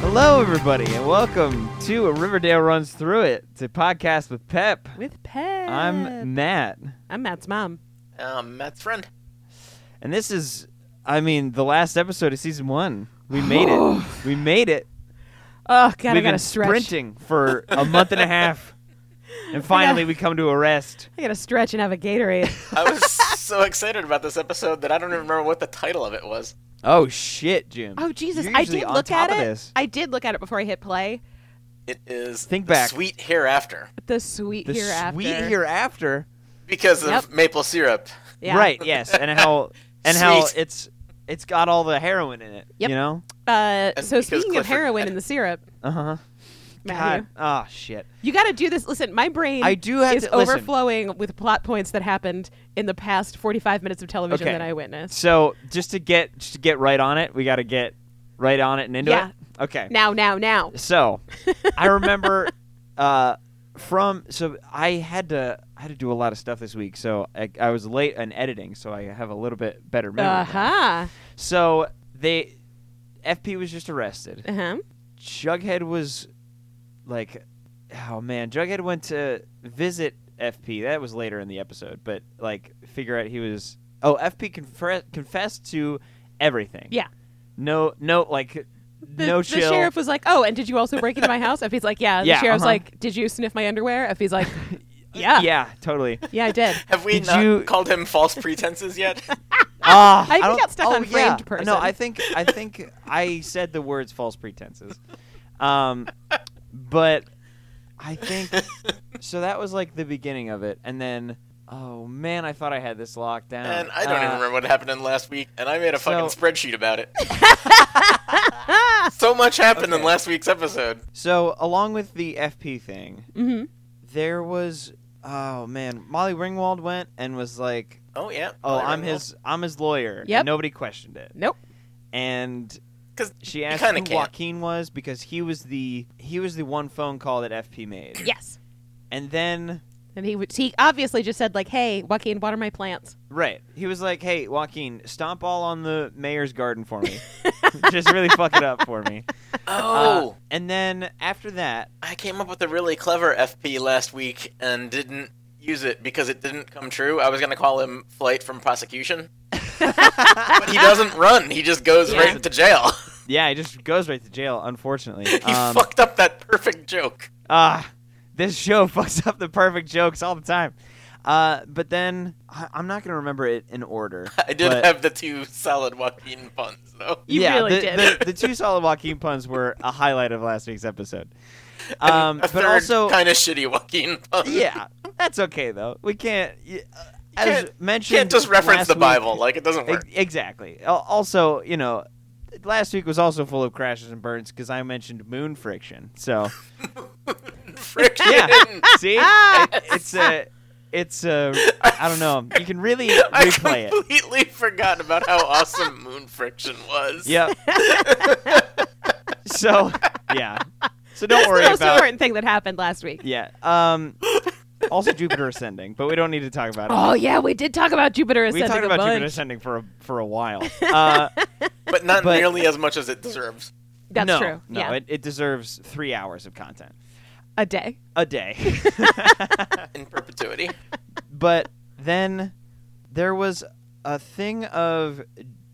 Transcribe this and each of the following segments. Hello, everybody, and welcome to A Riverdale Runs Through It, to podcast with Pep. With Pep. I'm Matt, I'm Matt's mom. Um, Matt's friend. and this is, I mean, the last episode of season one. We made it. We made it. Oh god, I We've gotta been stretch. sprinting for a month and a half, and finally we come to a rest. I gotta stretch and have a Gatorade. I was so excited about this episode that I don't even remember what the title of it was. Oh shit, Jim! oh Jesus! You're I usually did on look at top of it. this. I did look at it before I hit play. It is Think The back. Sweet Hereafter The sweet the hereafter. sweet hereafter. because of Yep. maple syrup. Yeah. Right? Yes, and how and how Sweet. it's it's got all the heroin in it. Yep. You know. Uh, And so because speaking of Clifford- heroin in the syrup, Uh huh. God. Matthew, Oh shit. you gotta do this. Listen, my brain I do have is to- listen. overflowing with plot points that happened in the past 45 minutes of television Okay. that I witnessed. So just to get just to get right on it, we got to get right on it and into Yeah. it. Okay. Now, now, now. So I remember uh, from so I had to I had to do a lot of stuff this week, so I, I was late in editing, so I have a little bit better memory. now. Uh huh. So they FP was just arrested. Uh huh. Jughead was like, oh man, Jughead went to visit FP. That was later in the episode, but like, figure out he was. Oh, FP confre- confessed to everything. Yeah. No, no, like, The, no the chill. sheriff was like, "Oh, and did you also break into my house?" Effie's like, "Yeah." The Yeah, sheriff's uh-huh. like, "Did you sniff my underwear?" Effie's like, "Yeah, yeah, Yeah, totally. I did." Have we Did not you- called him false pretenses yet? Ah, I think don't- that's stuck oh, on yeah. framed person. No, I think I think I said the words false pretenses. Um, but I think so. That was like the beginning of it, and then oh man, I thought I had this locked down. and I don't Uh, even remember what happened in last week, and I made a fucking So- spreadsheet about it. so much happened in Okay. last week's episode. So along with the FP thing, hmm there was oh man, Molly Ringwald went and was like, Oh yeah. "Oh, I'm his, I'm his lawyer." Yep. And nobody questioned it, Nope. and 'Cause she you asked who kinda can't. Joaquin was because he was the he was the one phone call that FP made. Yes. And then And he would. He obviously just said like, "Hey, Joaquin, water my plants." right, he was like, "Hey, Joaquin, stomp all on the mayor's garden for me. Just really fuck it up for me." Oh, Uh, and then after that, I came up with a really clever FP last week and didn't use it because it didn't come true. I was going to call him Flight from Prosecution. but he doesn't run, he just goes Yeah. right to jail. yeah, he just goes right to jail. Unfortunately, he um, fucked up that perfect joke. Ah, this show fucks up the perfect jokes all the time. Uh, but then I, I'm not gonna remember it in order. I did but- have the two solid Joaquin puns, though. You yeah, really the, did. The, the two solid Joaquin puns were a highlight of last week's episode. Um, a but third also, kind of shitty Joaquin pun. yeah, that's okay though. We can't. y- uh, As can't- mentioned, You can't just reference last the week- Bible. Like, it doesn't work. Ex- Exactly. Al- Also, you know, last week was also full of crashes and burns because I mentioned moon friction. So. Friction. Yeah. See, Ah! It- it's a, it's a, I don't know. You can really I replay it. completely forgot about how awesome Moon Friction was. Yep. so, yeah. So don't That's worry the most about. important thing that happened last week. Yeah. Um. Also, Jupiter ascending, but we don't need to talk about it. Oh yeah, we did talk about Jupiter we Oh, ascending talked a about bunch. Jupiter ascending for a, for a while. Uh, But not But- nearly as much as it deserves. That's Um, no, true. No, yeah, it, it deserves three hours of content a day. a day. in perpetuity. but then there was a thing of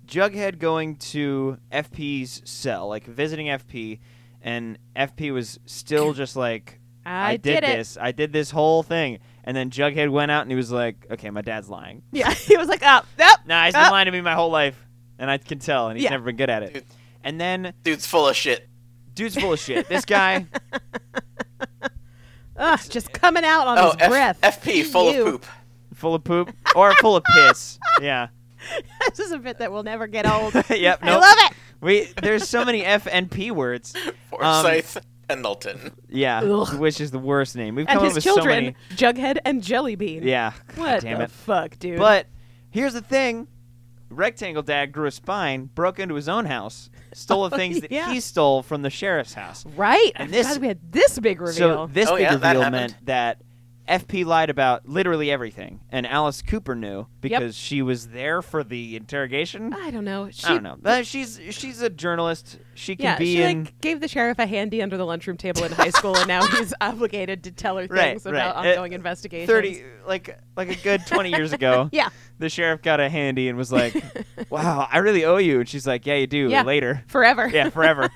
Jughead going to FP's cell, like visiting FP, and FP was still just like, I, did, it. this. I did this whole thing." And then Jughead went out and he was like, "Okay, my dad's lying. Yeah, he was like, "Oh, nope." Nah, he's been Oh. lying to me my whole life, and I can tell, and he's Yeah. never been good at it." Dude. And then, Dude's full of shit. dude's full of shit. This guy, Ugh, just coming out on oh, his F- breath. FP, full You. of poop. full of poop or full of piss. Yeah. this is a bit that will never get old. yep. I nope. love it. We there's so many F and P words. Um, Forsyth Pendleton. Yeah, Ugh. which is the worst name. We've and come up his with children, so Jughead and Jellybean. many. Yeah, God What damn the it. fuck, dude? But here's the thing: Rectangle Dad grew a spine, broke into his own house, stole the Oh, things that yeah. he stole from the sheriff's house. right, and and this- this we had this big reveal. So this Oh, big yeah, that reveal happened. meant that FP lied about literally everything, and Alice Cooper knew because she was there for the interrogation. I don't know. Uh, She, I don't know. Uh, she's she's a journalist. She can Yeah, be she in. like gave the sheriff a handy under the lunchroom table in high school, and now he's obligated to tell her Right, things right. about Uh, ongoing investigations. 30 like like a good 20 years ago Yeah. the sheriff got a handy and was like wow i really owe you and she's like yeah you do Yeah. later Forever. yeah forever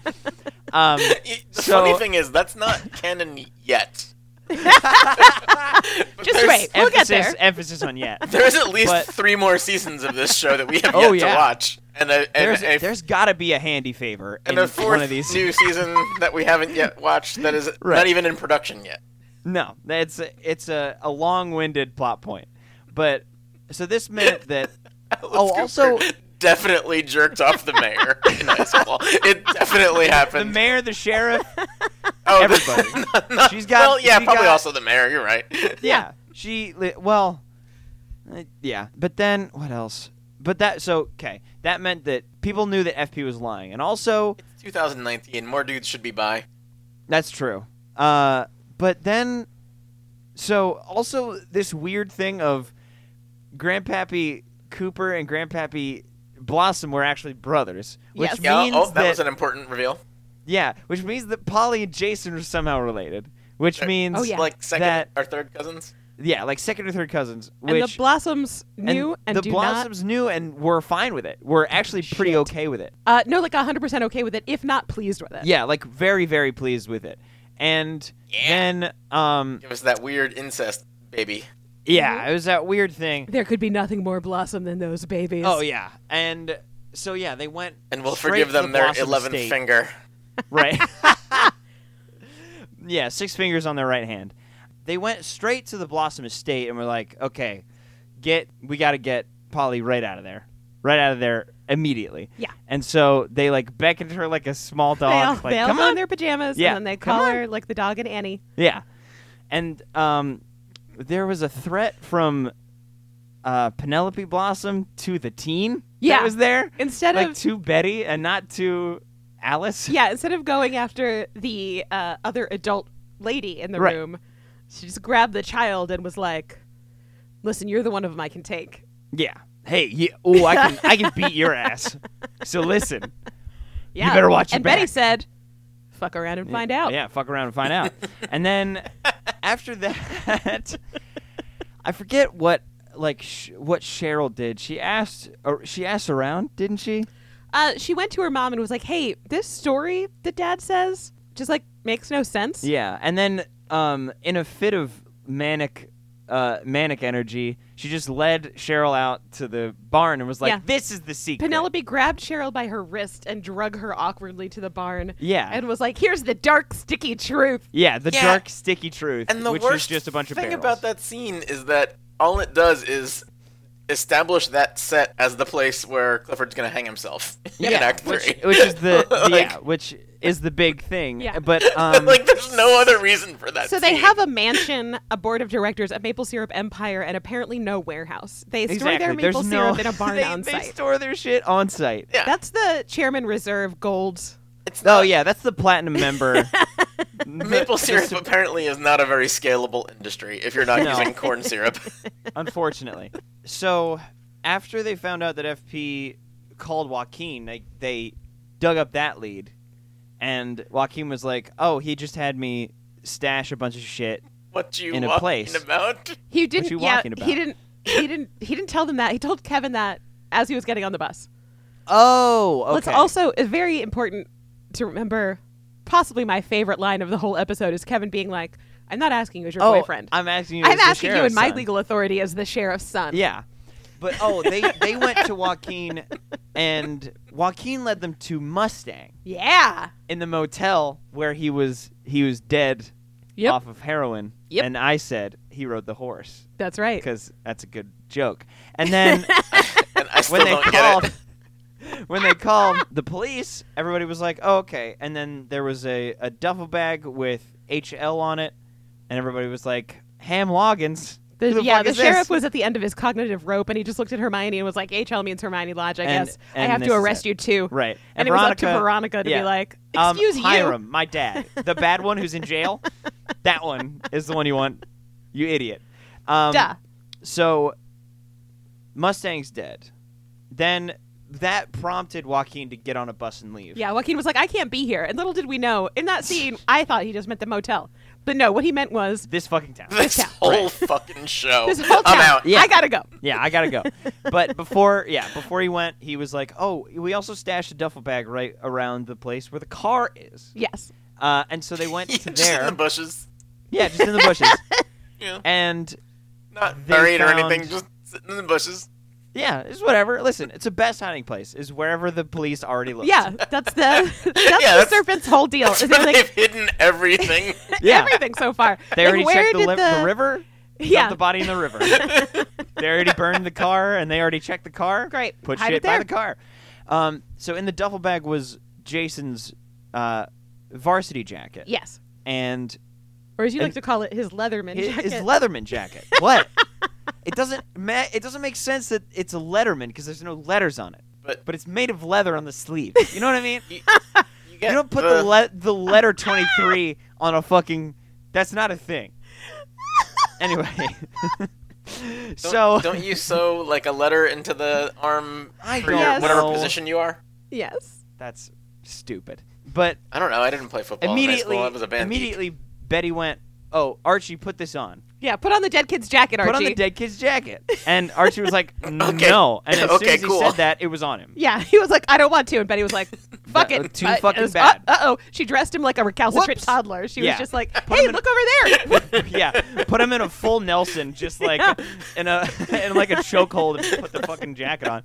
um Y- The So- funny thing is, that's not canon yet. But Just there's- wait. We'll get emphasis there. emphasis on yet There's at least But- three more seasons of this show that we have yet Oh, yeah. to watch, and a, and there's a, there's gotta be a handy favor and in a fourth one of these new season that we haven't yet watched that is Right. not even in production yet. No, it's a, it's a, a long-winded plot point. But so this meant that oh, Alice also Cooper definitely jerked off the mayor in high school. It definitely the happened. mayor, the sheriff, oh, the- everybody. not- not- She's got- Well, yeah, she probably got- also the mayor. You're right. yeah, she li- well, uh, yeah. But then what else? But that so okay. That meant that people knew that FP was lying, and also 2019. More dudes should be by. That's true. Uh, but then, so also this weird thing of Grandpappy Cooper and Grandpappy Blossom were actually brothers, which Yes. means Yeah. oh, that, that was an important reveal. yeah, which means that Polly and Jason are somehow related, which Uh, means Oh, yeah. Like second That- or third cousins. yeah, like second or third cousins, And which the Blossoms knew and, the do Oh, Blossoms knew and were fine with it. Were actually pretty Shit. okay with it. not. Uh, no, like 100% okay with it, if not pleased with it. Yeah, like very very pleased with it. And Yeah. then um It was that weird incest baby. Mm-hmm. yeah, it was that weird thing There could be nothing more Blossom than those babies. Oh yeah, and so yeah, they went And we'll straight forgive to them the their Blossom 11th Estate. finger. right? yeah, six fingers on their right hand. They went straight to the Blossom Estate and were like, "Okay, get we got to get Polly right out of there, right out of there immediately." Yeah. And so they like beckoned her like a small They dog, all, Oh, like, they all "Come go on, in their pajamas, Yeah, and then they come call on. her like the dog and Annie. Yeah, and um, there was a threat from uh, Penelope Blossom to the teen Yeah. that was there Instead like of to Betty and not to Alice. yeah, instead of going after the uh, other adult lady in the Right. room, she just grabbed the child and was like, "Listen, you're the one of them I can take." Yeah. Hey, yeah, oh, I can I can beat your ass. So listen, Yeah, better watch your And Betty back. said, "Fuck around and find out." yeah, fuck around and find out. And then after that, I forget what like sh- what Cheryl did. She asked or she asked around, didn't she? Uh, she went to her mom and was like, "Hey, this story that Dad says just like makes no sense." Yeah. And then um in a fit of manic uh manic energy, she just led Cheryl out to the barn and was like, Yeah. "This is the secret." Penelope grabbed Cheryl by her wrist and drug her awkwardly to the barn. Yeah. and was like, "Here's the dark, sticky truth." yeah, the Yeah. dark sticky truth, And the which worst is just a bunch of thing barrels. about that scene is that all it does is establish that set as the place where Clifford's going to hang himself in Act Three. which, which is the, the- Like- yeah, which is the big thing. Yeah. But um, like, there's no other reason for that. So they scene. have a mansion, a board of directors, a maple syrup empire, and apparently no warehouse. They store exactly, their there's maple no, syrup in a barn they, on they site. store their shit on site. Yeah. That's the chairman reserve gold. It's Oh not- yeah, that's the platinum member. Maple syrup apparently is not a very scalable industry if you're not No. using corn syrup. unfortunately. So after they found out that FP called Joaquin, they they dug up that lead, and Joaquin was like, "Oh, he just had me stash a bunch of shit." What you In a walking place. about? He didn't. you yeah, walking about? he didn't. He didn't. He didn't tell them that. He told Kevin that as he was getting on the bus. Oh, okay. Let's also it's very important to remember. Possibly my favorite line of the whole episode is Kevin being like, "I'm not asking you as your oh, boyfriend. I'm asking you. I'm as the asking you in sheriff's my son." legal authority as the sheriff's son." Yeah. But oh, they they went to Joaquin and Joaquin led them to Mustang Yeah. in the motel where he was he was dead Yep. off of heroin. Yep. And I said he rode the horse That's right. cuz that's a good joke. And then And I still when they don't get called it. when they called the police, everybody was like, "Oh, okay." And then there was a a duffel bag with HL on it and everybody was like, "Ham Loggins." The- Who the yeah, fuck the is sheriff this? was at the end of his cognitive rope, and he just looked at Hermione and was like, "HL means Hermione Lodge, I And- guess. I and have this to is arrest it." you too." Right. And, it was up to Veronica to yeah. be like, Um, "Excuse you." Hiram, my dad, the bad one who's in jail. that one is the one you want. you idiot. Um, Duh. So Mustang's dead. Then that prompted Joaquin to get on a bus and leave. Yeah, Joaquin was like, I can't be here. And little did we know, in that scene, I thought he just meant the motel. But no, what he meant was, This fucking town. This town. whole fucking show. this whole town, I'm out. Yeah. I gotta go. yeah, I gotta go. But before, yeah, before he went, he was like, "Oh, we also stashed a duffel bag right around the place where the car is." Yes. Uh, and so they went to Just in there. the bushes. yeah, just in the bushes. Yeah. And Not They buried or found- anything, just sitting in the bushes. yeah, it's whatever. Listen, it's the best hiding place. Is wherever the police already looked. Yeah, that's the that's the that's- serpent's whole deal. That's Is where they're like, they've hidden everything. yeah. everything so far. They Like, already where checked the, did li- the river. dumped Yeah. the body in the river. they already burned the car, and they already checked the car. Great. Put Hide shit it by there. the car. Um, so in the duffel bag was Jason's uh, varsity jacket. Yes. And Or as you And- like to call it, his Leatherman his, jacket. his Leatherman jacket. What? it doesn't ma- it doesn't make sense that it's a Letterman because there's no letters on it. But- it's made of leather on the sleeve. You know what I mean? You, you don't put Uh. the le- the letter 23 on a fucking that's not a thing. Anyway. so Don't, don't you sew like a letter into the arm I for your, don't whatever know. position you are? yes. that's stupid. But I don't know. I didn't play football. immediately in high school. I was a band geek. immediately Betty went, "Oh, Archie put this on. Yeah, put on the dead kid's jacket, Archie. Put on the dead kid's jacket." And Archie was like, Okay. "No." And as soon Okay, as he cool. said that, it was on him. yeah, he was like, I don't want to. And Betty was like, fuck That- it. too Uh, fucking it was- bad. Uh oh. She dressed him like a recalcitrant Whoops. toddler. She Yeah. was just like, him hey, in- look over there. yeah, put him in a full Nelson, just like Yeah. in a in like a chokehold, and put the fucking jacket on,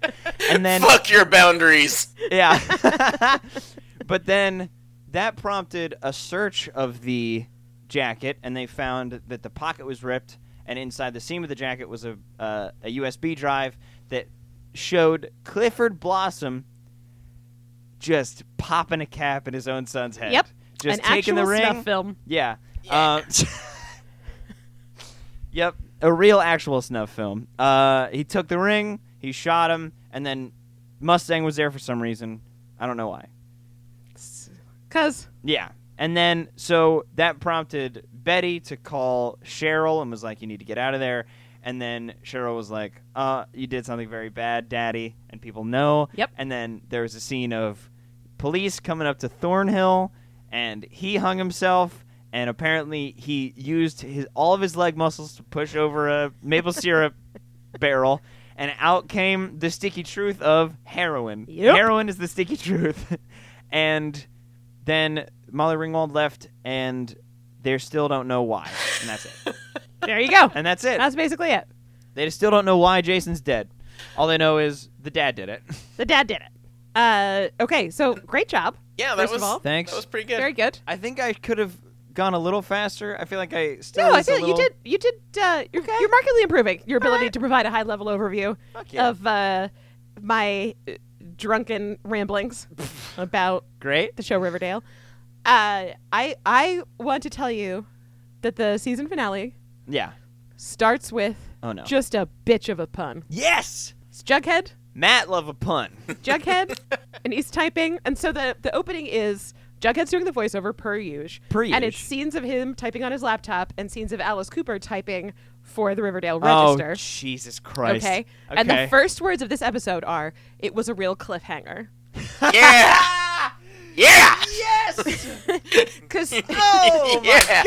and then Fuck your boundaries. yeah, but then that prompted a search of the jacket, and they found that the pocket was ripped, and inside the seam of the jacket was a uh, a USB drive that showed Clifford Blossom just popping a cap in his own son's head. Yep. just An taking actual the ring. snuff film. Yeah. Um, yep, a real actual snuff film. Uh, he took the ring, he shot him, and then Mustang was there for some reason. I don't know why. Because Yeah. And then, so that prompted Betty to call Cheryl and was like, You need to get out of there. And then Cheryl was like, uh, You did something very bad, Daddy. And people know. Yep. And then there was a scene of police coming up to Thornhill, and he hung himself. And apparently, he used his, all of his leg muscles to push over a maple syrup barrel. And out came the sticky truth of heroin. Yep. Heroin is the sticky truth. and then Molly Ringwald left, and they still don't know why. And that's it. there you go. And that's it. That's basically it. They still don't know why Jason's dead. All they know is the dad did it. The dad did it. Uh, okay, so great job. Yeah, that First was of all. Thanks. That was pretty good. Very good. I think I could have gone a little faster. I feel like I still. No, I was a feel you little- did. You did. Uh, you're, you're markedly improving your ability to provide a high level overview Fuck yeah. of uh, my uh, drunken ramblings about Great. the show Riverdale. Uh, I I want to tell you that the season finale Yeah. starts with Oh, no. just a bitch of a pun. Yes. It's Jughead, Matt love a pun. Jughead, and he's typing, and so the the opening is. Jughead's doing the voiceover per usual, Per and it's usual. scenes of him typing on his laptop and scenes of Alice Cooper typing for the Riverdale Oh Register. Jesus Christ. Okay. And the first words of this episode are, it was a real cliffhanger. Yeah. yeah. Yes. Because Oh Yeah. my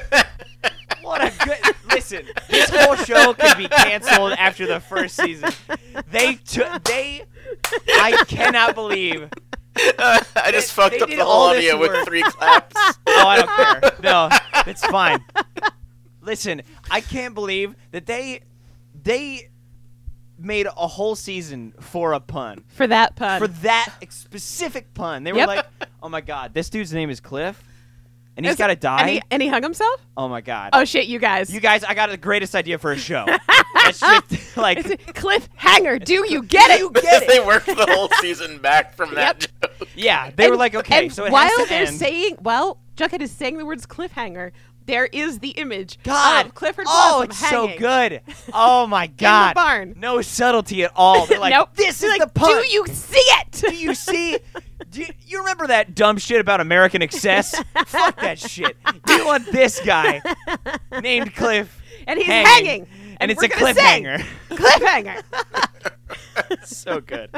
God! What a good listen. This whole show could be canceled after the first season. They took they. I cannot believe. I just They- fucked they up did the all whole this audio work. with three claps. Oh, I don't care. No, it's fine. Listen, I can't believe that they they made a whole season for a pun for that pun. for that specific pun. They were Yep. like, "Oh my God, this dude's name is Cliff, and he's It's- got to die." And he, and he hung himself? oh my God. Oh, shit, you guys. You guys, I got the greatest idea for a show. That's just It's like, a cliffhanger. Do you get it? You get they worked the whole season back from that joke. yeah, they were And- like, okay, and so it while has to they're end. saying, well, Jughead is saying the words cliffhanger, there is the image God, of Clifford oh, Blossom it's hanging so good. Oh my God, barn. no subtlety at all. They're like, nope. this They're is like, the pun. Do you see it? Do you see? Do you, you remember Remember that dumb shit about American Excess? Fuck that shit. You want this guy named Cliff. And he's hanging. And, and it's we're a gonna sing. cliffhanger. Cliffhanger. so good.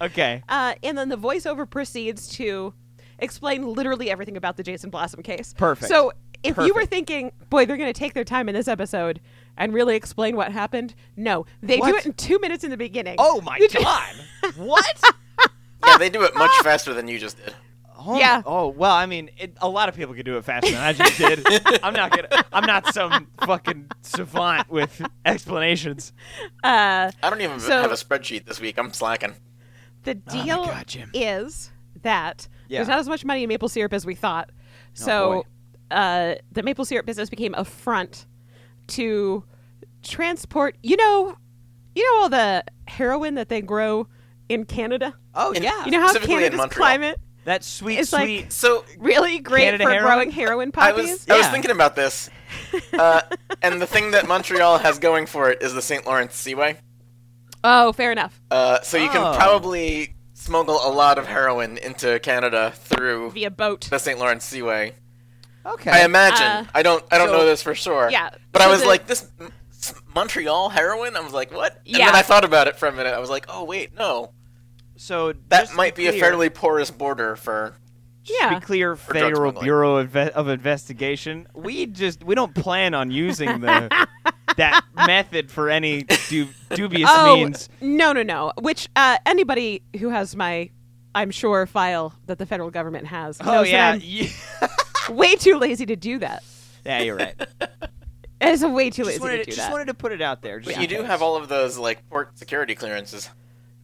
Okay. Uh, and then the voiceover proceeds to explain literally everything about the Jason Blossom case. Perfect. So if you were Perfect. thinking, boy, they're going to take their time in this episode and really explain what happened, no, they do What? it in two minutes in the beginning. Oh my You just- god. What? Ah. Yeah, they do it much faster than you just did. Oh, Yeah. Oh well, I mean, it, a lot of people could do it faster than I just did. I'm not gonna. I'm not some fucking savant with explanations. Uh, I don't even So- have a spreadsheet this week. I'm slacking. the Oh, my deal God, Jim. is that Yeah. Oh, there's not as much money in maple syrup as we thought. So uh, the maple syrup business became a front to transport. You know, you know all the heroin that they grow in Canada. Oh In- yeah. You know how Specifically in Canada's Montreal. climate that sweet, It's like- sweet. So really great Canada for heroin? growing heroin I poppies. was I was Yeah. thinking about this, uh, and the thing that Montreal has going for it is the St. Lawrence Seaway. Oh, fair enough. Uh, so you Oh. can probably smuggle a lot of heroin into Canada through Via boat. the St. Lawrence Seaway. okay. I imagine. Uh, I don't. I don't so- know this for sure. Yeah, But so I was the- like this M- s- Montreal heroin. I was like, what? And Yeah. then I thought about it for a minute. I was like, oh wait, no. so That just to might be a clear- fairly porous border for. just Yeah. to be clear, drug Federal smuggling. Bureau Inve- of Investigation. We just we don't plan on using the that method for any du- dubious oh means. no, no, no. Which uh, anybody who has my, I'm sure, file that the federal government has. Oh knows that yeah. I'm You- way too lazy to do that. yeah, you're right. It's way too just lazy wanted, to do just that. wanted to put it out there. But just you in do case. have all of those like port security clearances.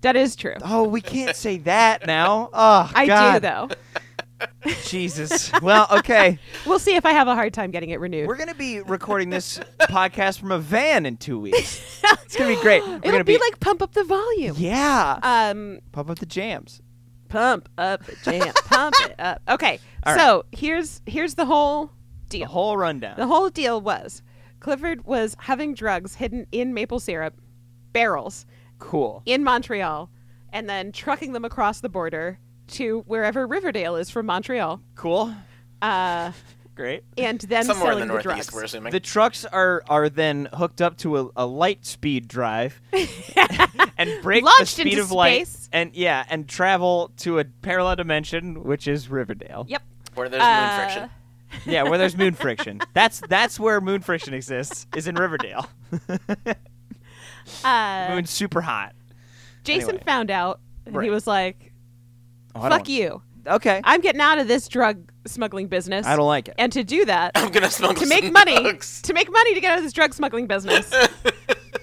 That is true. Oh, we can't say that now. Oh, I God. do though. Jesus. Well, okay. We'll see if I have a hard time getting it renewed. We're gonna be recording this podcast from a van in two weeks. It's gonna be great. We're It'll gonna be, like pump up the volume. yeah. Um, Pump up the jams. pump up, the jam, pump it up. Okay. All so here's here's the whole The deal. whole rundown. The whole deal was Clifford was having drugs hidden in maple syrup barrels cool. in Montreal and then trucking them across the border to wherever Riverdale is from Montreal. Cool. Uh, Great. and then Somewhere in selling the northeast, drugs. we're assuming. The trucks are are then hooked up to a, a light speed drive and break the Launched speed into of light space. and yeah, and travel to a parallel dimension which is Riverdale. Yep. where there's Uh, moon friction. Yeah, where there's moon friction. That's that's where moon friction exists is in Riverdale. Uh, Moon's super hot. Jason Anyway. found out and he Right. was like, Oh, I fuck don't- you. Okay. I'm getting out of this drug smuggling business. I don't like it. And to do that, I'm gonna smuggle to make some money, drugs. to make money to get out of this drug smuggling business,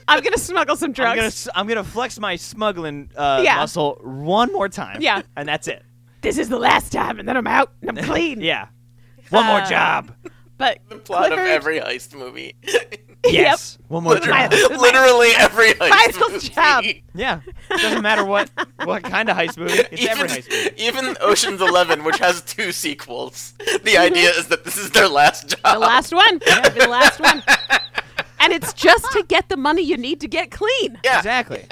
I'm going to smuggle some drugs. I'm gonna s- I'm gonna flex my smuggling uh, Yeah. muscle one more time. Yeah. and that's it. This is the last time, and then I'm out and I'm clean. Yeah, one more Uh, job. But The plot Clifford, of every heist movie. Yes, one more literally, job. This is my- literally every heist final movie. job. Yeah, doesn't matter what what kind of heist movie. It's every Even, heist movie. even Ocean's Eleven, which has two sequels, the idea is that this is their last job. the last one, It'll be the last one, and it's just to get the money you need to get clean yeah, Exactly.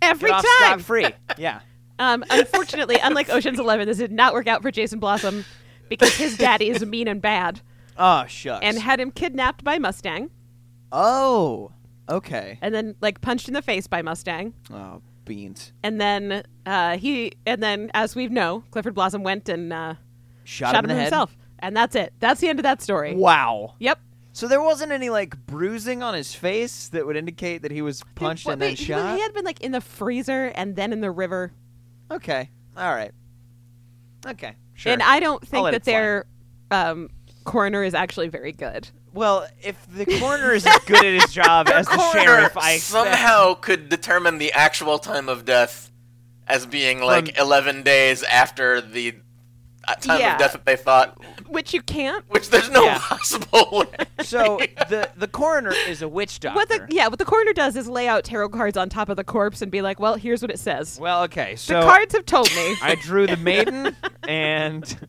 every Get off time. scot free. Yeah. Um, unfortunately, unlike Ocean's Eleven, this did not work out for Jason Blossom because his daddy is mean and bad Oh shucks. and had him kidnapped by Mustang oh, okay. and then like punched in the face by Mustang. Oh beans. And then uh, he, and then as we know, Clifford Blossom went and uh, Shot, shot him him in the himself, and that's it. That's the end of that story. Head. Wow. Yep. So there wasn't any like bruising on his face that would indicate that he was punched Well, and then wait, he- shot. He had been like in the freezer and then in the river. Okay. All right. Okay. Sure. And I don't think let that it fly. their um, coroner is actually very good. Well, if the coroner is as good at his job as the coroner sheriff, I expect somehow could determine the actual time of death as being like From- 11 days after the uh, time Yeah. of death that they thought, Which you can't. which there's no Yeah. possible way. So the the coroner is a witch doctor. What the yeah? What the coroner does is lay out tarot cards on top of the corpse and be like, "Well, here's what it says. Well, okay. So the cards have told me." I drew the maiden, and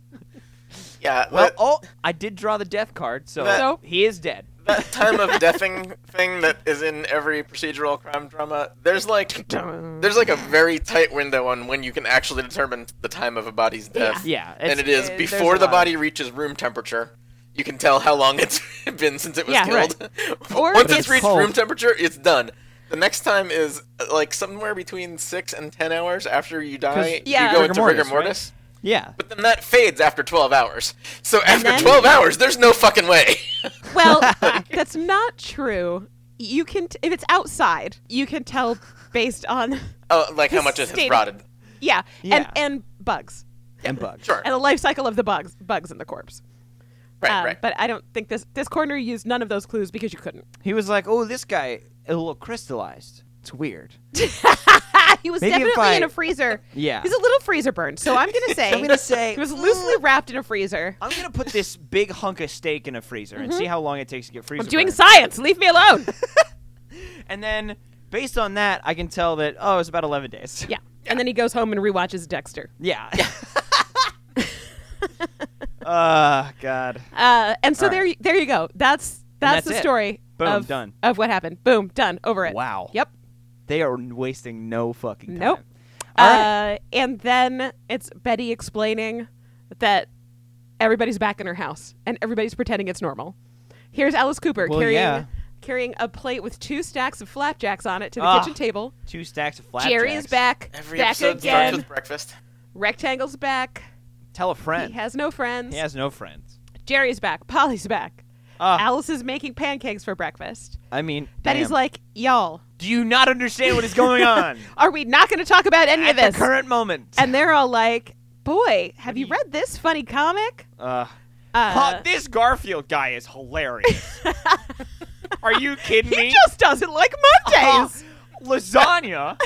Yeah, well, that- oh, I did draw the death card. So That- So? he is dead. that time of deathing thing that is in every procedural crime drama, there's like there's like a very tight window on when you can actually determine the time of a body's death. Yeah, it's- And it is uh, there's before a the lot. body reaches room temperature. You can tell how long it's been since it was Yeah, killed. Or if Once it's, it's reached cold. room temperature, it's done. The next time is uh, like somewhere between six and ten hours after you 'Cause- die. Yeah. you go Rigor into rigor mortis, right? mortis. Yeah. But then that fades after 12 hours. So after then- 12 hours, there's no fucking way. Well, that's not true. You can t- if it's outside, you can tell based on oh, like how much it has Stated- rotted. yeah, Yeah. and and bugs And bugs. Sure. and the life cycle of the bugs bugs in the corpse. Right, Um, right. But I don't think this this corner used none of those clues because you couldn't. He was like, "Oh, this guy a little crystallized. It's weird." Ah, he was Maybe if definitely I- in a freezer. Yeah. he's a little freezer burned. So I'm gonna say I'm gonna say he was loosely wrapped in a freezer. I'm gonna put this big hunk of steak in a freezer and see how long it takes to get freezer. I'm doing burn. science. Leave me alone. and then based on that, I can tell that oh, it's about 11 days. yeah. And then he goes home and rewatches Dexter. Yeah. Ah, God. Uh, and so All there, right. y- there you go. That's that's, that's the it. story Boom, of done. of what happened. Boom, done. Over it. Wow. Yep. They are wasting no fucking time. Nope. All uh, right. And then it's Betty explaining that everybody's back in her house and everybody's pretending it's normal. Here's Alice Cooper Well, carrying yeah. carrying a plate with two stacks of flapjacks on it to the Ah. kitchen table. Two stacks of flapjacks. Jerry is back. Every back episode starts again. with breakfast. Rectangle's back. Tell a He friend. has no friends. He has no friends. Jerry's back. Polly's back. Ah. Alice is making pancakes for breakfast. I mean, Betty's damn. like, y'all, do you not understand what is going on are we not going to talk about any at of this? the current moment? and they're all like, boy, have you read this funny comic? Ugh. Uh, Huh, Ah. this Garfield guy is hilarious. Are you kidding he me? just doesn't like Huh, Mondays. lasagna.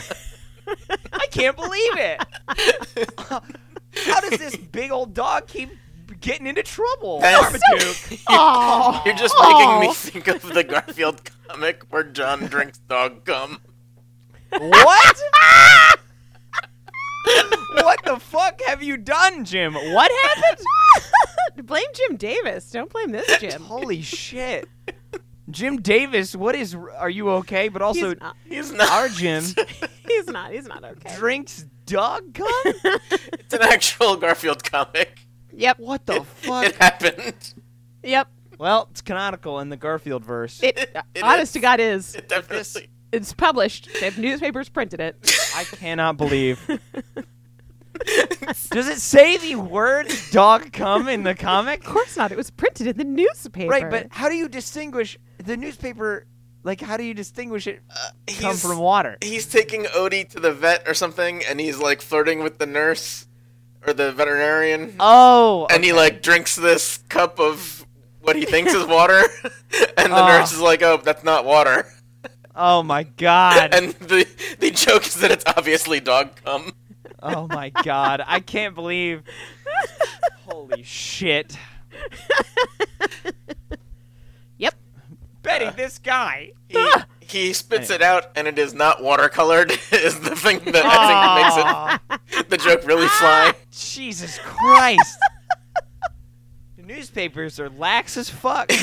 I can't believe it. How does this big old dog keep getting into trouble? That's- Marmaduke. Oh, You're just making me think of the Garfield comic where John drinks dog gum. what? what the fuck have you done, Jim? What happened? blame Jim Davis. Don't blame this Jim. Holy shit. Jim Davis, what is are you okay? But also he's not. He's not. our Jim He's not. He's not okay. drinks dog gum? It's an actual Garfield comic. Yep. What the fuck? It happened. Yep. Well, it's canonical in the Garfield verse. It, It honest is. to God is. It definitely. It's published. They have newspapers printed it. I cannot believe. Does it say the word dog cum in the comic? Of course not. It was printed in the newspaper. Right, but how do you distinguish the newspaper? Like, how do you distinguish it come Uh, He's, from water? he's taking Odie to the vet or something, and he's like flirting with the nurse or the veterinarian. Oh, and he like drinks this cup of what he thinks is water, and the Ah. nurse is like, "Oh, that's not water." oh my god! And the the joke is that it's obviously dog cum. oh my god! I can't believe. Holy shit, yep. Betty! This guy. Uh, He, he spits it out, and it is not water colored. Is the thing that I Aw, think makes it the joke really fly. Jesus Christ! the newspapers are lax as fuck.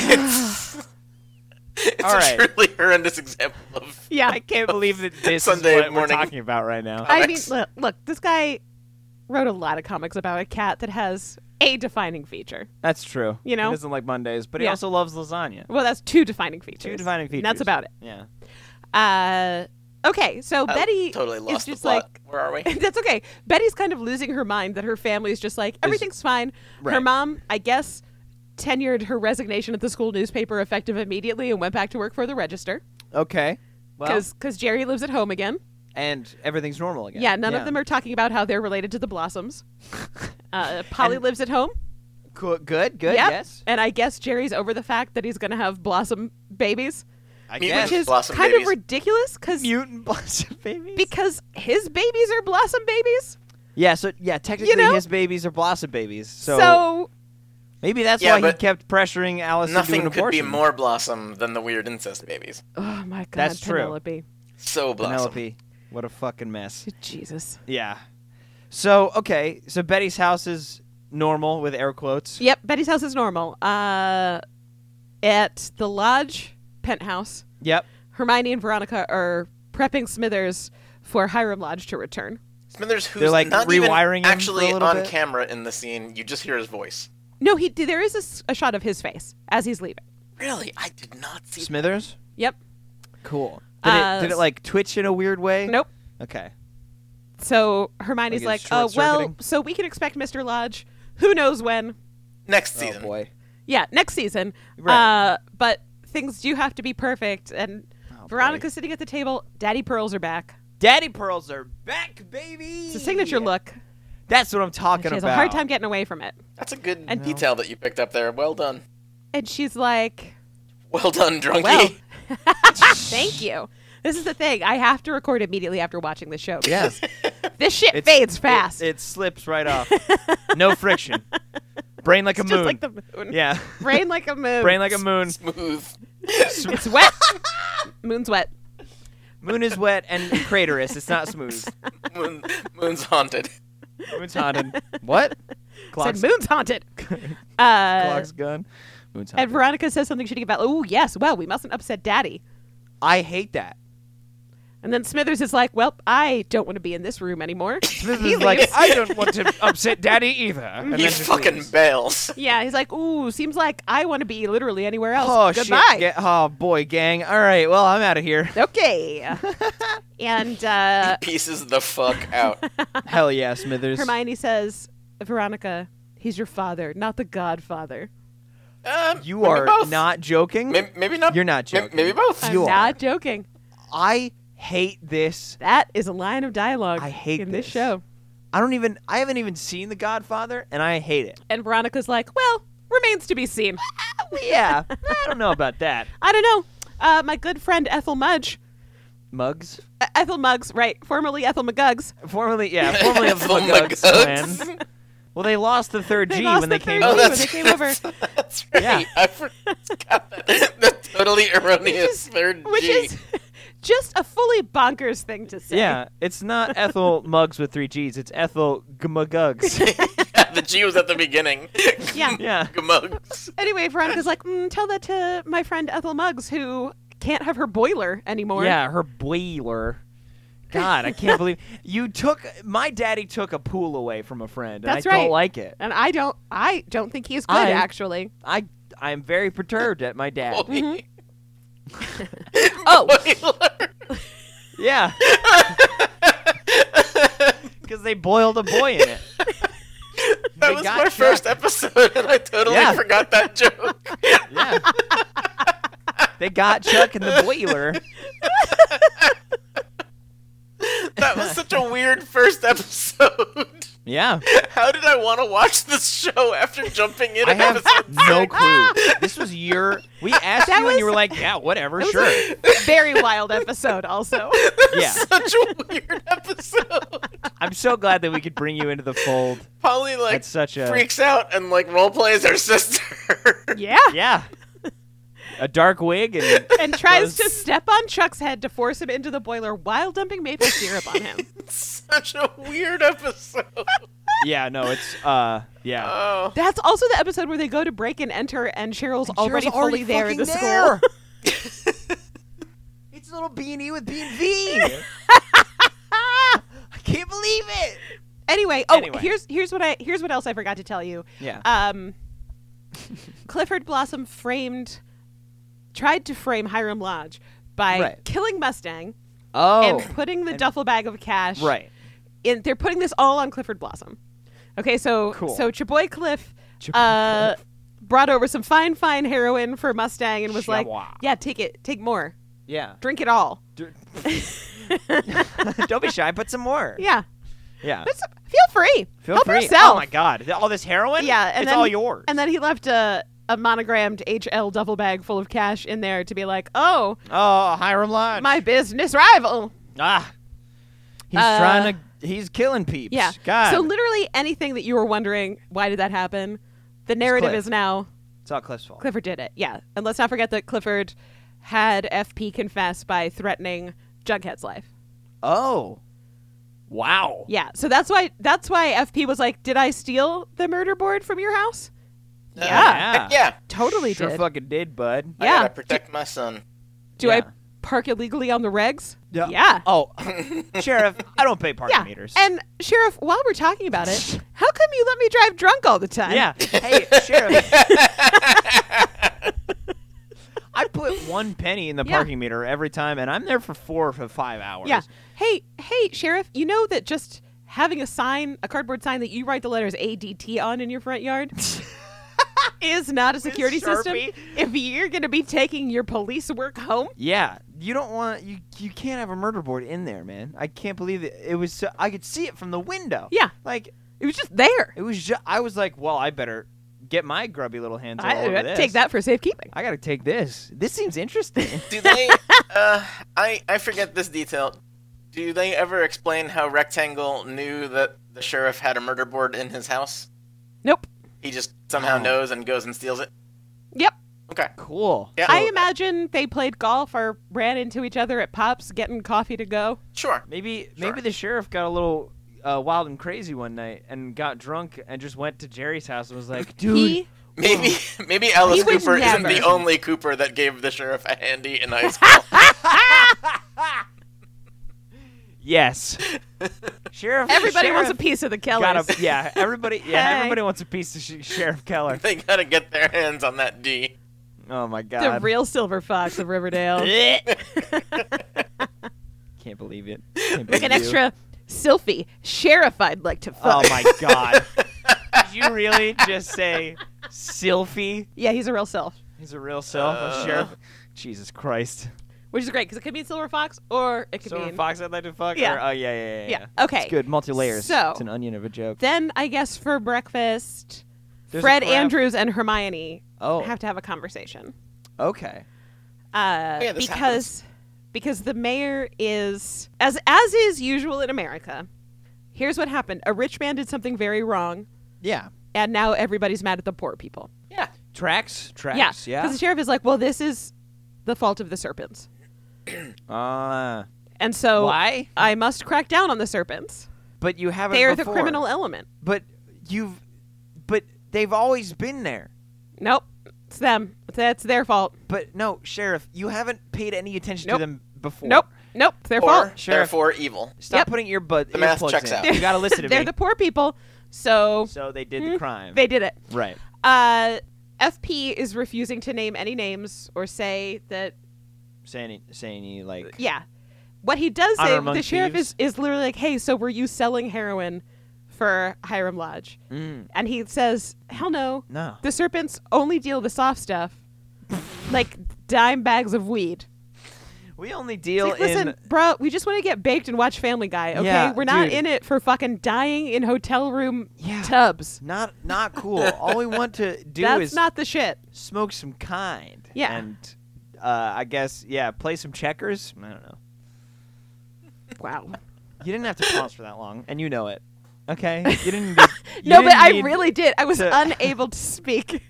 It's, it's All right. a truly horrendous example of Yeah. I can't believe that this Sunday is what morning. we're talking about right now. I mean, comics. look, look, this guy wrote a lot of comics about a cat that has a defining feature. That's true. You know? he doesn't like Mondays, but he Yeah. also loves lasagna. Well, that's two defining features. Two defining features. And that's about it. Yeah. Uh, okay, so Betty totally is lost just the plot. like. Where are we? That's okay. Betty's kind of losing her mind that her family is just like everything's fine. Her Right. mom, I guess, tenured her resignation at the school newspaper effective immediately and went back to work for the register Okay. Well, because Jerry lives at home again. and everything's normal again. Yeah, none of them are talking about how they're related to the Blossoms. Uh, Polly lives at home. Cool, good. Good. Yep. Yes. And I guess Jerry's over the fact that he's going to have blossom babies, I Me- guess. which is Blossom kind babies. of ridiculous cuz mutant blossom babies. because his babies are blossom babies. yeah. So yeah, technically know? his babies are blossom babies. So, So, maybe that's Yeah, why he but kept pressuring Alice Nothing into an could be abortion. more blossom than the weird incest babies. oh my god, That's true. Penelope. So blossom. Penelope. What a fucking mess. Jesus. Yeah. So okay. So Betty's house is normal with air quotes. Yep, Betty's house is normal. Uh at the lodge penthouse. Yep. Hermione and Veronica are prepping Smithers for Hiram Lodge to return. Smithers, who's They're, like, not rewiring him even for a actually little on bit. camera in the scene. You just hear his voice. No, he there is a s- a, shot of his face as he's leaving. Really, I did not see. Smithers. Yep. Cool. Did, Uh, it, did it like twitch in a weird way? Nope. Okay. So Hermione's Like like, it's "Oh well, short-circuiting? so we can expect Mr. Lodge. Who knows when? Next season. Oh boy. Yeah, next season. Right. Uh, but things do have to be perfect." And Oh, Veronica's sitting at the table. Daddy pearls are back. Daddy pearls are back, baby. It's a signature look. That's what I'm talking She has about. a hard time getting away from it. That's a good And- detail that you picked up there. Well done. And she's like, Well Oh, done, drunkie. Well. "Thank you." This is the thing. I have to record immediately after watching the show. Yes. This shit It's- fades fast. It, it slips right off. no friction. Brain like it's a just moon. like the moon. yeah. Rain like a moon. Brain like a moon. Smooth. It's wet. Moon's wet. Moon is wet and craterous. It's not smooth. Moon, moon's haunted. Moon's haunted. What? Clock's, Said moon's haunted. Uh, clock's gone. Moon's and haunted. Veronica says something shitty about, oh, yes, well, we mustn't upset daddy. I hate that. And then Smithers is like, well, I don't want to be in this room anymore. This He is like, leaves. I don't want to upset daddy either. And He then just fucking leaves. bails. yeah, he's like, ooh, seems like I want to be literally anywhere else. Oh, Goodbye. shit. Ga- oh, boy, gang. All right. Well, I'm out of here. Okay. and uh, Pieces the fuck out. Hell yeah, Smithers. Hermione says, Veronica, he's your father, not the godfather. Um, You maybe are both. not joking. Maybe, maybe not. You're not may- joking. Maybe both. I'm You are. not joking. I hate this. That is a line of dialogue I hate in this this. show. I don't even. I haven't even seen The Godfather, and I hate it. And Veronica's like, well, remains to be seen. Yeah, I don't know about that. I don't know. Uh, my good friend Ethel Mudge, Mugs, uh, Ethel Muggs, right? Formerly Ethel McGuggs. formerly, yeah, formerly of Ethel Mugs McGugs. clan. Well, they lost the third They G lost when the they came. third over. G. That's, when they came over. That's right. Yeah. I forgot that. That's totally erroneous is- third Which G. is just a fully bonkers thing to say. yeah, it's not Ethel Mugs with three G's. It's Ethel Gmugs. the G was at the beginning. Yeah. Yeah, Gmugs. Anyway, Veronica's like, mm, tell that to my friend Ethel Muggs, who can't have her boiler anymore. yeah, her boiler. God, I can't believe you took my daddy took a pool away from a friend, and That's I right. don't like it. And I don't, I don't think he's good. I- actually, I I am very perturbed at my dad. Boy. Oh. Boiler. Yeah. Because they boiled a boy in it. That They was got my Chuck. first episode, and I totally Yeah. forgot that joke. Yeah. They got Chuck in the boiler. that was such a weird first episode. Yeah. How did I want to watch this show after jumping in? I have episode no clue. This was your. We asked That you, and you was- were like, yeah, whatever, was- sure. very wild episode. Also, Yeah. Such a weird episode. I'm so glad that we could bring you into the fold. Polly like That's such a- freaks out and like role plays her sister. yeah, Yeah. A dark wig and. and tries Was- to step on Chuck's head to force him into the boiler while dumping maple syrup on him. such a weird episode. Yeah, no, it's. uh Yeah. Oh, That's also the episode where they go to break and enter, and Cheryl's already fully there in the school. it's little B&E with B&V. I can't believe it. Anyway, oh, Anyway. here's here's what I here's what else I forgot to tell you. Yeah. Um, Clifford Blossom framed, tried to frame Hiram Lodge by Right. killing Mustang oh. and putting the duffel bag of cash. right. In, they're putting this all on Clifford Blossom. Okay, so Cool. so Chaboy Cliff. Chaboy Uh, Brought over some fine, fine heroin for Mustang and was like, Chabois. "Yeah, take it, take more, Yeah. drink it all." Don't be shy. Put some more. Yeah, Yeah. It's- feel free, Feel help free. yourself. Oh my God! All this heroin. Yeah, and it's then, all yours. And then he left a, a monogrammed HL double bag full of cash in there to be like, oh, oh, Hiram Lodge. my business rival. ah. He's Uh, trying to. He's killing peeps. Yeah. God. So literally anything that you were wondering, why did that happen? The narrative Cliff. is now it's all Cliff's fault. Clifford did it. Yeah. And let's not forget that Clifford had FP confess by threatening Jughead's life. Oh. Wow. Yeah. So that's why that's why FP was like, "Did I steal the murder board from your house?" Yeah. Heck Uh, yeah. Totally sure did. fucking did, bud. I Yeah. gotta protect my son. Do I Yeah. park illegally on the regs? Yeah. Yeah. Oh, sheriff, I don't pay parking yeah. meters. And Sheriff, while we're talking about it, how come you let me drive drunk all the time? yeah. Hey, sheriff. I put one penny in the Yeah. parking meter every time, and I'm there for four or five hours. Yeah. Hey, hey, Sheriff, you know that just having a sign, a cardboard sign that you write the letters ADT on in your front yard is not a security system. Sharpie? If you're going to be taking your police work home, Yeah, you don't want you. You can't have a murder board in there, man. I can't believe it. It was so, I could see it from the window. Yeah. like it was just there. it was. Ju- I was like, well, I better get my grubby little hands all I, over I'd this. take that for safekeeping. I gotta take this. This seems interesting. Do they? uh, I I forget this detail. Do they ever explain how Rectangle knew that the sheriff had a murder board in his house? Nope. He just somehow Oh. knows and goes and steals it. Yep. Okay. cool. Yeah. I imagine they played golf or ran into each other at Pops getting coffee to go. Sure. Maybe Sure. maybe the sheriff got a little uh, wild and crazy one night and got drunk and just went to Jerry's house and was like, dude. He, Maybe maybe Alice would Cooper isn't the never. only Cooper that gave the sheriff a handy in high school. Yes. sheriff. everybody sheriff wants a piece of the Kellys. Got a, yeah, everybody. Yeah, Hey. everybody wants a piece of sh- Sheriff Keller. they gotta get their hands on that D. Oh my God. the real silver fox of Riverdale. Can't believe it. Like an extra Sylphie sheriff I'd like to Oh fuck. my god. Did you really just say Sylphie? Yeah, he's a real sylph, He's a real self, Uh. a sheriff. Jesus Christ. which is great because it could be a silver fox or it could So be. an- Fox I'd like to fuck? Yeah. Or, oh yeah, yeah, yeah. Yeah. Okay. It's good. Multi layers. So- it's an onion of a joke. Then I guess for breakfast, There's a Fred crab- Andrews and Hermione Oh. have to have a conversation Okay. uh, Yeah, this because because the mayor is as as is usual in America. Here's what happened: a rich man did something very wrong, Yeah. and now everybody's mad at the poor people. Yeah. Tracks. Tracks. because the sheriff is like, "Well, this is the fault of the serpents." Uh, And so Why? I must crack down on the serpents. but you haven't. They are the before. criminal element. But you've. But they've always been there. Nope. It's them. That's their fault. But no, sheriff, you haven't paid any attention Nope. to them before. Nope. Nope. It's their Or fault. Sheriff. therefore evil. Stop Yep. putting earbud The math earplugs checks in. out. You gotta listen to They're me. the poor people. So so they did the crime. they did it. right. Uh, FP is refusing to name any names or say that. Saying saying he like Yeah. What he does Honor say, among the sheriff thieves. is, is literally like, hey, so were you selling heroin for Hiram Lodge? mm, And he says, hell no. no. The serpents only deal the soft stuff, like dime bags of weed. We only It's deal like, listen, in bro, we just want to get baked and watch Family Guy, okay? Yeah, We're not dude. in it for fucking dying in hotel room Yeah. tubs. not not cool. All we want to do That's is not the shit. smoke some kind. Yeah. And uh, I guess yeah, play some checkers. I don't know. Wow. You didn't have to pause for that long, and you know it. Okay. You didn't. Need, you no, but didn't I need- really did. I was to- unable to speak.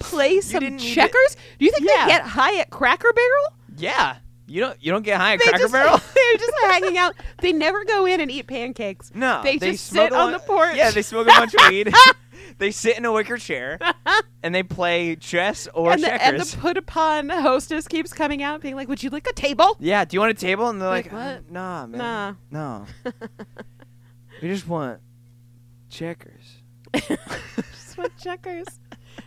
Play some didn't need to- checkers? Do you think Yeah. they get high at Cracker Barrel? Yeah. You don't. You don't get high at They Cracker just, Barrel. They're just hanging out. They never go in and eat pancakes. No, They, just sit smoke a on lu- the porch. Yeah, they smoke a bunch of weed. they sit in a wicker chair and they play chess or and the, and checkers. the put upon hostess keeps coming out being like, Would you like a table? yeah, do you want a table? And they're like, Like, uh, what? Nah, man, no, we just want checkers. Just want checkers.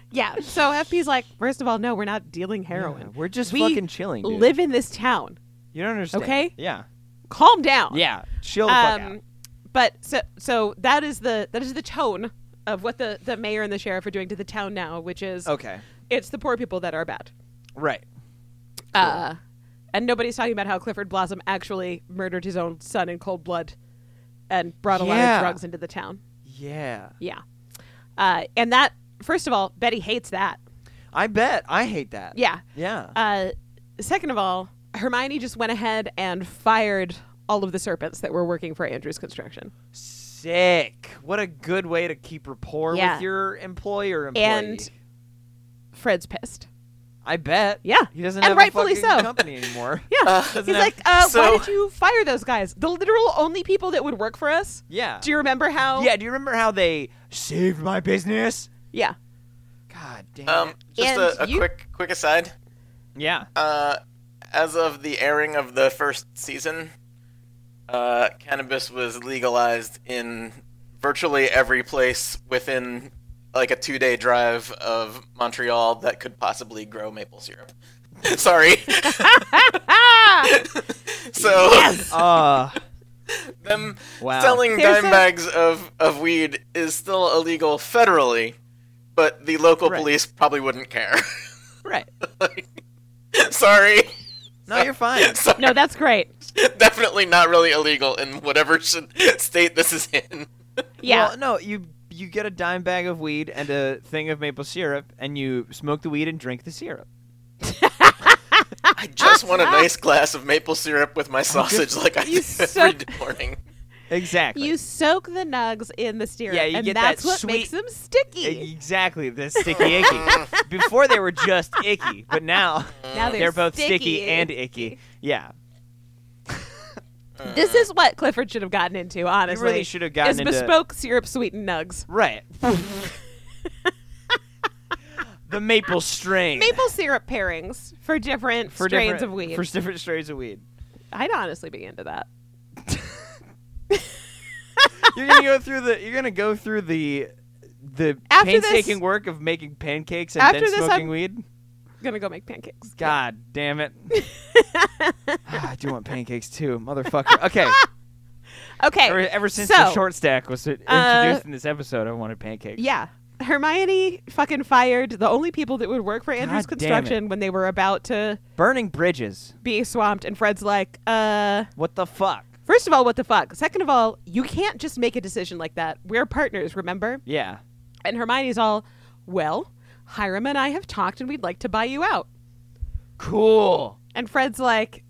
yeah. So FP's like, First of all, no, we're not dealing Yeah, heroin. we're just We fucking chilling. Dude. Live in this town. You don't understand. okay? Um, Yeah. Calm down. Yeah. Chill the fuck out. Um, but so so that is the that is the tone of what the the mayor and the sheriff are doing to the town now, which is Okay. it's the poor people that are bad. Right. Uh, and nobody's talking about how Clifford Blossom actually murdered his own son in cold blood and brought a lot Yeah. of drugs into the town. Yeah. Yeah. Uh, and that, first of all, Betty hates that. I bet. I hate that. Yeah. Yeah. Uh, second of all, Hermione just went ahead and fired all of the serpents that were working for Andrew's construction. Sick. What a good way to keep rapport Yeah. with your employer. Employee. And Fred's pissed. I bet. Yeah. He doesn't And have rightfully a fucking so. company anymore. Yeah. Doesn't He's have- like, uh, why So- did you fire those guys? The literal only people that would work for us? yeah. Do you remember how? yeah, do you remember how they saved my business? Yeah. God damn. Um, it. just And a, a you- quick quick aside. Yeah. Uh, as of the airing of the first season, uh, cannabis was legalized in virtually every place within like a two-day drive of Montreal that could possibly grow maple syrup. Sorry. Ah! so Uh, them Wow. selling There's dime a- bags of, of weed is still illegal federally, but the local Right. police probably wouldn't care. Right. Sorry. no, you're fine. Sorry. No, that's great. Definitely not really illegal in whatever should, state this is in. Yeah. Well, no, you you get a dime bag of weed and a thing of maple syrup, and you smoke the weed and drink the syrup. I just want a nice glass of maple syrup with my sausage like I You do every suck. d- morning. Exactly. you soak the nugs in the syrup, Yeah, you and get that's that what sweet- makes them sticky. Exactly, the sticky icky. Before they were just icky, but now now they're, they're both sticky, and icky. Yeah, This is what Clifford should have gotten into. you Honestly, really should have gotten is into bespoke syrup sweetened nugs. right. the maple strain Maple syrup pairings for different for strains different- of weed. for different strains of weed. I'd honestly be into that. You're gonna go through the you're gonna go through the the After this- painstaking work of making pancakes and After then this, smoking I'm- weed. Gonna go make pancakes. God damn it! Ah, I do want pancakes too, motherfucker. Okay. Okay. Ever, ever since so, the short stack was introduced uh, in this episode, I wanted pancakes. Yeah. Hermione fucking fired the only people that would work for Andrew's God damn it. construction when they were about to Burning bridges. be swamped. And Fred's like, uh, What the fuck? first of all, what the fuck? Second of all, you can't just make a decision like that. We're partners, remember? Yeah. And Hermione's all, well, Hiram and I have talked and we'd like to buy you out. Cool. And Fred's like,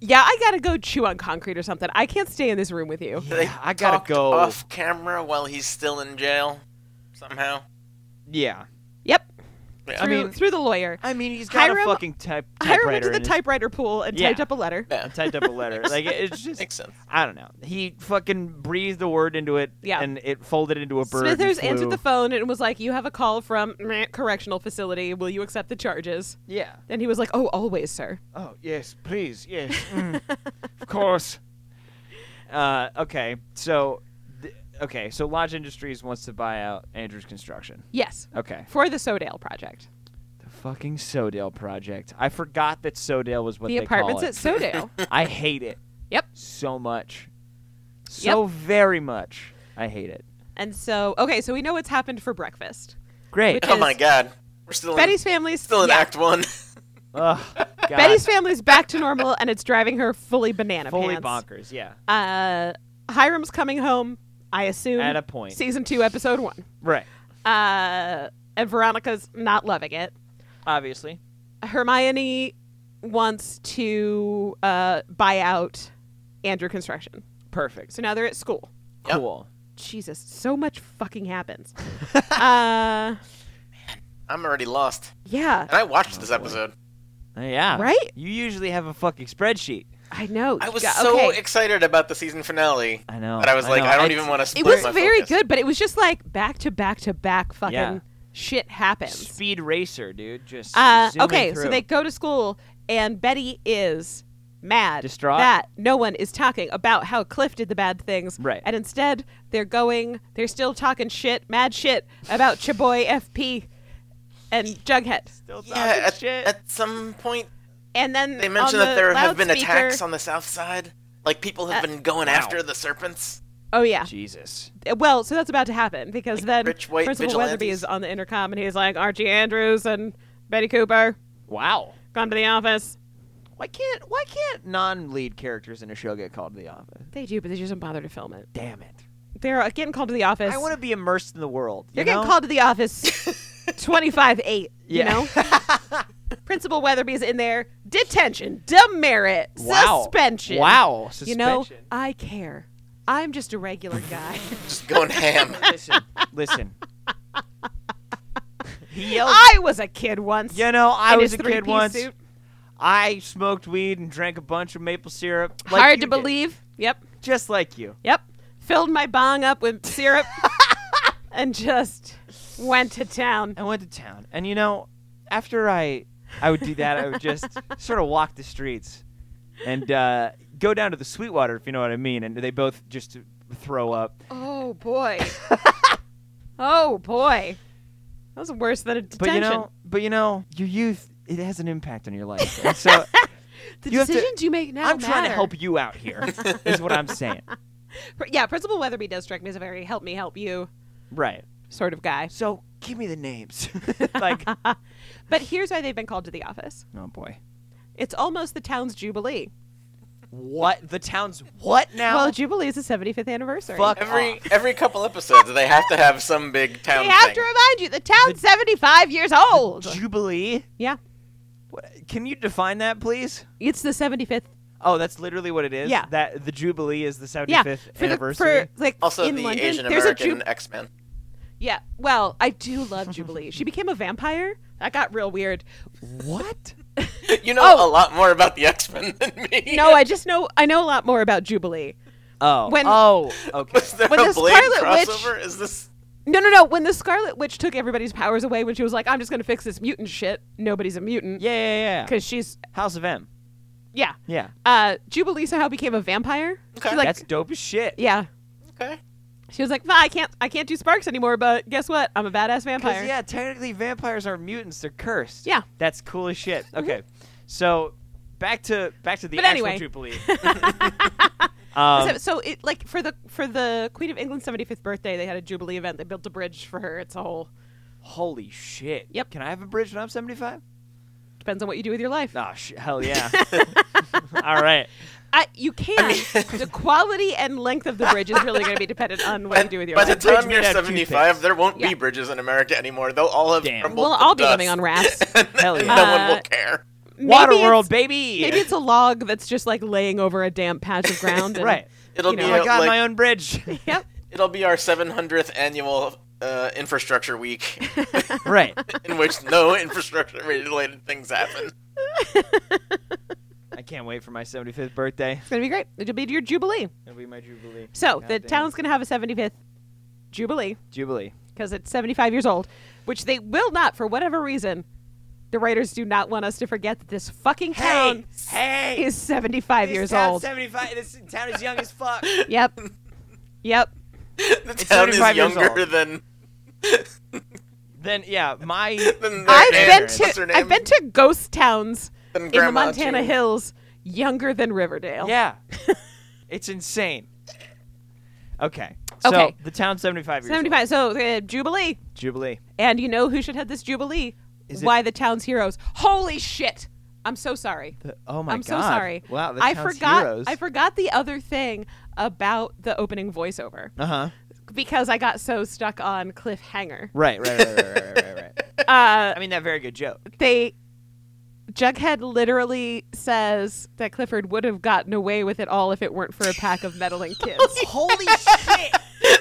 yeah, I gotta go chew on concrete or something. I can't stay in this room with you. Yeah, I gotta talked go. off camera while he's still in jail, somehow. Yeah. Yep. Yeah. Through, mean- through the lawyer. I mean, he's got Hiram- a fucking type Hiram went typewriter. to the in his- typewriter pool and Yeah. typed up a letter. Yeah. and typed up a letter. like it- it's just, Makes sense. I don't know. He fucking breathed a word into it, Yeah. and it folded into a bird. and Smithers flew. answered the phone and was like, "You have a call from meh, correctional facility. Will you accept the charges?" Yeah. And he was like, "Oh, always, sir." Oh yes, please, yes, mm, of course. Uh, okay, so, th- okay, so Lodge Industries wants to buy out Andrews Construction. Yes, Okay, for the Sodale project, the fucking Sodale project. I forgot that Sodale was what the they apartments call at it. Sodale. I hate it yep. so much, so very much. I hate it. And so, okay, so we know what's happened for breakfast. Great. Which- Oh my is- god. We're still in, Betty's family's still in yeah. Act 1. Ugh, God. Betty's family's back to normal, and it's driving her fully banana fully pants. bonkers. Yeah. Uh, Hiram's coming home. I assume At a point. Season two, episode one. Right. Uh, and Veronica's not loving it. Obviously. Hermione wants to uh, buy out Andrew Construction. Perfect. So now they're at school. Yep. Cool. Jesus, so much fucking happens. uh, I'm already lost. yeah, And I watched Oh, this episode. Yeah. Right? You usually have a fucking spreadsheet. I know. I was Yeah, so okay. excited about the season finale. I know, But I was I like, know. I don't It's- even want to it split was my very focus. good, but it was just like back to back to back fucking Yeah. shit happens. Speed racer, dude. Just Uh, zooming okay, so through. they go to school, and Betty is mad Distraught. that no one is talking about how Cliff did the bad things. Right. And instead, they're going, they're still talking shit, mad shit about Chaboy FP and Jughead. still talking Yeah, at, shit. at some point, And then they mentioned on that the there have been loudspeaker- Uh, attacks on the south side. Like, people have been going wow. after the serpents. Oh yeah. Jesus. Well, so that's about to happen because then rich white Principal Weatherby vigilantes. is on the intercom and he's like Archie Andrews and Betty Cooper Wow. come to the office. Why can't why can't non-lead characters in a show get called to the office? They do, but they just don't bother to film it. Damn it. They're getting called to the office. I want to be immersed in the world. They're you getting know? called to the office. Twenty-five eight. Yeah. You know. Principal Weatherby's in there. Detention, demerit, Wow. suspension. Wow. You know, Suspension. I care. I'm just a regular guy. Just going ham. listen, listen. he yelled. I was a kid once. you know, I in was a his kid three-piece once. suit. I smoked weed and drank a bunch of maple syrup. Like Hard you to did. believe. Yep. Just like you. Yep. Filled my bong up with syrup and just Went to town. I went to town, and you know, after I, I would do that. I would just sort of walk the streets, and uh, go down to the Sweetwater, if you know what I mean. And they both just throw up. Oh boy. oh boy. That was worse than a But detention. you know, but you know, your youth it has an impact on your life. And so the you have to- decisions you make now I'm trying to matter. help you out here. is what I'm saying. Pr- Yeah, Principal Weatherby does strike me as a very help me help you Right. sort of guy. So give me the names. like, But here's why they've been called to the office. oh boy, It's almost the town's jubilee. what the town's what now? Well, jubilee is the 75th anniversary. Fuck Every off. every couple episodes, they have to have some big town They have thing. to remind you the town's 75 years old. Jubilee. yeah, What- Can you define that, please? it's the 75th. Oh, that's literally what it is. Yeah. That the Jubilee is the 75th Yeah, for the anniversary. for like also, in the London, Asian there's a American ju- X Men. Yeah, well, I do love Jubilee. she became a vampire. That got real weird. what? You know Oh. a lot more about the X Men than me. No, I just know I know a lot more about Jubilee. Oh. When- oh. Okay. Was there When a the Blade Scarlet Witch- crossover? Is this? No, no, no. When the Scarlet Witch took everybody's powers away, when she was like, "I'm just gonna fix this mutant shit," nobody's a mutant. yeah, yeah, yeah. because she's House of M. yeah. Yeah. Uh, Jubilee somehow became a vampire. Okay. She, like, that's dope as shit. yeah. Okay. She was like, "Nah, I can't, I can't do sparks anymore. But guess what? I'm a badass vampire. Because yeah, technically vampires are mutants. They're cursed. Yeah. Mm-hmm. That's cool as shit. Okay. So back to back to the But actual anyway. Jubilee. um, so, so it like for the for the Queen of England's 75th birthday, they had a Jubilee event. They built a bridge for her. It's a whole holy shit. Yep. Can I have a bridge when I'm 75? depends on what you do with your life. Oh, sh- hell yeah. All right. I, you can. the quality and length of the bridge is really going to be dependent on what you do with your By the life. bridge time made you're out of two 75, things. there won't Yeah. be bridges in America anymore. They'll all have Damn. crumbled We'll to all be dust. living on rafts. Hell And yeah. No one will Uh, care. Maybe it's- Waterworld, baby. Maybe it's a log that's just like laying over a damp patch of ground. And, right. It'll you be know, Oh my uh, god, like, my own bridge. Yep. it'll be our 700th annual uh, infrastructure week, right. in which no infrastructure-related things happen. I can't wait for my 75th birthday. It's going to be great. It'll be your Jubilee. It'll be my Jubilee. So God the damn. town's going to have a 75th Jubilee Jubilee. because it's 75 years old, which they will not, for whatever reason. The writers do not want us to forget that this fucking town hey, is 75 this years town's old. 75. This town is young as fuck. Yep. Yep. The town is 75 years younger old. than. then yeah, my than their I've been parents. What's her to I've name? been to ghost towns Than in the Grandma Montana too. hills younger than Riverdale. yeah, it's insane. Okay. Okay. So the town's 75 years old. 75. So uh, Jubilee, Jubilee. and you know who should head this Jubilee? Is it- Why the town's heroes? Holy shit! I'm so sorry. The- oh my I'm god. so sorry. Wow, the I town's forgot. heroes. I forgot the other thing about the opening voiceover uh-huh. because I got so stuck on cliffhanger. Right, right, right, right, right, right, right, right. Uh, I mean that very good joke. they Jughead literally says that Clifford would have gotten away with it all if it weren't for a pack of meddling kids. Holy shit.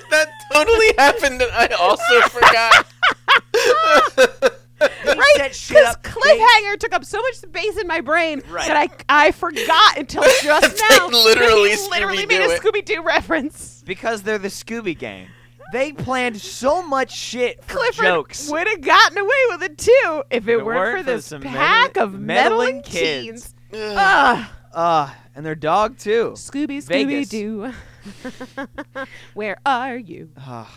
that totally happened, and I also forgot. right? set shit Because up. cliffhanger took up so much space in my brain Right. that I I forgot until just They now. literally that he literally made Scooby-Doo a it. Scooby Doo reference. Because they're the Scooby Gang. They planned so much shit for Clifford jokes. would have gotten away with it too if it, it weren't, weren't for for this some pack meddling- of meddling meddling kids. teens. Ugh. Ugh. Uh, and their dog too. Scooby Vegas. Scooby Doo. Where are you? Ah,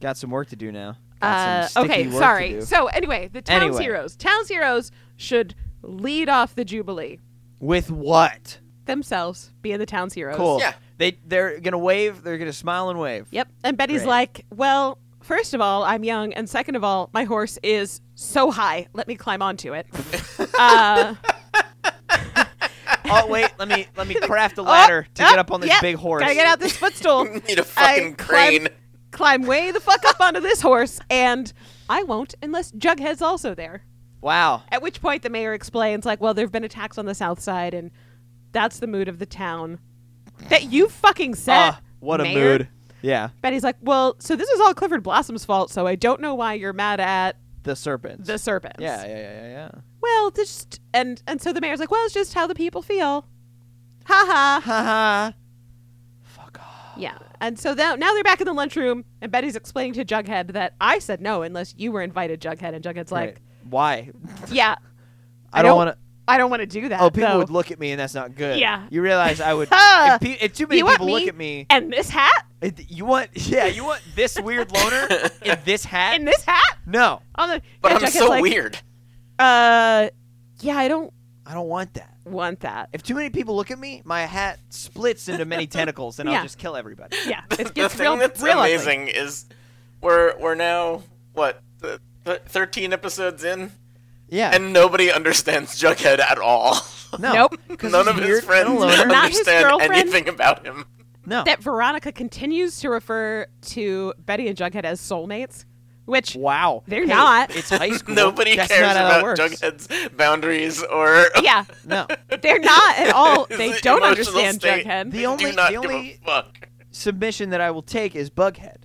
got some work to do now. Got Uh, some sticky okay, work to do. sorry. So anyway, the town's Anyway. heroes. Town's heroes should lead off the jubilee With what? themselves, being the town's heroes. Cool. Yeah. They they're gonna wave. They're gonna smile and wave. Yep. And Betty's Great. like, well, first of all, I'm young, and second of all, my horse is so high. Let me climb onto it. uh, Oh wait, let me let me craft a ladder oh, to get oh, up on this yeah, big horse. Gotta get out this footstool. Need a fucking crane. Climb, climb way the fuck up onto this horse, and I won't unless Jughead's also there. Wow. At which point, the mayor explains, like, well, there have been attacks on the south side, and that's the mood of the town. That you fucking said. Ah, what a mayor. mood. Yeah. Betty's like, well, so this is all Clifford Blossom's fault, so I don't know why you're mad at The serpents. the serpents. Yeah, yeah, yeah, yeah, yeah. Well, just and and so the mayor's like, well, it's just how the people feel. Ha Ha ha. ha. Fuck off. Yeah. And so now, now they're back in the lunchroom, and Betty's explaining to Jughead that I said no unless you were invited, Jughead. And Jughead's Right. like, why? yeah, I, I don't don't- want to. I don't want to do that. Oh, people though. would look at me, and that's not good. Yeah. You realize I would. if, pe- if too many You want people look me? at me, And this hat? it- you want. Yeah, you want this weird loner in this hat? And this hat? no, On the, But and I'm Jughead's so like, weird. Uh, yeah, I don't I don't want that. want that. If too many people look at me, my hat splits into many tentacles, and I'll Yeah. just kill everybody. Yeah, The it gets thing real, that's real ugly. amazing is we're we're now what th- th- thirteen episodes in, Yeah. and nobody understands Jughead at all. no. Nope. 'cause None he's of his weird and a friends loner. Not his understand girlfriend. anything about him. No. That Veronica continues to refer to Betty and Jughead as soulmates, which Wow. They're Hey, not. It's high school. Nobody That's cares not how about it works. Jughead's boundaries or yeah, No. they're not at all. his They don't emotional understand state. Jughead. The They only- do not the give only- a fuck. Submission that I will take is Bughead.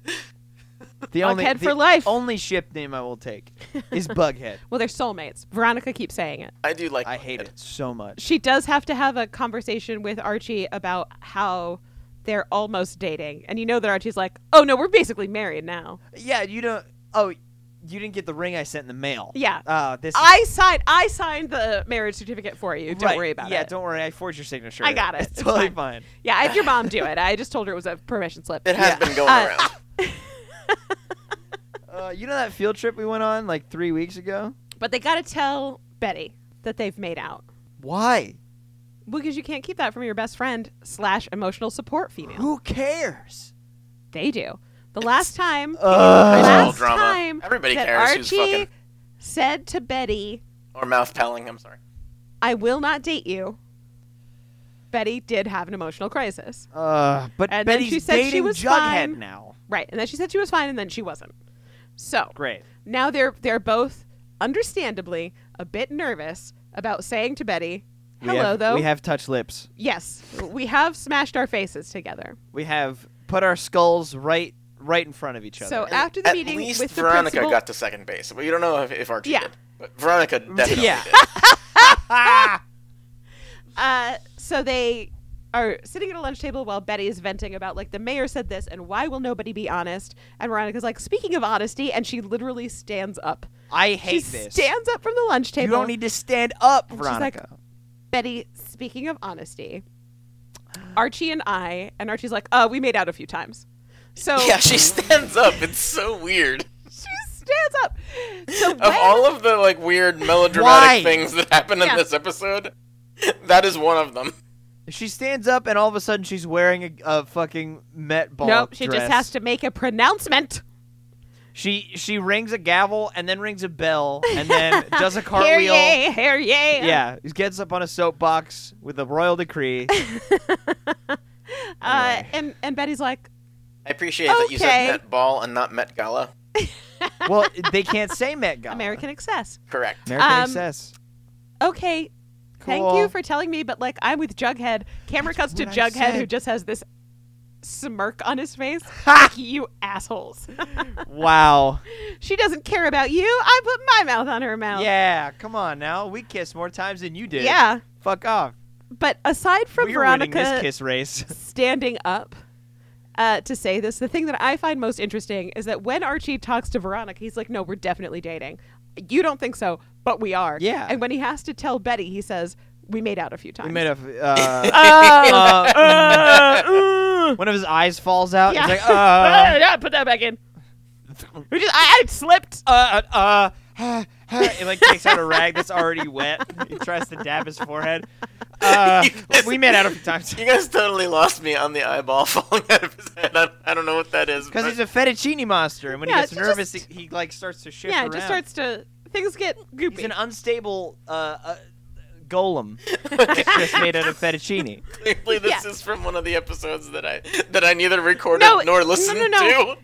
The only Bughead the for life. Only ship name I will take is Bughead. well, they're soulmates. Veronica keeps saying it. I do like. I hate Jughead. it so much. She does have to have a conversation with Archie about how they're almost dating, and you know that Archie's like, "Oh no, we're basically married now." Yeah, you don't. Oh, you didn't get the ring I sent in the mail. Yeah. Uh, this. I signed. I signed the marriage certificate for you. Don't Right. worry about yeah, it. don't worry. I forged your signature. I got it. It's It's totally fine. fine. Yeah, I had your mom do it. I just told her it was a permission slip. It has Yeah. been going Uh, around. Uh, you know that field trip we went on like three weeks ago? But they got to tell Betty that they've made out Why? because you can't keep that from your best friend slash emotional support female. Who cares? They do. The last time, Ugh. High school last drama. time Everybody that cares who's Archie fucking said to Betty, or mouth palling. I'm sorry. "I will not date you." Betty did have an emotional crisis, Uh, but And then Betty's she said she dating was Jughead fine. now. right? And then she said she was fine, and then she wasn't. So Great. now they're they're both understandably a bit nervous about saying to Betty, we "Hello, have, though." We have touch lips. yes, we have smashed our faces together. We have put our skulls right right in front of each other. So uh, after the At meeting least with the Veronica principal, got to second base. Well, you don't know if, if Archie Yeah. did, but Veronica definitely Yeah. did. uh, so they are sitting at a lunch table while Betty is venting about like the mayor said this and why will nobody be honest? And Veronica's like, speaking of honesty, and she literally stands up. I hate she this. stands up from the lunch you table. don't need to stand up, she's like, Veronica. Betty. Speaking of honesty, Archie and I, and Archie's like, uh, we made out a few times. So Yeah, she stands up. It's so weird. she stands up. So Of when- all of the like weird melodramatic Why? things that happen in Yeah. this episode, that is one of them. she stands up, and all of a sudden she's wearing a, a fucking Met ball. nope, she dress. just has to make a pronouncement. She she rings a gavel and then rings a bell and then does a Hair cartwheel. yay, hair yay. Yeah, he gets up on a soapbox with a royal decree. Uh, Anyway. and and Betty's like, I appreciate that you said Okay. Met Ball and not Met Gala. well, they can't say Met Gala. American Excess. Correct. American Um, Excess. Okay, thank Cool. you for telling me, but like I'm with Jughead. Camera cuts to what I Jughead, who said. just has this smirk on his face. like, you assholes. Wow. she doesn't care about you. I put my mouth on her mouth. Yeah, come on now. We kissed more times than you did. Oh. Yeah. Fuck off. But aside from We're winning this Veronica kiss race. standing up uh, to say this, the thing that I find most interesting is that when Archie talks to Veronica, he's like, "No, we're definitely dating. You don't think so, but we are." Yeah. And when he has to tell Betty, he says, "We made out a few times." We made a. Uh, Oh, uh, one of his eyes falls out. yeah. He's like, uh, Oh, yeah, put that back in. We just, I, I slipped. uh, uh, uh, huh, huh. It like takes out a rag that's already wet. He tries to dab his forehead. Uh, we made out a few times You guys totally lost me on the eyeball falling out of his head. I, I don't know what that is. because but- he's a fettuccine monster, and when Yeah, he gets it's nervous, just- he, he like starts to shift Yeah, around. it just starts to things get goopy. He's an unstable uh, uh, golem. that's just made out of fettuccine. Clearly, this Yeah. is from one of the episodes that I that I neither recorded No, nor no, no, listened no. to.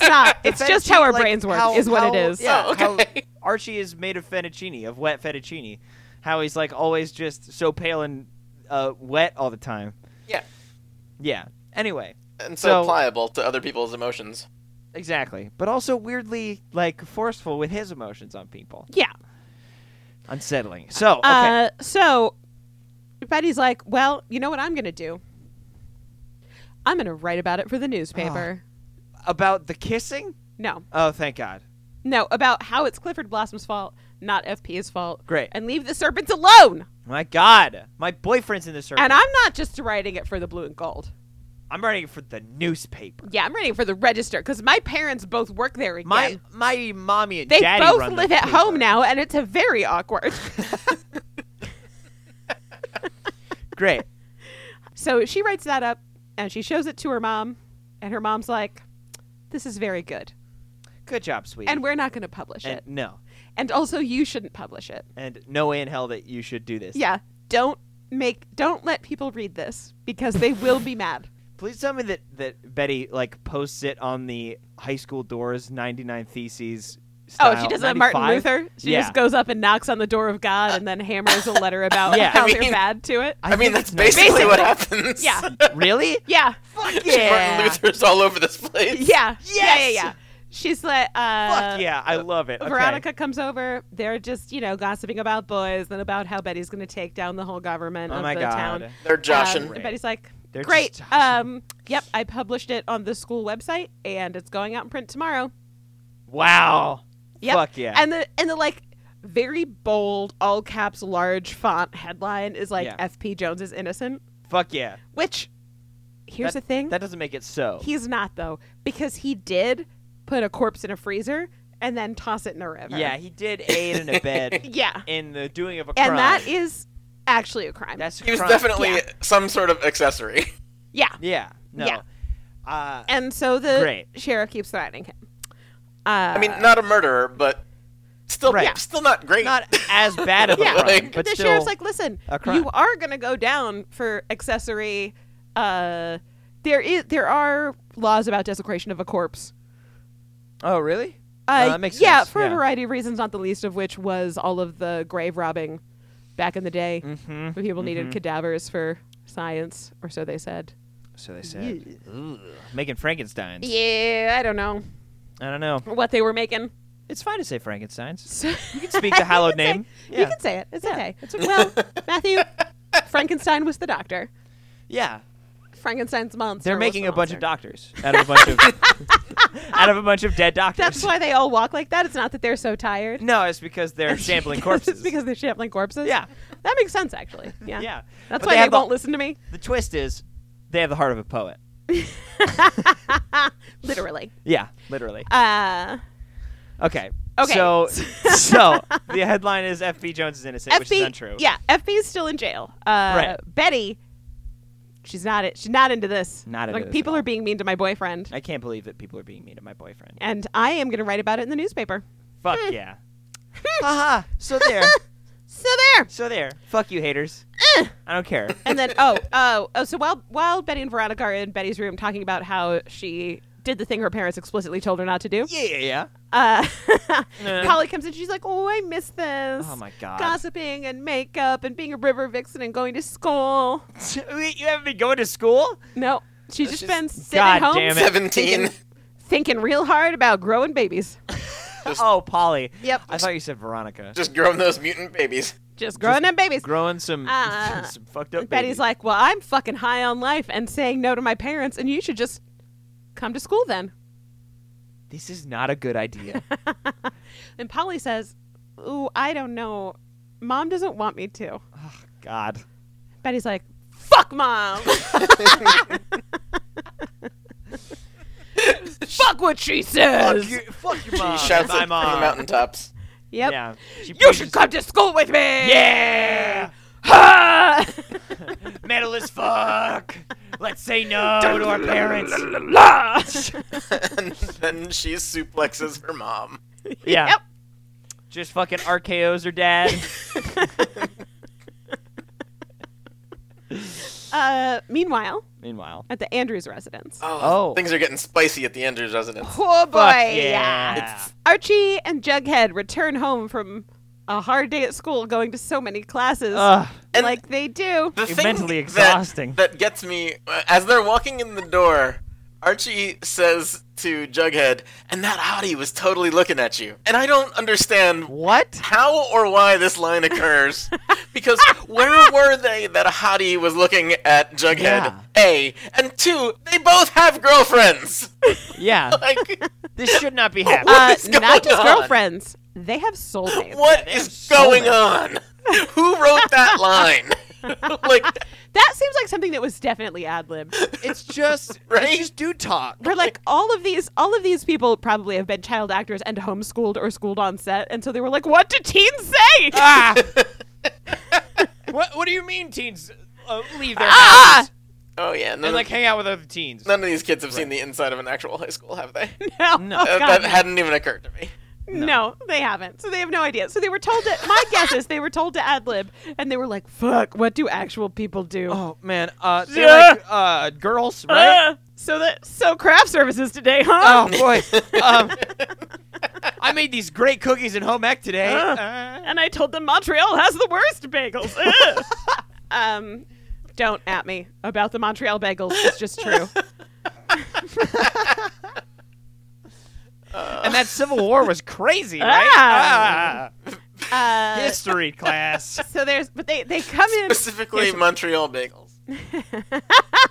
not. The It's just how our fettuccine, like, brains work, how- is what how- it is. Yeah, Oh, how okay. Archie is made of fettuccine, of wet fettuccine. How he's like always just so pale and uh, wet all the time. Yeah, Yeah. Anyway, and so, So- pliable to other people's emotions. exactly. But also weirdly like forceful with his emotions on people. Yeah. Unsettling. So, okay. Uh, so Betty's like, well, you know what I'm going to do? I'm going to write about it for the newspaper. Ah. About the kissing? No. Oh, thank God. No, about how it's Clifford Blossom's fault, not FP's fault. Great. And leave the serpents alone. My God. My boyfriend's in the circle. And I'm not just writing it for the blue and gold. I'm writing it for the newspaper. Yeah, I'm writing for the register because my parents both work there again. My mighty mommy and they daddy both run the live at paper. home now, and it's a very awkward. Great. so she writes that up and she shows it to her mom, and her mom's like, This is very good. Good job, sweetie. And we're not going to publish And it. no. And also, you shouldn't publish it. And no way in hell that you should do this. Yeah, don't make, don't let people read this because they will be mad. Please tell me that, that Betty like posts it on the high school doors 99 theses. Oh, style. she does a Martin 95? Luther. She yeah. just goes up and knocks on the door of God and then hammers a letter about Yeah. how I they're mean- bad to it. I, mean, think that's it's nice. basically, what Basically. happens. Yeah. really. Yeah. Fuck Martin Luther's all over this place. Yeah. Yeah, yeah, Yes! yeah. She's like, uh, Fuck yeah, I love it. Okay. Veronica comes over. They're just, you know, gossiping about boys and about how Betty's going to take down the whole government Oh of my the God. town. They're Um, joshing. and Betty's like, They're great. just Um, yep, I published it on the school website and it's going out in print tomorrow. Wow. Yep. Fuck yeah. And the and the like very bold, all caps, large font headline is like Yeah. FP Jones is innocent. Fuck yeah. Which here's That- the thing. That doesn't make it so. He's not though, because he did put a corpse in a freezer and then toss it in a river. yeah, he did aid and abet Yeah. in the doing of a crime. And that is actually a crime. That's a He was crime. definitely Yeah. some sort of accessory. yeah. Yeah. No. Yeah. Uh, And so the Great. sheriff keeps threatening him. Uh, I mean, not a murderer, but still, Right. still not great. not as bad of a Yeah. crime, Like- but the still. sheriff's like, listen, a crime. you are gonna go down for accessory. Uh, there is there are laws about desecration of a corpse. oh, really? Uh, Oh, that makes yeah, sense. for a Yeah. variety of reasons, not the least of which was all of the grave robbing back in the day Mm-hmm. when people needed cadavers for science, or so they said. So they said. Ooh. Making Frankensteins. Yeah, I don't know I don't know. what they were making. It's fine to say Frankensteins. you can speak the hallowed name. Say, You Yeah. can say it. It's okay. Well, Matthew, Frankenstein was the doctor. Yeah. Frankenstein's monster. They're was making the a bunch of monster. doctors out of a bunch of out of a bunch of dead doctors. That's why they all walk like that. It's not that they're so tired. No, it's because they're shambling corpses. it's because they're shambling corpses. Yeah. that makes sense actually. Yeah, yeah. That's But why they, have the- won't listen to me. The twist is they have the heart of a poet. Literally. Yeah, literally. Uh, Okay. Okay. So, so the headline is FB Jones is innocent, which is FB untrue. Yeah, FB is still in jail. Uh, Right. Betty, she's not. She's not into this. Not into like this at people all. are being mean to my boyfriend, I can't believe that people are being mean to my boyfriend. and I am going to write about it in the newspaper. Fuck yeah. Haha. So there. So there. So there. Fuck you haters. I don't care. And then oh oh oh. So while while Betty and Veronica are in Betty's room talking about how she did the thing her parents explicitly told her not to do, Yeah, yeah, yeah. uh, Yeah. Polly comes in. She's like, "Oh, I miss this." Oh my god. Gossiping and makeup and being a river vixen and going to school. Wait, you haven't been going to school? No, she's just just- been sitting God at home damn it. Seventeen. thinking real hard about growing babies. oh, Polly. Yep. I thought you said Veronica. Just growing those mutant babies. Just growing them babies. growing some, Uh, some fucked up. Betty's babies. like, well, I'm fucking high on life and saying no to my parents, and you should just come to school then. this is not a good idea. And Polly says, ooh, I don't know. Mom doesn't want me to. God. Betty's like, fuck mom. fuck what she says. you, fuck your He shouts it from the mountaintops. Yep. Yeah. She You pushes- should come to school with me. Yeah. Ha! Metal as fuck. Let's say no to our parents. La! and then she suplexes her mom. Yeah. Yep. Just fucking RKO's her dad. Uh, meanwhile, Meanwhile. at the Andrews residence. Oh. Things are getting spicy at the Andrews residence. Oh boy, Fuck yeah. yeah. It's- Archie and Jughead return home from a hard day at school going to so many classes Ugh. And- like they do. The You're thing mentally that- uh, exhausting. That, gets me as they're walking in the door. Archie says to Jughead, and that hottie was totally looking at you. And I don't understand What? how or why this line occurs. because where were they that a hottie was looking at Jughead? Yeah. A. And two, they both have girlfriends. Yeah. like, this should not be happening. Uh, is going not just on? girlfriends. They have soulmates. what They have is going soulmates. on? Who wrote that line? like, That seems like something that was definitely ad libbed. it's just Right? it's just dude talk. We're like all of these, all of these people probably have been child actors and homeschooled or schooled on set, and so they were like, "What do teens say?" Ah. what What do you mean teens uh, leave their Ah! houses oh yeah, none, and of- like hang out with other teens? none of these kids have seen the inside of an actual high school, have they? no, No. Oh, Uh, God, that no. hadn't even occurred to me. no, they haven't. So they have no idea. So they were told to. My guess is they were told to ad lib, and they were like, "Fuck, what do actual people do?" Oh man, uh, they're like uh, girls, right? Oh, Uh, so that so craft services today, huh? Oh boy, um, I made these great cookies in home ec today. Uh. Uh, And I told them Montreal has the worst bagels. Ugh. um, don't at me about the Montreal bagels. It's just true. Uh, and that Civil War was crazy, right? Ah. Ah, Uh, history class. so there's, but they they come in. Specifically, Montreal bagels.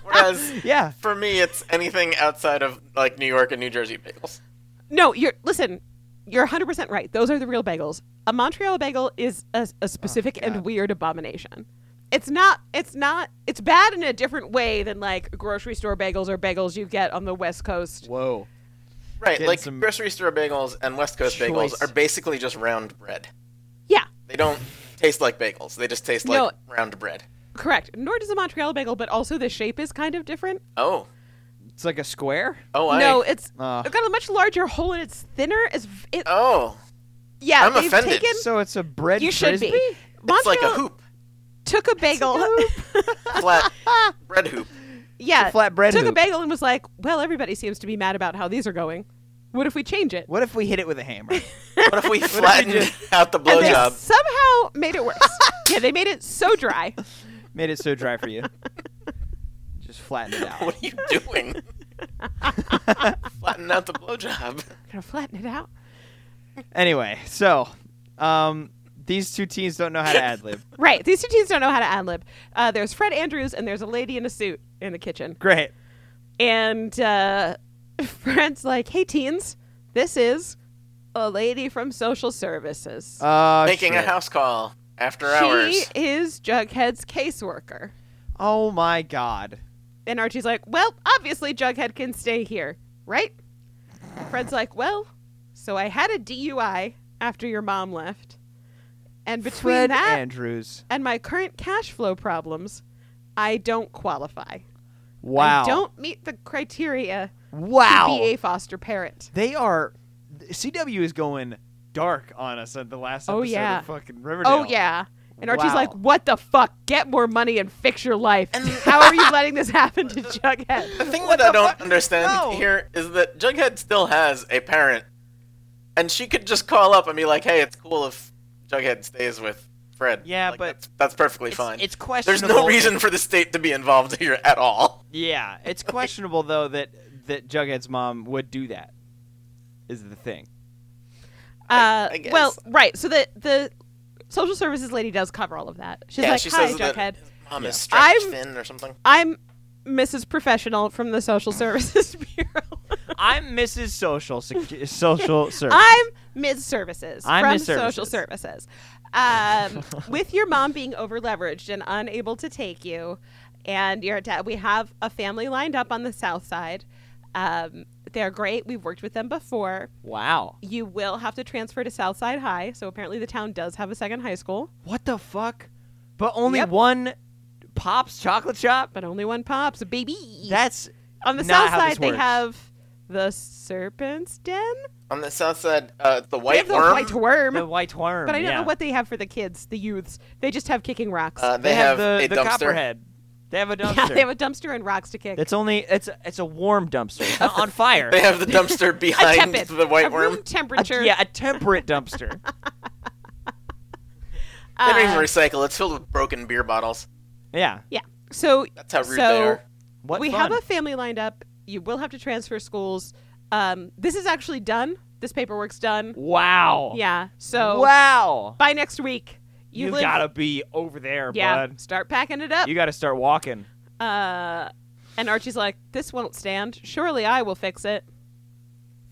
Whereas Yeah, for me, it's anything outside of like New York and New Jersey bagels. No, you're listen. You're 100 percent right. Those are the real bagels. A Montreal bagel is a, a specific and weird abomination. It's not. It's not. It's bad in a different way than like grocery store bagels or bagels you get on the West Coast. whoa. Right, Getting like some- grocery store bagels and West Coast Choice. bagels are basically just round bread. Yeah, They don't taste like bagels. They just taste like No. round bread. correct. Nor does a Montreal bagel, but also the shape is kind of different. Oh, It's like a square. oh, I No, it's Ah. it's got a much larger hole and it's thinner. It's v- it, oh, yeah. I'm they've offended. Taken, So it's a bread. you should frisbee? be. it's like a Montreal hoop, Took a bagel. flat bread hoop. yeah, It's a flat bread Took a hoop. bagel and was like, "Well, everybody seems to be mad about how these are going. What if we change it?" What if we hit it with a hammer? What if we flattened out the and they blowjob? somehow made it worse. yeah, they made it so dry. Made it so dry for you. Just flatten it out. What are you doing? Flatten out the blowjob. Gonna flatten it out. Anyway, so um, these two teens don't know how to ad lib. Right. These two teens don't know how to ad lib. Uh, there's Fred Andrews and there's a lady in a suit in the kitchen. Great. And uh, Fred's like, "Hey, teens, this is a lady from social services. Uh, Making a shit. house call after she hours. is Jughead's caseworker." Oh my god. And Archie's like, well, obviously Jughead can stay here, right? Fred's like, well, so I had a DUI after your mom left. And between Fred that Andrews. and my current cash flow problems, I don't qualify. Wow. I don't meet the criteria wow. to be a foster parent. They are. CW is going dark on us at the last Oh, episode yeah. of fucking Riverdale. Oh, yeah. And Archie's Wow. like, what the fuck? Get more money and fix your life. How are you letting this happen to The Jughead? thing that I don't fuck? understand No. here is that Jughead still has a parent, and she could just call up and be like, "Hey, it's cool if Jughead stays with Fred." Yeah, Like, but- that's, that's perfectly fine. It's There's questionable. no reason for the state to be involved here at all. Yeah, it's questionable though that that Jughead's mom would do that. Is the thing. Uh, I guess. well, right. So the the social services lady does cover all of that. She's yeah, like, she "Hi, says that Jughead. his mom is Yeah. stretched I'm- thin or something. I'm Mrs. Professional from the Social Services Bureau. I'm Mrs. Social Secu- Social Service. I'm Ms. Services I'm from Ms. Social Services. Services. Um, with your mom being overleveraged and unable to take you, and your dad, we have a family lined up on the South Side. Um, they're great. We've worked with them before. wow. You will have to transfer to Southside High. So apparently, the town does have a second high school. What the fuck? But only Yep. one Pops chocolate shop. but only one pops, baby. That's on the not south how side, this they works. have the serpent's den. On the south side, uh, the They white have the worm. white worm, the white worm. but I don't yeah. know what they have for the kids, the youths. They just have kicking rocks. uh, they, they, have, a the, the dumpster. copperhead. They have a dumpster. yeah, they have a dumpster and rocks to kick. It's only it's it's a warm dumpster. It's not on fire. They have the dumpster a behind tepid, the white a worm. room temperature. yeah, a temperate dumpster. They don't even uh, recycle. It's filled with broken beer bottles. Yeah. yeah. So That's how So- rude they are. What we fun. have a family lined up. You will have to transfer schools. Um, this is actually done. This paperwork's done. Wow. Yeah. So wow. by next week, you You live- gotta be over there, yeah, bud. start packing it up. You gotta start walking. uh, and Archie's like, "This won't stand. Surely I will fix it."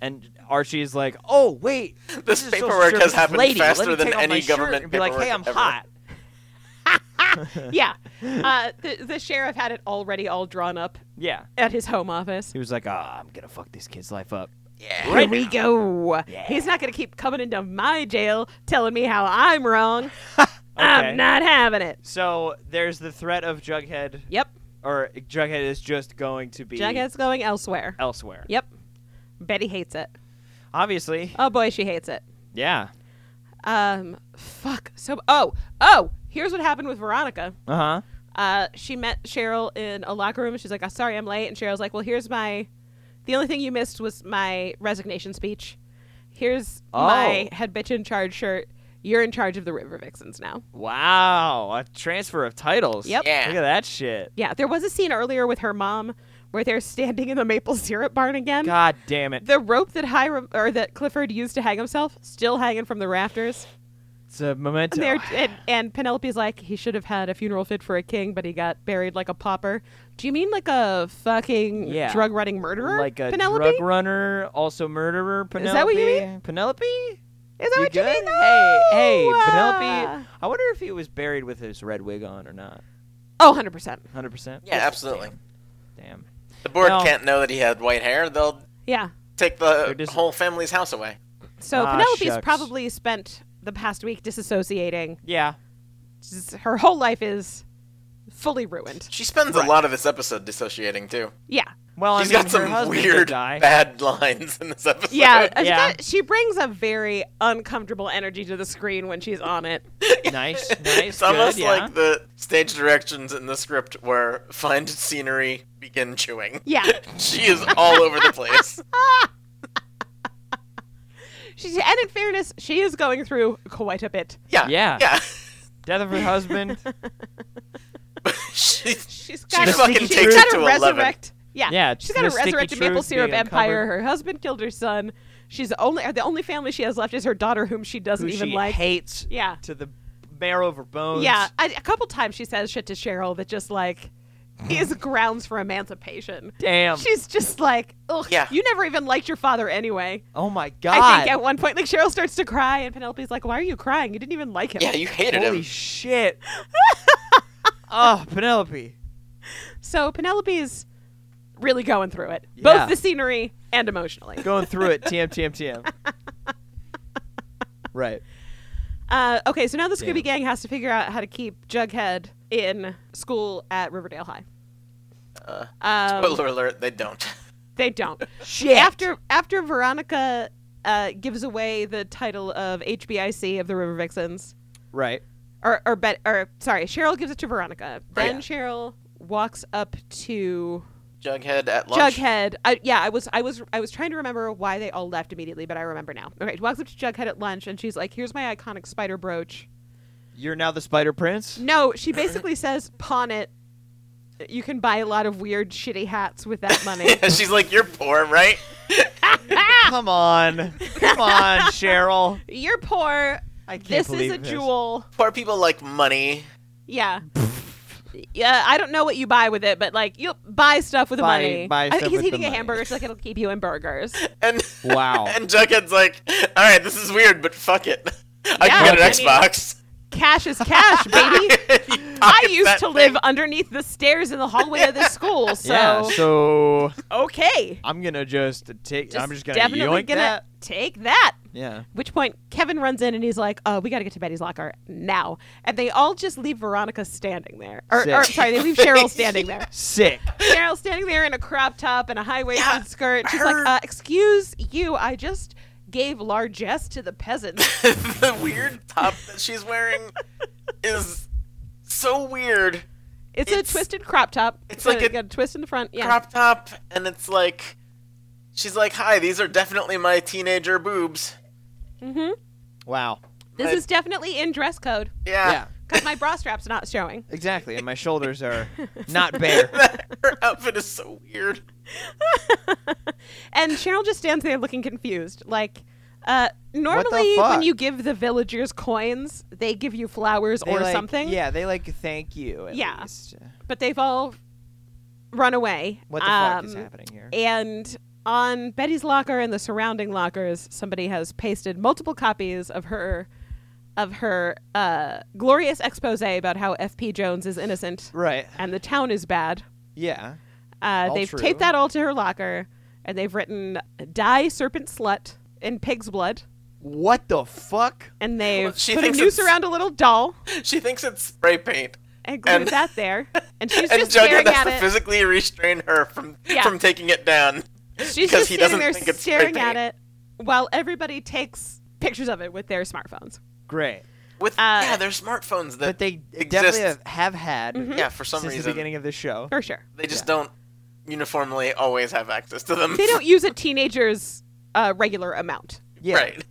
And Archie is like, "Oh wait, This is social paperwork has service happened lady. Let faster me than take off any my shirt government and be like, "Hey, I'm paperwork ever." hot." yeah. Uh, the the sheriff had it already all drawn up Yeah. at his home office. He was like, "Ah, I'm gonna fuck this kid's life up." Yeah. Here we go. He's not going to keep coming into my jail telling me how I'm wrong. Okay. I'm not having it. So there's the threat of Jughead, Yep. or Jughead is just going to be Jughead's going elsewhere. elsewhere. Yep. Betty hates it. Obviously. Oh boy, she hates it. Yeah. Um, fuck. So oh oh, here's what happened with Veronica. Uh huh. Uh, she met Cheryl in a locker room. She's like, "I'm sorry, I'm late." And Cheryl's like, "Well, here's my. The only thing you missed was my resignation speech. Here's Oh. my head bitch in charge shirt. You're in charge of the River Vixens now." Wow, a transfer of titles. Yep. Yeah. Look at that shit. Yeah, there was a scene earlier with her mom where they're standing in the maple syrup barn again. God damn it. The rope that Hiram or that Clifford used to hang himself still hanging from the rafters. It's a And, memento. they're, and, and Penelope's like, he should have had a funeral fit for a king, but he got buried like a pauper. Do you mean like a fucking Yeah. drug running murderer? like a Penelope? drug runner, also murderer. Penelope. Is that what you mean? Penelope? Is Is that what you mean? Ah. Hey, hey, No! Penelope. I wonder if he was buried with his red wig on or not. Oh, 100%. Hundred percent. Yeah, absolutely. Damn. The board No. can't know that he had white hair. They'll Yeah. take They're the just- whole family's house away. So Ah, Penelope's shucks. probably spent the past week disassociating. Yeah. Just- Her whole life is fully ruined. She spends a lot of this episode dissociating too. Yeah. Well, I She's mean, got her some husband did weird, die. bad lines in this episode. Yeah, it's Yeah. got- she brings a very uncomfortable energy to the screen when she's on it. nice, nice. It's almost good, yeah. like the stage directions in the script were find scenery, begin chewing. Yeah, She is all over the place. she's and in fairness, she is going through quite a bit. Yeah. Yeah. Yeah. death of her husband. she, She's She got fucking she's takes got it to to 11. resurrect. Yeah, Yeah, she's got to the sticky resurrect a maple truth syrup being empire. uncovered. Her husband killed her son. She's the only the only family she has left is her daughter, whom she doesn't who even she like. hates Yeah. to the marrow of her bones. Yeah, a, a couple times she says shit to Cheryl that just like is grounds for emancipation. Damn. She's just like, ugh, Yeah. you never even liked your father anyway. oh my I god. think at one point, like Cheryl starts to cry, and Penelope's like, "Why are you crying? You didn't even like him." yeah, you hated Holy him. shit. oh, Penelope. So Penelope's really going through it, Yeah. both the scenery and emotionally. Going through it. TM, TM, TM. right. Uh, okay, so now the Damn. Scooby Gang has to figure out how to keep Jughead in school at Riverdale High. Uh, Um, Spoiler alert, they don't. They don't. Shit. After after Veronica uh, gives away the title of HBIC of the River Vixens, Right. or or bet or sorry, Cheryl gives it to Veronica. Oh, Right. Then Cheryl walks up to Jughead at lunch. Jughead. I, yeah, I was, I was, I was trying to remember why they all left immediately, but I remember now. Okay, she walks up to Jughead at lunch, and she's like, "Here's my iconic spider brooch." You're now the Spider Prince? No, she basically says, "Pawn it. You can buy a lot of weird, shitty hats with that money." She's like, you're poor, right? Come on. Come on, Cheryl. You're poor. I can't This is believe a this. jewel. Poor people like money. Yeah. Yeah, I don't know what you buy with it, but like you'll buy stuff with the Buy- money. buy I- stuff he's with the eating a money. hamburger, so like it'll keep you in burgers. And Wow. and Jughead's like, all right, this is weird, but fuck it. I Yeah, can get an I mean- Xbox. Cash is cash, baby. I Pockets used that to live thing. underneath the stairs in the hallway of the school, so Yeah, so okay. I'm gonna just take. I'm just gonna definitely yoink gonna that. take that. Yeah. Which point Kevin runs in and he's like, "Oh, we got to get to Betty's locker now." And they all just leave Veronica standing there, or, Sick. or sorry, they leave Cheryl standing there. Sick. Cheryl standing there in a crop top and a high waisted Yeah, skirt. She's her- like, uh, "Excuse you, I just gave largesse to the peasants." the weird top that she's wearing is so weird. It's, It's- a twisted crop top. it's So like you a got a twist in the front. Yeah, Crop top, and it's like, she's like, hi, these are definitely my teenager boobs. Wow. this but- is definitely in dress code. Yeah. Yeah. because my bra strap's not showing. Exactly, and my shoulders are not bare. Her outfit is so weird. And Cheryl just stands there looking confused. Like, uh, normally when fuck? you give the villagers coins, they give you flowers They, or like- something. Yeah, they like thank you. At Yeah. least. But they've all run away. What the fuck is Um, happening here? And on Betty's locker and the surrounding lockers, somebody has pasted multiple copies of her of her uh, glorious expose about how FP Jones is innocent right. and the town is bad. Yeah. Uh, All they've true. taped that all to her locker, and they've written "Die serpent slut" in pig's blood, What the fuck? and they've She put a thinks noose it's- around a little doll She thinks it's spray paint. and glued And- that there. And she's and just Jughead staring has at to it. physically restrain her from Yeah. from taking it down. She's because just he standing doesn't there think it's staring creepy. at it while everybody takes pictures of it with their smartphones. Great. With Uh, yeah, their smartphones But that they exist. definitely have, have had Mm-hmm. yeah for some since reason the beginning of the show. For sure. they just yeah. don't uniformly always have access to them. They don't use a teenager's uh, regular amount. Yeah. Right.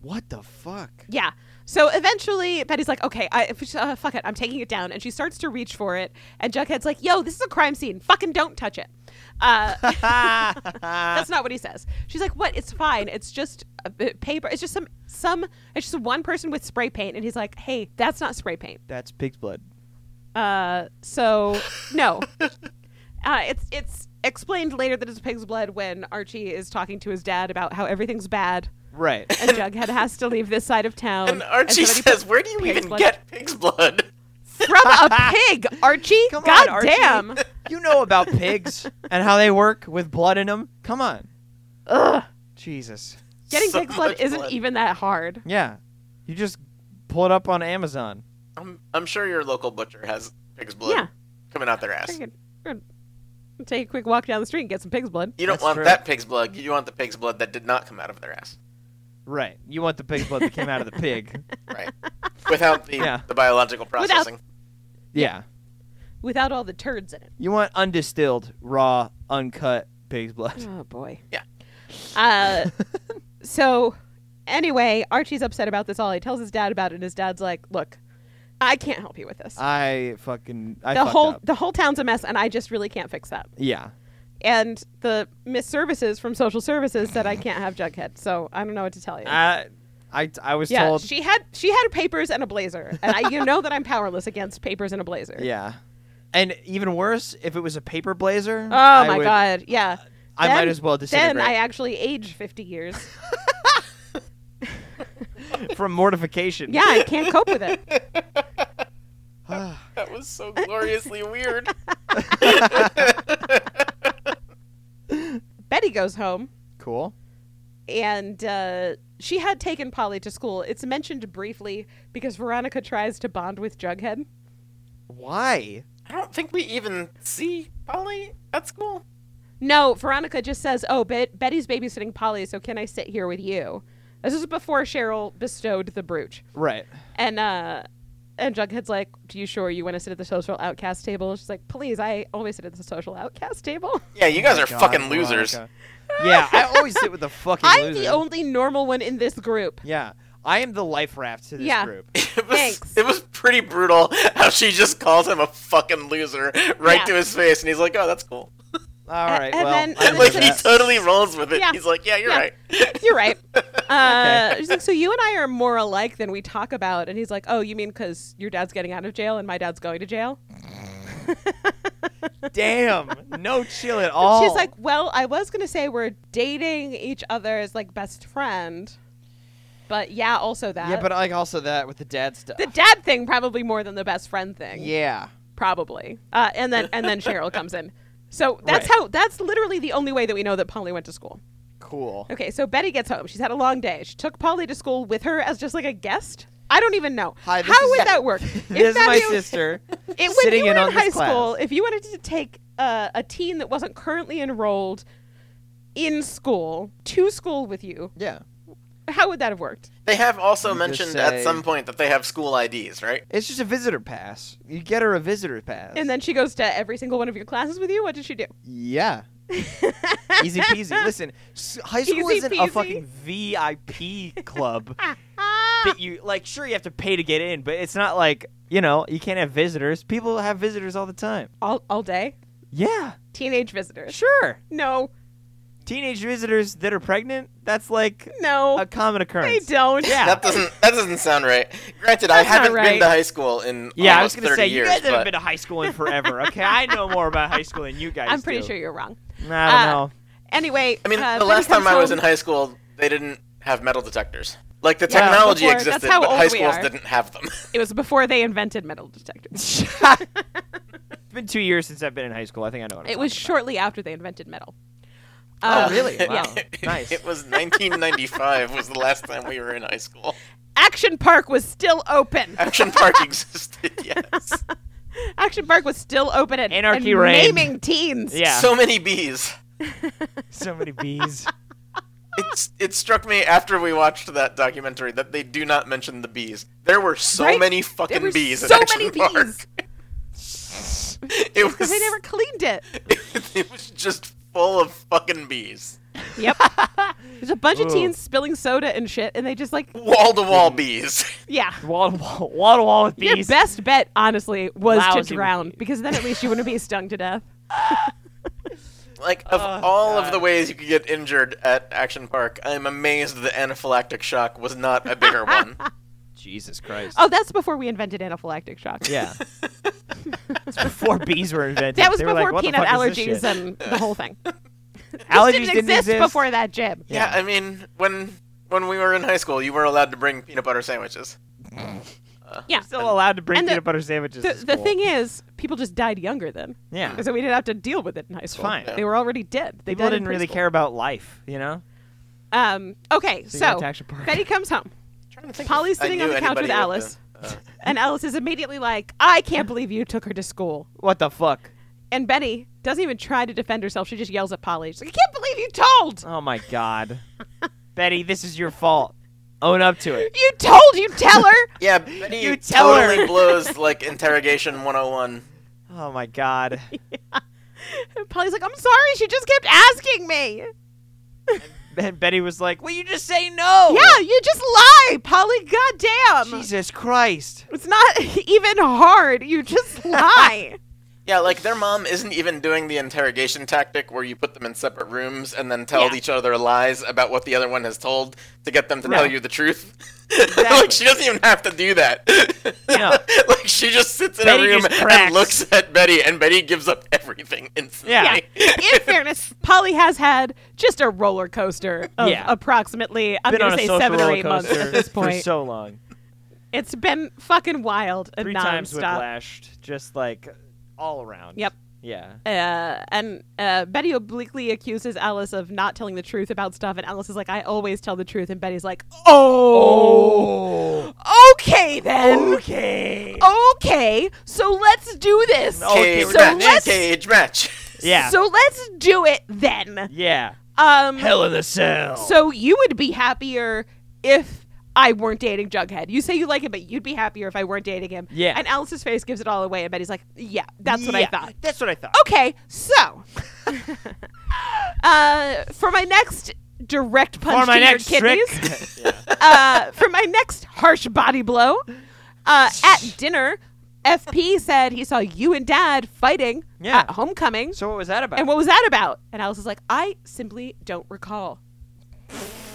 What the fuck? Yeah. So eventually, Betty's like, okay, I, uh, fuck it, I'm taking it down. And she starts to reach for it. And Jughead's like, yo, this is a crime scene. Fucking don't touch it. Uh, that's not what he says. She's like, what? It's fine. It's just a bit paper. It's just some, some, it's just one person with spray paint. And he's like, hey, that's not spray paint. That's pig's blood. Uh, so no, uh, it's it's explained later that it's pig's blood when Archie is talking to his dad about how everything's bad Right. and Jughead has to leave this side of town. And Archie somebody put says, "Where do you pig's even blood- get pig's blood?" from a pig, Archie? Come God on, Archie. damn! You know about pigs and how they work with blood in them. Come on. Ugh. Jesus. Getting So pig's blood much isn't blood. even that hard. Yeah. You just pull it up on Amazon. I'm I'm sure your local butcher has pig's blood Yeah. coming out their ass. Freaking- freaking- Take a quick walk down the street and get some pig's blood. You don't That's want true. that pig's blood. You want the pig's blood that did not come out of their ass, Right. You want the pig's blood that came out of the pig. right? Without the, Yeah. the biological Without- processing. Yeah. Without all the turds in it. You want undistilled, raw, uncut pig's blood. Oh boy. Yeah. Uh, so anyway, Archie's upset about this all. He tells his dad about it, and his dad's like, "Look, I can't help you with this. I fucking I the fucked whole up. the whole town's a mess, and I just really can't fix that." Yeah. And the Miss Services from Social Services said, "I can't have Jughead, so I don't know what to tell you." I I I was yeah, told she had she had papers and a blazer, and I, you know that I'm powerless against papers and a blazer. Yeah. And even worse, if it was a paper blazer. Oh I my would- god, yeah. I might Then- as well Then disintegrate. I actually age fifty years. From mortification. yeah, I can't cope with it. That was so gloriously weird. Betty goes home. Cool. and uh, she had taken Polly to school. It's mentioned briefly because Veronica tries to bond with Jughead. Why? I don't think we even see Polly at school. Oh No, Veronica just says, "Oh, Bet- Betty's babysitting Polly, so can I sit here with you?" This is before Cheryl bestowed the brooch, Right. and uh, and Jughead's like, "Do you sure you want to sit at the social outcast table?" She's like, "Please, I always sit at the social outcast table. Yeah, you guys are God, fucking losers. Veronica. yeah, I always sit with the fucking I'm losers. the only normal one in this group." yeah. I am the life raft to this Yeah. group. It was, Thanks. it was pretty brutal how she just calls him a fucking loser right Yeah. to his face, and he's like, "Oh, that's cool." All right. and well, then- I and live like then with he that. totally rolls with it. Yeah. He's like, "Yeah, you're Yeah. right." You're right. Uh, She's like, so you and I are more alike than we talk about. And he's like, oh, you mean because your dad's getting out of jail and my dad's going to jail? Damn. No chill at all. She's like, well, I was going to say we're dating each other as like best friend. But yeah, also that. yeah, but like also that with the dad stuff. the dad thing probably more than the best friend thing. yeah. Probably. Uh, and then and then Cheryl comes in. So that's Right. how that's literally the only way that we know that Polly went to school. Cool. Okay, so Betty gets home. She's had a long day. She took Polly to school with her as just like a guest. I don't even know. Hi, this How is- would that work? This is fact, my it- sister It, when sitting you were in on in this high class. school, if you wanted to take uh, a teen that wasn't currently enrolled in school to school with you, Yeah. how would that have worked? They have also just mentioned say- at some point that they have school IDs, right? It's just a visitor pass. You get her a visitor pass. And then she goes to every single one of your classes with you. What did she do? Yeah. Easy peasy. Listen, s- high school Easy isn't a peasy. fucking VIP club. that you like. Sure, you have to pay to get in, but it's not like you know you can't have visitors. People have visitors all the time. all all day. Yeah, Teenage visitors. sure. No, Teenage visitors that are pregnant. That's like no, a common Oh, they occurrence. don't. Yeah. That doesn't that doesn't sound right. Granted, I That's not haven't right. been to high school in Yeah, I was almost gonna 30 say years, you guys haven't but been to high school in forever. Okay, I know more about high school than you guys. I'm pretty do. sure you're wrong. I don't uh, know. Anyway, I mean, uh, the Betty last time comes I was in home- high school, they didn't have metal detectors. Like the Yeah, technology before- that's existed, how but old high we schools are. didn't have them. it was before they invented metal detectors. It's been two years since I've been in high school. I think I know what I'm it was talking shortly after they invented metal. about. Uh, oh, really? yeah. Wow. Nice. it was 1995 was the last time we were in high school. Action Park was still open. Action Park existed, yes. Action Park was still open and, Anarchy and reigned. naming teens. Yeah. So many bees. so many bees. It's, it struck me after we watched that documentary that they do not mention the bees. There were so Right? many there fucking were bees so in Action many Park. bees It because was, they never cleaned it. it was just full of fucking bees. Yep. There's a bunch of Ugh. teens spilling soda and shit, and they just like, Wall to wall bees. yeah. Wall to wall, wall to wall with Your bees. best bet, honestly, was Lousy with to drown bees. because then at least you wouldn't be stung to death. Like of Oh, all of God. the ways you could get injured at Action Park, I'm amazed that anaphylactic shock was not a bigger one. Jesus Christ. Oh, that's before we invented anaphylactic shock. Yeah. it's before bees were invented. That was They were like, before "What the peanut fuck is this shit?" allergies and the whole thing. allergies didn't, exist, before that, Jim. Yeah, Yeah. I mean, when when we were in high school, you were allowed to bring peanut butter sandwiches. Yeah. Still allowed to bring And the- peanut butter sandwiches. The, to the school. thing is, people just died younger then. Yeah. So we didn't have to deal with it in high school. fine. They were already dead. They people died in didn't really preschool. care about life, you know. Um, okay, you went so to Action Park. Betty comes home, trying to think if Polly's I sitting knew on the couch anybody with Alice. the- uh, and Alice is immediately like, I can't believe you took her to school. What the fuck? And Betty doesn't even try to defend herself. She just yells at Polly. She's like, I can't believe you told! Oh my god, Betty, this is your fault. Own up to it. You told you tell her! yeah, Betty You tell her. totally blows like interrogation 101. Oh my god. and Polly's like, I'm sorry, she just kept asking me. And Betty was like, "Will you just say no?" Yeah, you just lie, Polly, goddamn! Jesus Christ. It's not even hard. You just lie. Yeah, like their mom isn't even doing the interrogation tactic where you put them in separate rooms and then tell Yeah. each other lies about what the other one has told to get them to No. tell you the truth. like she doesn't even have to do that. No. like she just sits in Betty a room just cracks. and looks at Betty, and Betty gives up everything instantly. yeah. In fairness, Polly has had just a roller coaster of Yeah. approximately, I'm Been going on to a say social seven or roller eight months coaster at this for point. so long. it's been fucking wild and Three nonstop. times whiplashed, just like all around. Yep. Yeah. Uh, and uh, Betty obliquely accuses Alice of not telling the truth about stuff, and Alice is like, "I always tell the truth," and Betty's like, "Oh, Oh. okay then, Okay. Oh, okay, so let's do this." Oh, okay, Cage we're so done. match. let's Cage match. Yeah. so let's do it then. yeah. Um, Hell in the cell. So you would be happier if I weren't dating Jughead. You say you like him, but you'd be happier if I weren't dating him. Yeah. And Alice's face gives it all away, and Betty's like, "Yeah, that's what I Yeah, thought." Oh, That's what I thought. Okay, so uh, for my next direct punch For my to your next kidneys, trick. yeah. uh, for my next harsh body blow, uh, at dinner, FP said he saw you and Dad fighting Yeah. at homecoming. So what was that about? And what was that about? And Alice is like, I simply don't recall.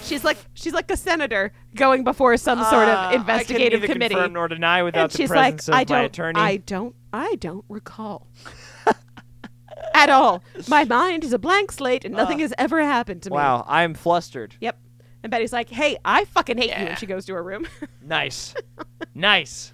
She's like, she's like a senator going before some sort Uh, of investigative I can neither committee. confirm nor deny without and the she's like, presence of I my don't, attorney. I don't, I don't recall at all. My mind is a blank slate, and nothing has ever happened to me. wow, I'm flustered. Yep. And Betty's like, "Hey, I fucking hate you," Yeah. and she goes to her room. Nice, nice.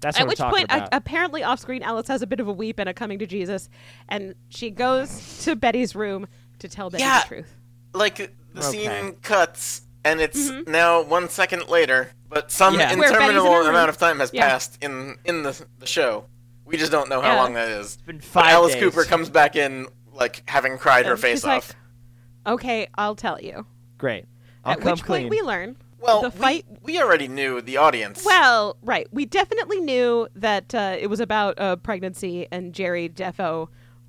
That's what At I'm which talking point, uh, a- about. apparently off screen, Alice has a bit of a weep and a coming to Jesus, and she goes to Betty's room to tell Betty Yeah. the truth. like the Okay. scene cuts and it's now one second later but some Yeah. Mm-hmm. Where Betty's in her interminable room. amount of time has Yeah. passed in in the, the show we just don't know how Yeah. long that is been but five alice days. cooper comes back in like having cried her And face she's like, off okay, I'll tell you. Great. I'll At come which clean. point we learn. well the we- fight. we, already knew the audience Well, right. We definitely knew that uh, it was about uh, pregnancy, and Jerry Defo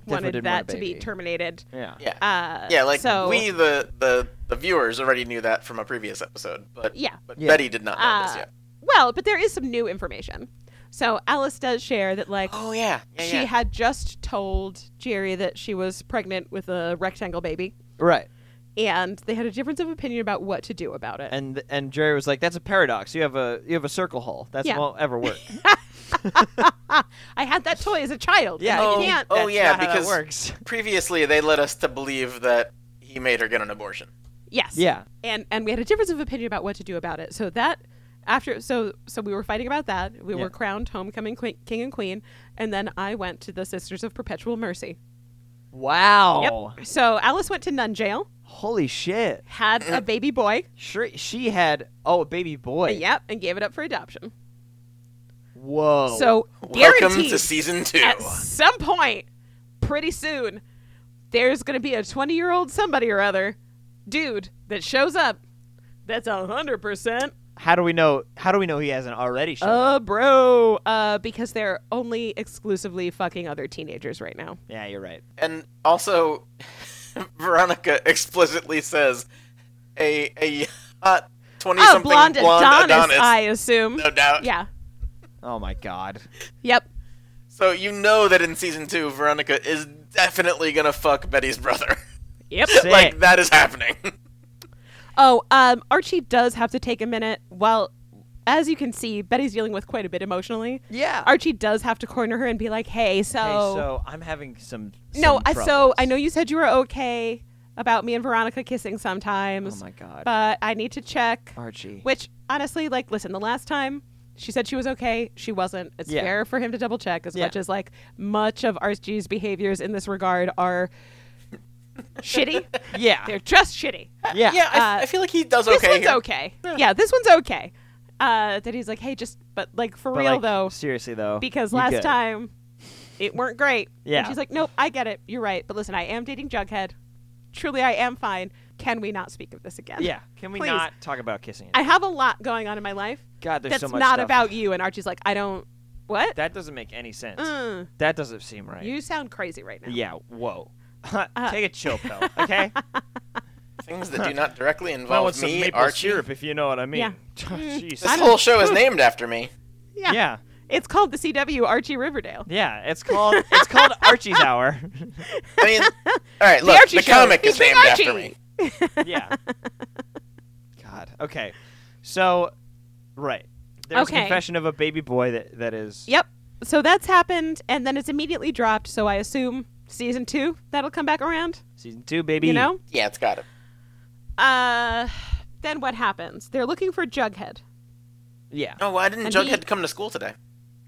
Definitely wanted didn't want that a to be baby. terminated. Yeah. Yeah. Uh, yeah, like so, we the, the the viewers already knew that from a previous episode, but Yeah. but Yeah. Betty did not know this Uh, yet. Well, but there is some new information. So Alice does share that, like, Oh yeah, yeah, she yeah. had just told Jerry that she was pregnant with a rectangle baby, Right. and they had a difference of opinion about what to do about it. And and Jerry was like, "That's a paradox. You have a you have a circle hole. That's Yeah. won't ever work." I had that toy as a child. Yeah, and I you oh, can't. oh That's yeah, not how that because works. previously they led us to believe that he made her get an abortion. Yes. Yeah. And and we had a difference of opinion about what to do about it. So that after so so we were fighting about that. We Yeah. were crowned homecoming queen, king and queen, and then I went to the Sisters of Perpetual Mercy. Wow. Yep. So Alice went to nun jail, Holy shit. had a baby boy. She, she had oh a baby boy. Yep, and gave it up for adoption. Whoa. So Welcome guaranteed to season two. at some point, pretty soon, there's going to be a 20 year old somebody or other dude that shows up that's a 100% how do we know? How do we know he hasn't already shown up? uh, bro. Uh, because they're only exclusively fucking other teenagers right now. Yeah, you're right. And also, Veronica explicitly says a a hot twenty Oh, something blonde, Adonis, Adonis, I assume. no doubt. Yeah. Oh my god. Yep. So you know that in season two, Veronica is definitely gonna fuck Betty's brother. Yep. Sick. like that is happening. Oh, um, Archie does have to take a minute. While, as you can see, Betty's dealing with quite a bit emotionally. Yeah. Archie does have to corner her and be like, "Hey, so, Hey, so I'm having some. no, some I, so troubles. I know you said you were okay about me and Veronica kissing Oh sometimes, my god. but I need to check." Archie. Which honestly, like, listen, the last time she said she was okay, she wasn't. It's Yeah. fair for him to double check, as Yeah. much as like much of Archie's behaviors in this regard are shitty. yeah. They're just shitty. yeah. yeah, I, Uh, I feel like he does This okay. one's here. okay. Yeah. this one's okay. Uh, that he's like, hey, just but like for But, real like, though, Seriously though. because you last good. time it weren't great. Yeah. And she's like, nope, I get it. You're right. But listen, I am dating Jughead. Truly, I am fine. Can we not speak of this again? Yeah. Can we Please. not talk about kissing? I have a lot going on in my life God, there's that's so much not stuff. about you. And Archie's like, I don't. What? That doesn't make any sense. Mm. That doesn't seem right. You sound crazy right now. Yeah. Whoa. Uh, Take a chill pill, okay? Things that do not directly I involve want some me, maple Archie. syrup, if you know what I mean. Oh, Yeah. Mm. Jeez. This whole show is named after me. Yeah. yeah, It's called the CW Archie Riverdale. yeah. It's called it's called Archie's Hour. I mean, all right, the look, Archie the, Show, comic is featuring named Archie. after me. yeah. God. Okay. So, right. There's Okay. a confession of a baby boy that that is. Yep. So that's happened, and then it's immediately dropped. So I assume season two that'll come back around. Season two, baby. You know. Yeah, it's got it. Uh, then what happens? They're looking for Jughead. Yeah. Oh, why didn't And Jughead he- come to school today?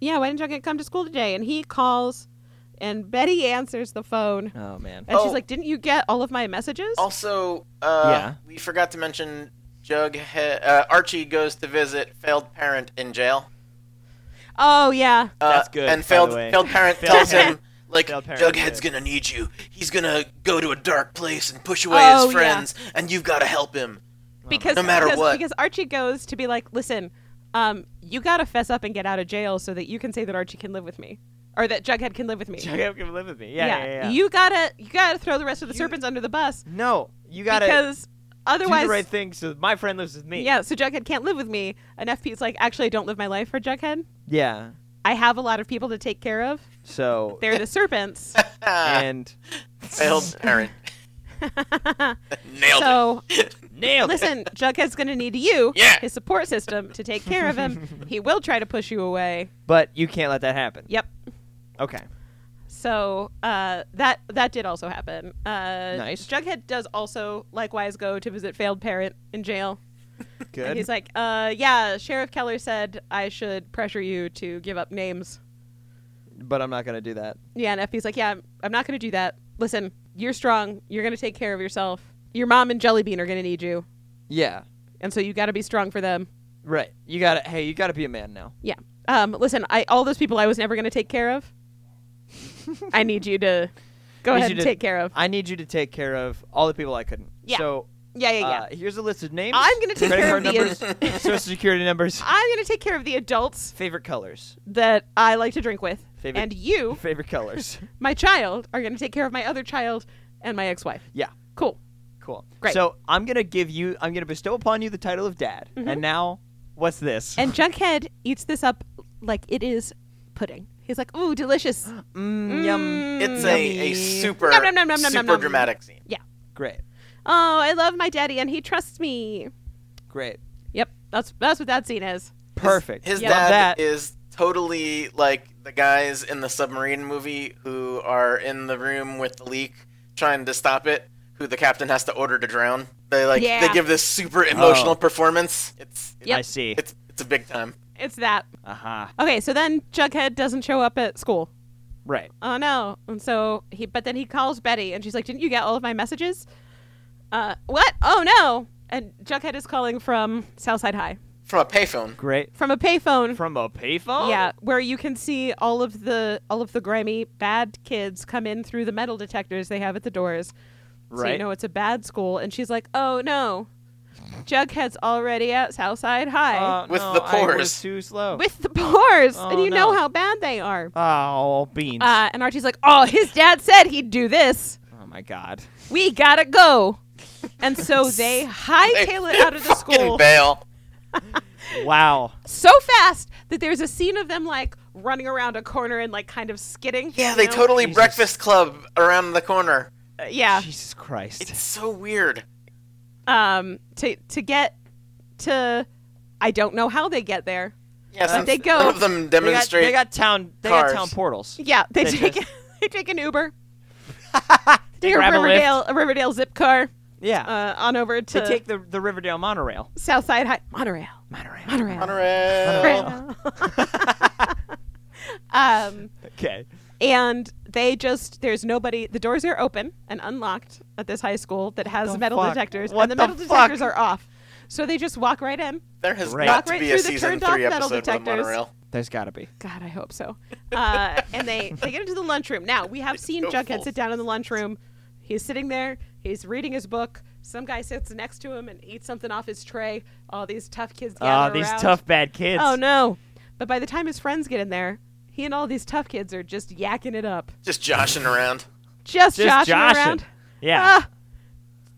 Yeah, why didn't Jughead come to school today? And he calls, and Betty answers the phone, Oh man. and Oh. she's like, "Didn't you get all of my messages?" Also, uh, Yeah. we forgot to mention Jughead. Uh, Archie goes to visit failed parent in jail. Oh yeah, Uh, That's good, by And failed the way. failed parent Failed tells parent. him like Failed parent, Jughead's yeah. gonna need you. He's gonna go to a dark place and push away Oh, his yeah. friends, and you've got to help him. because No matter because, what. because Archie goes to be like, "Listen, um, you gotta fess up and get out of jail so that you can say that Archie can live with me, or that Jughead can live with me." Jughead can live with me. Yeah. Yeah. yeah. You gotta you gotta throw the rest of the serpents under the bus no. You gotta because do otherwise, the right thing. So my friend lives with me. yeah. So Jughead can't live with me, and FP's like, actually, I don't live my life for Jughead. Yeah. I have a lot of people to take care of. So. They're the serpents. and failed parent. Nailed it. so nailed it. listen, Jughead's gonna need you, Yeah. his support system, to take care of him. he will try to push you away. But you can't let that happen. Yep. Okay. So uh, that that did also happen. Uh, Nice. Jughead does also likewise go to visit failed parent in jail. Good. And he's like, uh, yeah, Sheriff Keller said I should pressure you to give up names. but I'm not gonna do that. Yeah, and FP's like, yeah, I'm, I'm not going to do that. Listen, you're strong. You're going to take care of yourself. Your mom and Jellybean are going to need you. Yeah. And so you got to be strong for them. Right. You gotta. Hey, you gotta be a man now. Yeah. Um, listen, I all those people I was never going to take care of, I need you to go Need ahead you and to- take care of. I need you to take care of all the people I couldn't. Yeah. So Yeah, yeah, yeah. uh, here's a list of names. I'm gonna take credit care card of the- numbers, social security numbers, I'm going to take care of the adults favorite colors. that I like to drink with. Favorite- and you, Favorite colors. my child, are going to take care of my other child and my ex-wife. yeah. Cool. Cool. Great. So I'm gonna give you. I'm gonna bestow upon you the title of dad. And now, what's this? Mm-hmm. And Junkhead eats this up like it is pudding. He's like, "Ooh, delicious." Mm, yum. It's a, a Yummy. mm. super, Nom, nom, nom, nom, nom, super nom. dramatic scene. Yeah. Great. Oh, I love my daddy and he trusts me. Great. Yep. That's that's what that scene is. Perfect. His Yeah. Love dad that. is totally like the guys in the submarine movie who are in the room with the leak trying to stop it, who the captain has to order to drown. They like Yeah. they give this super emotional Oh. performance. It's Yep. I see. Uh-huh. it's it's a big time. It's that. Aha. Okay, so then Jughead doesn't show up at school. Right. Oh no. And so he but then he calls Betty and she's like, "Didn't you get all of my messages?" Uh, what? Oh no. And Jughead is calling from Southside High. From a payphone. Great. From a payphone. From Oh. a payphone. Yeah, where you can see all of the all of the grimy bad kids come in through the metal detectors they have at the doors. So you Right. know it's a bad school, and she's like, "Oh no, Jughead's already at Southside High Uh, With no, the I was pores. too slow. with the pores, and oh, you know no. how bad they are." oh beans. Uh, and Archie's like, "Oh, his dad said he'd do this. oh my god. We gotta go." And so they hightail it out of the Fucking school. bail. Wow. so fast that there's a scene of them like running around a corner and like kind of skidding. Yeah, you they know? totally Jesus. breakfast club around the corner. Uh, yeah. Jesus Christ. It's so weird. um, to to get to. I don't know how they get there. Yeah, since they go- None of them they, got, demonstrate. they got town. They cars. got town portals. Yeah, they They take they take an Uber, They take a grab a lift. Riverdale a, Riverdale zip car Yeah. uh, on over to they take the the Riverdale monorail. Southside High monorail. Monorail. Monorail. Monorail. um, Okay. and they just there's nobody. The doors are open and unlocked at this high school that has the metal fuck? detectors, What and the, the metal fuck? detectors are off. So they just walk right in. There has Right. got Walk to right be through a the season turned-off three metal episode with a detectors. monorail. There's gotta be. God, I hope so. Uh, and they they get into the lunchroom. Now we have seen Go Jughead full sit down in the lunchroom. He's sitting there. He's reading his book. Some guy sits next to him and eats something off his tray. All these tough kids Ah, gather these around. tough bad kids. Oh no! But by the time his friends get in there, he and all these tough kids are just yakking it up, Just joshing around. just, Just joshing, joshing. around. Yeah. Ah,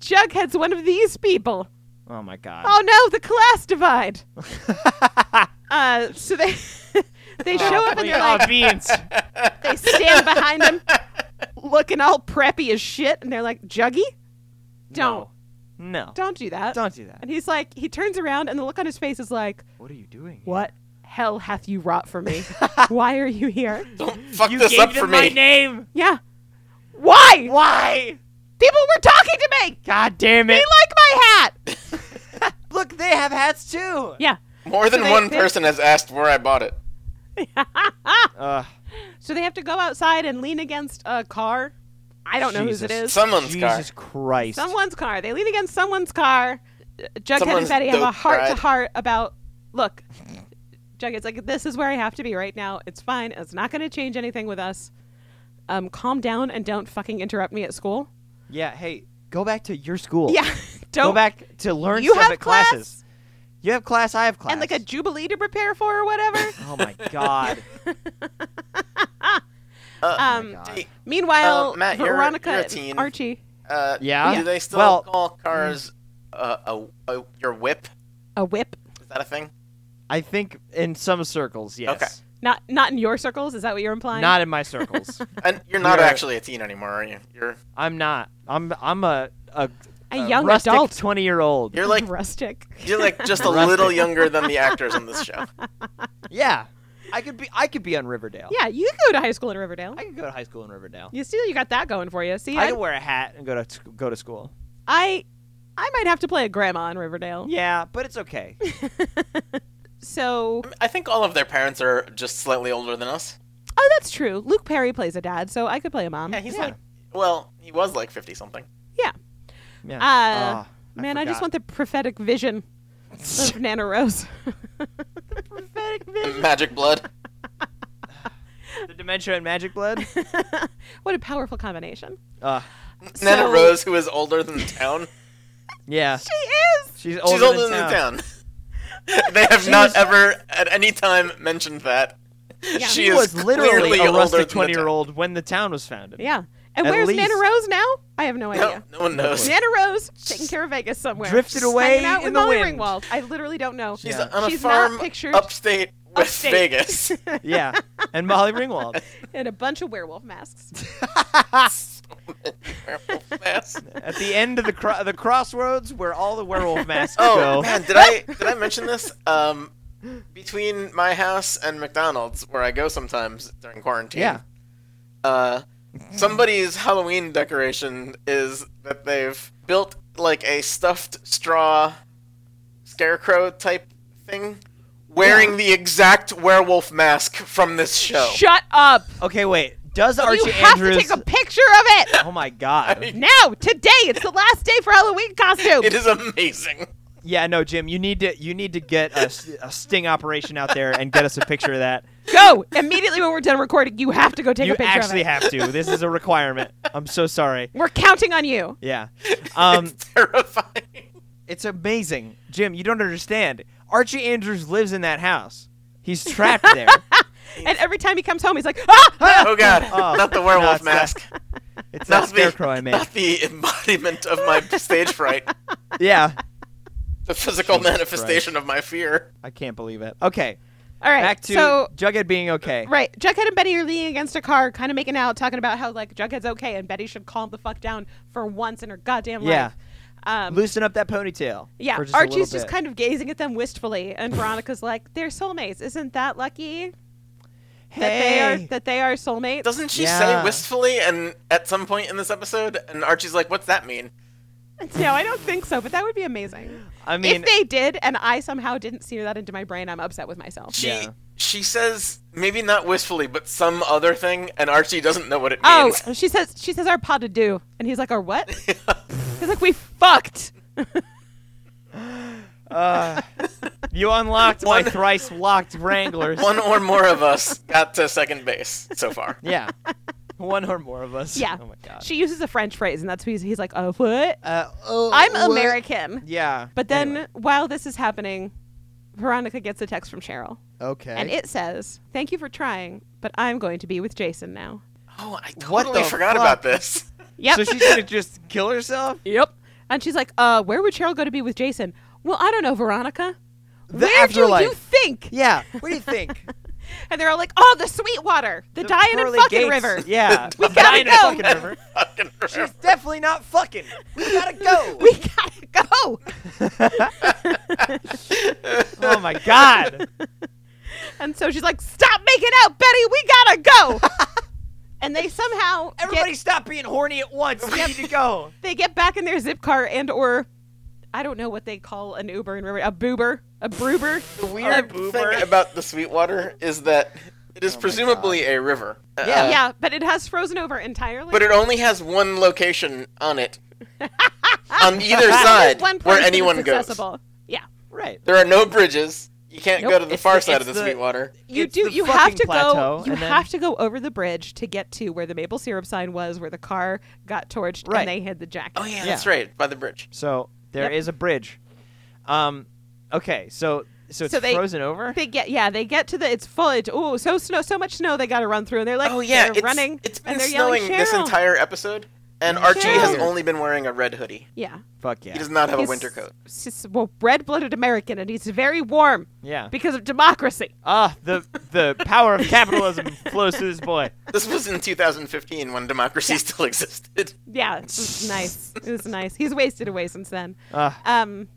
Jughead's one of these people. oh my god. Oh no! The class divide. uh, so they they show up and Wait, they're ah, like, beans. they stand behind him looking all preppy as shit and they're like juggy don't No. don't do that Don't do that. and he's like he turns around and the look on his face is like What are you doing? what hell hath you wrought for me why are you here Don't fuck You this gave up them for my me. name. yeah why Why? people were talking to me God damn it. they like my hat Look, they have hats too. yeah More than So they- one they- person has asked where I bought it. Ugh. so they have to go outside and lean against a car i don't know whose it Jesus. is Someone's car. Jesus Christ. Someone's car. They lean against someone's car. Jughead and Someone's Betty have a dope heart to ride. heart about look. Jughead's like, this is where I have to be right now. It's fine. It's not going to change anything with us. Um, calm down and don't fucking interrupt me at school. Yeah, hey, go back to your school. Yeah, don't. Go back to learn You stuff have at class? classes. You have class, I have class. And like a jubilee to prepare for or whatever. Oh my god. Uh, Oh my um, god. meanwhile, Uh, Matt, you're- Veronica, you're a and teen. Archie, uh, Yeah? Do they still Well- call cars uh, a, a your whip? a whip. Is that a thing? I think in some circles, yes. Not not in your circles. Is that what you're implying? Not in my circles. And you're not You're- actually a teen anymore, are you? You're I'm not. I'm I'm a a, A young rustic adult. 20 year old. you're like rustic. you're like just a Rustic. little younger than the actors on this show. Yeah. I could be I could be on Riverdale. Yeah, you could go to high school in Riverdale. I could go to high school in Riverdale. You still you got that going for you. See, I I- could wear a hat and go to sc- go to school. I I might have to play a grandma in Riverdale. Yeah, but it's okay. So I think all of their parents are just slightly older than us. oh that's true. Luke Perry plays a dad, so I could play a mom. Yeah, he's Yeah. like well, he was like fifty something. Yeah. Yeah. Uh, Ah, man, I, just forgot. want the prophetic vision of Nana Rose. prophetic vision. Magic blood. the dementia and magic blood. what a powerful combination. Uh, Nana So- Rose, who is older than the town. yeah. She is. She's She's older than the town. they have not ever at any time mentioned that. Yeah. She He is was literally clearly a older than rustic the twenty-year-old when the town was founded. Yeah. And At where's least- Nana Rose now? I have no idea. No, no one knows. Nana Rose taking care of Vegas somewhere. Drifted Just away hanging out in with the Molly wind. Ringwald. I literally don't know. She's Yeah. on a She's not farm pictured upstate West upstate. Vegas. Yeah, and Molly Ringwald. and a bunch of werewolf masks. Oh, At the end of the cro- the crossroads where all the werewolf masks oh go. man, did I did I mention this? Um, between my house and McDonald's, where I go sometimes during quarantine. Yeah. Uh, somebody's Halloween decoration is that they've built like a stuffed straw scarecrow type thing, wearing the exact werewolf mask from this show. Shut up. Okay, wait. Does Archie Oh, you have Andrews? to take a picture of it. Oh my god. Now, today, it's the last day for Halloween costume. It is amazing. Yeah, no, Jim. You need to you need to get a, s- a sting operation out there and get us a picture of that. Go immediately when we're done recording. You have to go take you a picture actually of it. have to. This is a requirement. I'm so sorry. we're counting on you. Yeah. Um, it's terrifying. it's amazing, Jim. You don't understand. Archie Andrews lives in that house. He's trapped there. And every time he comes home, he's like, ah, ah! Oh god, Oh, not the no, werewolf it's not- mask. It's Not that scarecrow I made. Not the embodiment of my stage fright. Yeah. The physical Jesus manifestation of my fear. I can't believe it. Okay. All right. Back to so, Jughead being okay. right. Jughead and Betty are leaning against a car, kind of making out, talking about how, like, Jughead's okay and Betty should calm the fuck down for once in her goddamn Yeah. life. Um, Loosen up that ponytail. yeah. for just a little Archie's just bit. kind of gazing at them wistfully. And Veronica's like, they're soulmates. Isn't that lucky? That they are Hey. that they are soulmates. Doesn't she Yeah. say wistfully and at some point in this episode? And Archie's like, what's that mean? No, I don't think so, but that would be amazing. I mean, if they did, and I somehow didn't see that into my brain, I'm upset with myself. She Yeah. she says maybe not wistfully, but some other thing, and Archie doesn't know what it Oh, means. she says she says our pas de deux, and he's like, our what? he's like, we fucked. uh, you unlocked my One- thrice locked Wranglers. One or more of us got to second base so far. Yeah. One or more of us. Yeah. Oh my god. She uses a French phrase, and that's who he's, he's like, oh, what? Uh, oh, I'm what? American. Yeah. But then Anyway. while this is happening, Veronica gets a text from Cheryl, Okay. and it says, "Thank you for trying, but I'm going to be with Jason now." Oh, I What totally the forgot fuck? about this. Yep. So she's gonna just kill herself. Yep. And she's like, uh, where would Cheryl go to be with Jason? Well, I don't know, Veronica. The where do you afterlife. think? Yeah. What do you think? And they're all like, oh, the Sweetwater, the, The Diana pearly fucking gates. River. Yeah. We the gotta Diana go. fucking river. Fucking She's definitely not fucking. We gotta go. We gotta go. oh my god. And so she's like, stop making out, Betty. We gotta go. and they somehow Everybody get, stop being horny at once. We need to go. they get back in their zip car and or I don't know what they call an Uber in River, a boober, a broober. The weird thing about the Sweetwater is that it is presumably a river. Uh, Yeah. yeah, but it has frozen over entirely. But it only has one location on it. on either There's side one place where that it's anyone goes. accessible. Yeah. Right. There are no bridges. You can't Nope. go to the It's far the- side it's of the, the- Sweetwater. you It's do the you fucking have to plateau, go you and then- have to go over the bridge to get to where the maple syrup sign was where the car got torched Right. and they hid the jacket Oh yeah, Yeah. that's right, by the bridge. So there is Yep. a bridge. Um, okay, so so it's So they- frozen over. they get yeah they get to the it's full it's oh so snow so much snow they got to run through and they're like Oh yeah, they're it's, running it's and been they're snowing yelling, this "Cheryl!" entire episode, and Archie has Cheryl. only been wearing a red hoodie. yeah Fuck yeah. He does not have He's- a winter coat. he's- well red blooded American and he's very warm Yeah. because of democracy Ah, the the power of capitalism flows through this boy. This was in 2015 when democracy still existed. yeah it was nice it was nice he's wasted away since then Ah, um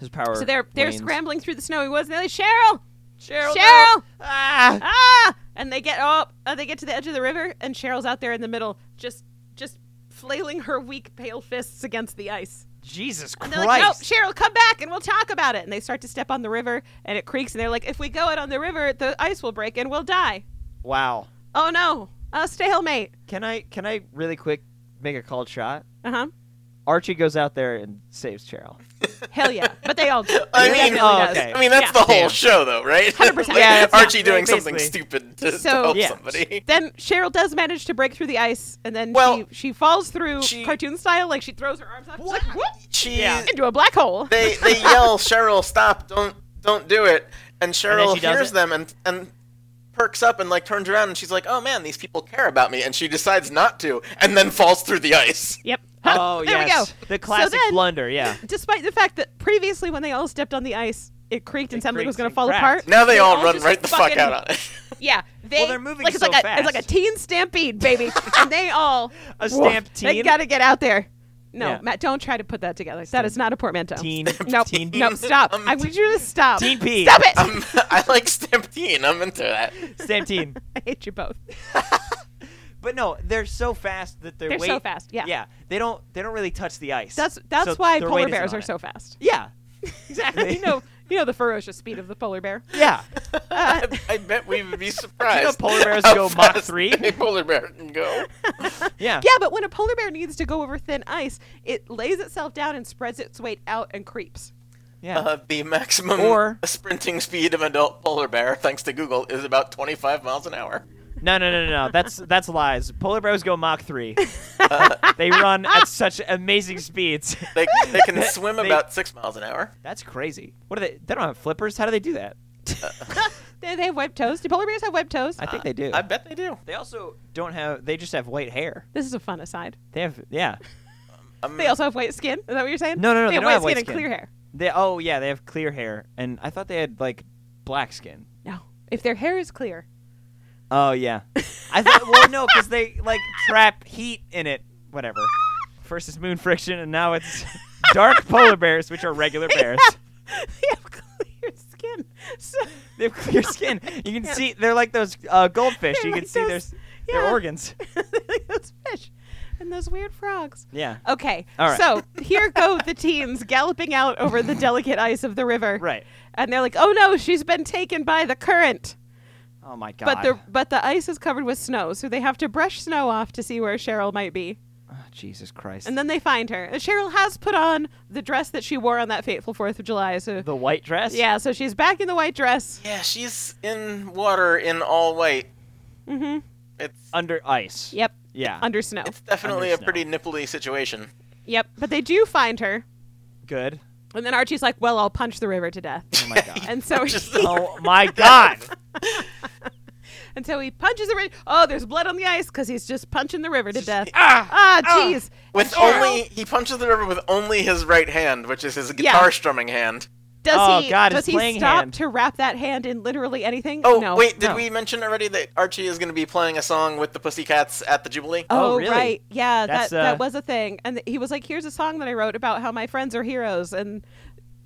his power. so they're they're wanes. scrambling through the snowy woods and they're like Cheryl Cheryl. Cheryl Ah. ah and they get up uh, they get to the edge of the river and cheryl's out there in the middle just just flailing her weak pale fists against the ice Jesus and Christ. they're like no cheryl come back and we'll talk about it and they start to step on the river and it creaks and they're like if we go out on the river the ice will break and we'll die Wow. oh no a stalemate Can I can I really quick make a cold shot? uh-huh Archie goes out there and saves Cheryl. hell yeah but they all do I It mean- definitely Oh, does. okay. I mean, that's Yeah. the whole Damn. show, though, right? 100%. Like, Yeah, that's Archie not- doing yeah, something basically. stupid to, to So- help Yeah. somebody. then cheryl does manage to break through the ice and then Well, she, she falls through she- cartoon style like she throws her arms up she's like, whoop, She, Yeah. into a black hole they they yell, "Cheryl, stop! Don't don't do it!" And Cheryl she does hears it. them and and perks up and like turns around and she's like, "Oh man, these people care about me," and she decides not to, and then falls through the ice. Yep. Oh, there yes. we go. The classic then- blunder, yeah. Despite the fact that previously when they all stepped on the ice, it creaked and It something was creaks going and to fall cracks. apart. Now they, all, run just right the fuck fucking- out on it. Yeah, they, Well, they're moving like it's so like a it's like a fast. teen stampede, baby, and they all A Woof. They stampede? gotta get out there. No, Yeah. Matt, don't try to put that together. That is not a portmanteau. Teen- Nope. teen- Nope. Stop. Um, I want you to stop. Teen P. Stop it. Um, I like Stampede. I'm into that. Stampede. I hate you both. But no, they're so fast that their They're weight. so fast, yeah. Yeah. They don't. They don't really touch the ice. That's that's so why their polar weight isn't bears on are it. so fast. Yeah. Exactly. you know, you know the ferocious speed of the polar bear. Yeah. Uh, I bet we would be surprised. polar bears how go Mach fast 3? A polar bear can go. Yeah. yeah, but when a polar bear needs to go over thin ice, it lays itself down and spreads its weight out and creeps. Yeah. Uh, the maximum Or- sprinting speed of an adult polar bear, thanks to Google, is about 25 miles an hour. No, no, no, no, no. That's that's lies. Polar bears go Mach three. they run at such amazing speeds. They, they can swim They- about six miles an hour. That's crazy. What are they? They don't have flippers. How do they do that? They, they have webbed toes. Do polar bears have webbed toes? I think they do. I bet they do. they also don't have. They just have white hair. this is a fun aside. They have. Yeah. Um, They also have white skin. Is that what you're saying? No, no, no, They, they have don't white have skin white and skin. clear hair. They. Oh yeah. They have clear hair. And I thought they had like black skin. No, if their hair is clear, Oh yeah. I thought. well, no, because they like trap heat in it. Whatever. First it's moon friction, and now it's dark polar bears, which are regular bears. they have clear skin. So They have clear skin. You can Yeah. see they're like those uh, goldfish. They're you can like see those- their s- their yeah. organs. like those fish and those weird frogs. Yeah. Okay. All right. So here go the teens galloping out over the delicate ice of the river. Right. And they're like, "Oh no, she's been taken by the current." Oh my god. But the but the ice is covered with snow, so they have to brush snow off to see where Cheryl might be. Oh, Jesus Christ. And then they find her. And Cheryl has put on the dress that she wore on that fateful 4th of July. So the white dress. yeah, so she's back in the white dress. yeah, she's in water in all white. Mhm. Mm-hmm. It's Under ice. Yep. Yeah. Under snow. it's definitely Under a snow. pretty nipply situation. Yep. But they do find her. Good. And then Archie's like, well, I'll punch the river to death. Oh my god. And so Just- he, oh my god. and so he punches the river. Oh, there's blood on the ice because he's just punching the river to death. ah. Ah, jeez. With Cheryl- only he punches the river with only his right hand, which is his Yeah. guitar strumming hand. Does Oh, he God, does his he playing stop hand. to wrap that hand in literally anything? Oh no. wait, did no. we mention already that Archie is going to be playing a song with the Pussycats at the Jubilee? Oh, Oh, really? right, yeah, That's, that uh, that was a thing. And th- he was like, "Here's a song that I wrote about how my friends are heroes." And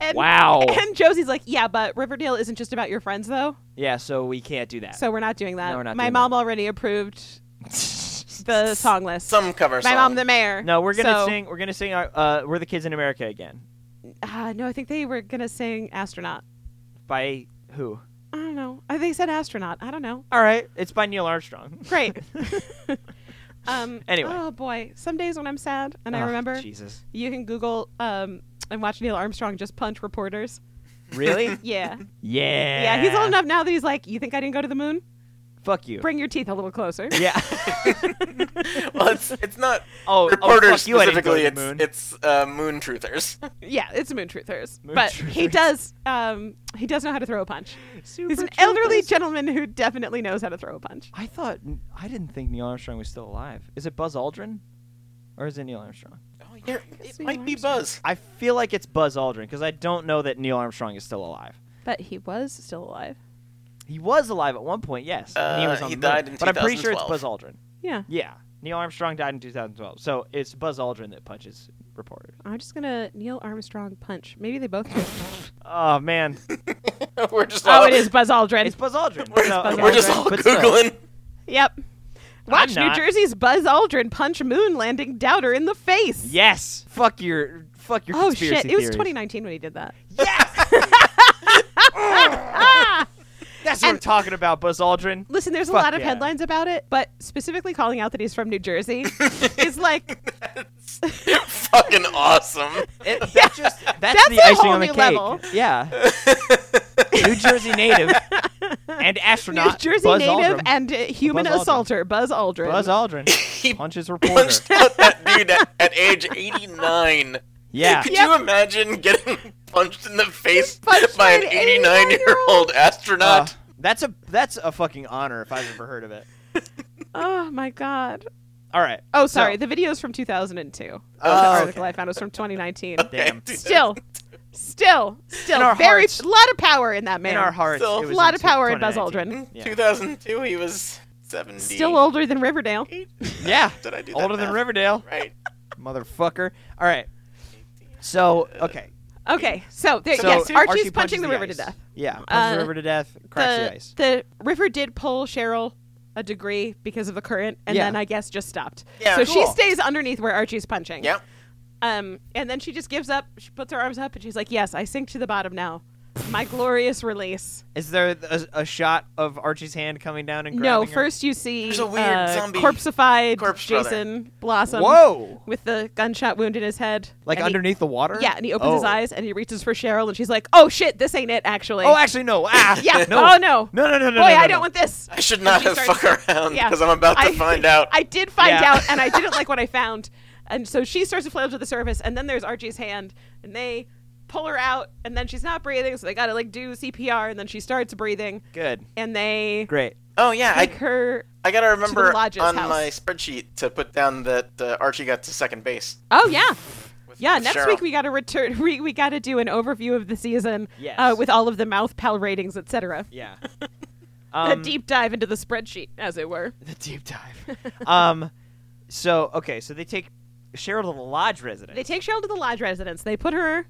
and Wow. And Josie's like, "Yeah, but Riverdale isn't just about your friends, though. Yeah. So we can't do that. So we're not doing that. No, we're not my doing mom already approved the song list. Some cover my song. mom, the mayor. no, we're gonna So- sing. We're gonna sing. Our, uh, we're the kids in America again. Uh, no, I think they were gonna sing astronaut. By who? I don't know. I they said astronaut. I don't know. All right. It's by Neil Armstrong. Great. um, Anyway. Oh boy. Some days when I'm sad and I Ah, remember, Jesus. you can Google um, and watch Neil Armstrong just punch reporters. Really? Yeah. yeah. Yeah, he's old enough now that he's like, you think I didn't go to the moon? Fuck you. Bring your teeth a little closer. yeah. well, it's, it's not oh, reporters oh, fuck you. I didn't go to specifically. the it's moon. it's uh, moon truthers. yeah, it's moon truthers. Moon but he truthers. does um, he does know how to throw a punch. he's an Super elderly troopers. gentleman who definitely knows how to throw a punch. I thought I didn't think Neil Armstrong was still alive. Is it Buzz Aldrin, or is it Neil Armstrong? oh, you're, it It's Neil might be Buzz. I feel like it's Buzz Aldrin because I don't know that Neil Armstrong is still alive. But he was still alive. He was alive at one point, yes. and he Uh, was on he the moon. died in but I'm pretty sure it's Buzz 2012. Aldrin. Yeah. Yeah, Neil Armstrong died in 2012, so it's Buzz Aldrin that punches reporters. I'm just gonna Neil Armstrong punch. Maybe they both do. Oh man, we're just all, oh, it is Buzz Aldrin. it's Buzz Aldrin. We're, so, Buzz okay, we're just but all still. googling. Yep. Watch New not. Jersey's Buzz Aldrin punch moon landing doubter in the face. Yes, fuck your, fuck your Oh conspiracy shit! It was theories. 2019 when he did that. Yes, Ah! that's what I'm And- talking about, Buzz Aldrin. Listen, there's a Fuck lot of yeah. headlines about it, but specifically calling out that he's from New Jersey is like Fucking awesome. It, that just, that's, That's the a icing whole on the new cake. level. Yeah, New Jersey native and New astronaut, Jersey Buzz native Aldrin. and uh, human Buzz Aldrin. assaulter Buzz Aldrin. Buzz Aldrin he punches reporter. punched out that dude at, at age 89. Yeah. Could Yep. you imagine getting punched in the face Punched by by an an 89 year old astronaut? Uh, That's a that's a fucking honor if I've ever heard of it. Oh my god. All right. Oh, sorry. So- the video's from 2002. the Oh, article I found was from 2019. Damn. dude. Still, still, still, In our very hearts- a lot of power in that man. in our hearts, Still- it a was lot in of power in Buzz 2019. Aldrin. Yeah. 2002, he was 70. Still older than Riverdale. Yeah, Did I do that older than math? Riverdale, Right. motherfucker. All right. So okay. Okay, so there, So yes, Archie's Archie punching punches the river ice. to death. Yeah, punches the Uh, river to death, cracks the, the, ice. the river did pull Cheryl a degree because of the current, and Yeah. then I guess just stopped. Yeah, so she cool. stays underneath where Archie's punching. Yep. Um, and then she just gives up. She puts her arms up and she's like, "Yes, I sink to the bottom now. My glorious release." Is there a, a shot of Archie's hand coming down and No, grabbing her? first you see There's a weird uh, zombie corpseified corpse brother. Jason Blossom. Whoa! With the gunshot wound in his head. Like And he- underneath the water? yeah, and he opens his Oh. eyes and he reaches for Cheryl, and she's like, "Oh shit, this ain't it, actually." Oh, actually, no. Ah, yeah. No. Oh no. No, no, no, no. Boy, no, I no, don't no. want this. I should not she have starts- fuck around Yeah. because I'm about to I- find out. I did find Yeah. out, and I didn't like what I found. And so she starts to float to the surface, and then there's Archie's hand, and they pull her out, and then she's not breathing, so they gotta like do CPR, and then she starts breathing, Good. and they Great. oh yeah, take I her. I gotta remember on lodge's house. my spreadsheet to put down that uh, Archie got to second base. Oh yeah. With, Yeah, with next Cheryl. week we got to return. We, we got to do an overview of the season Yes. uh, with all of the mouth pal ratings, etc. Yeah. a Um, deep dive into the spreadsheet, as it were. The deep dive. um, so okay, so they take Cheryl to the lodge residence. They take Cheryl to the lodge residence. They put her,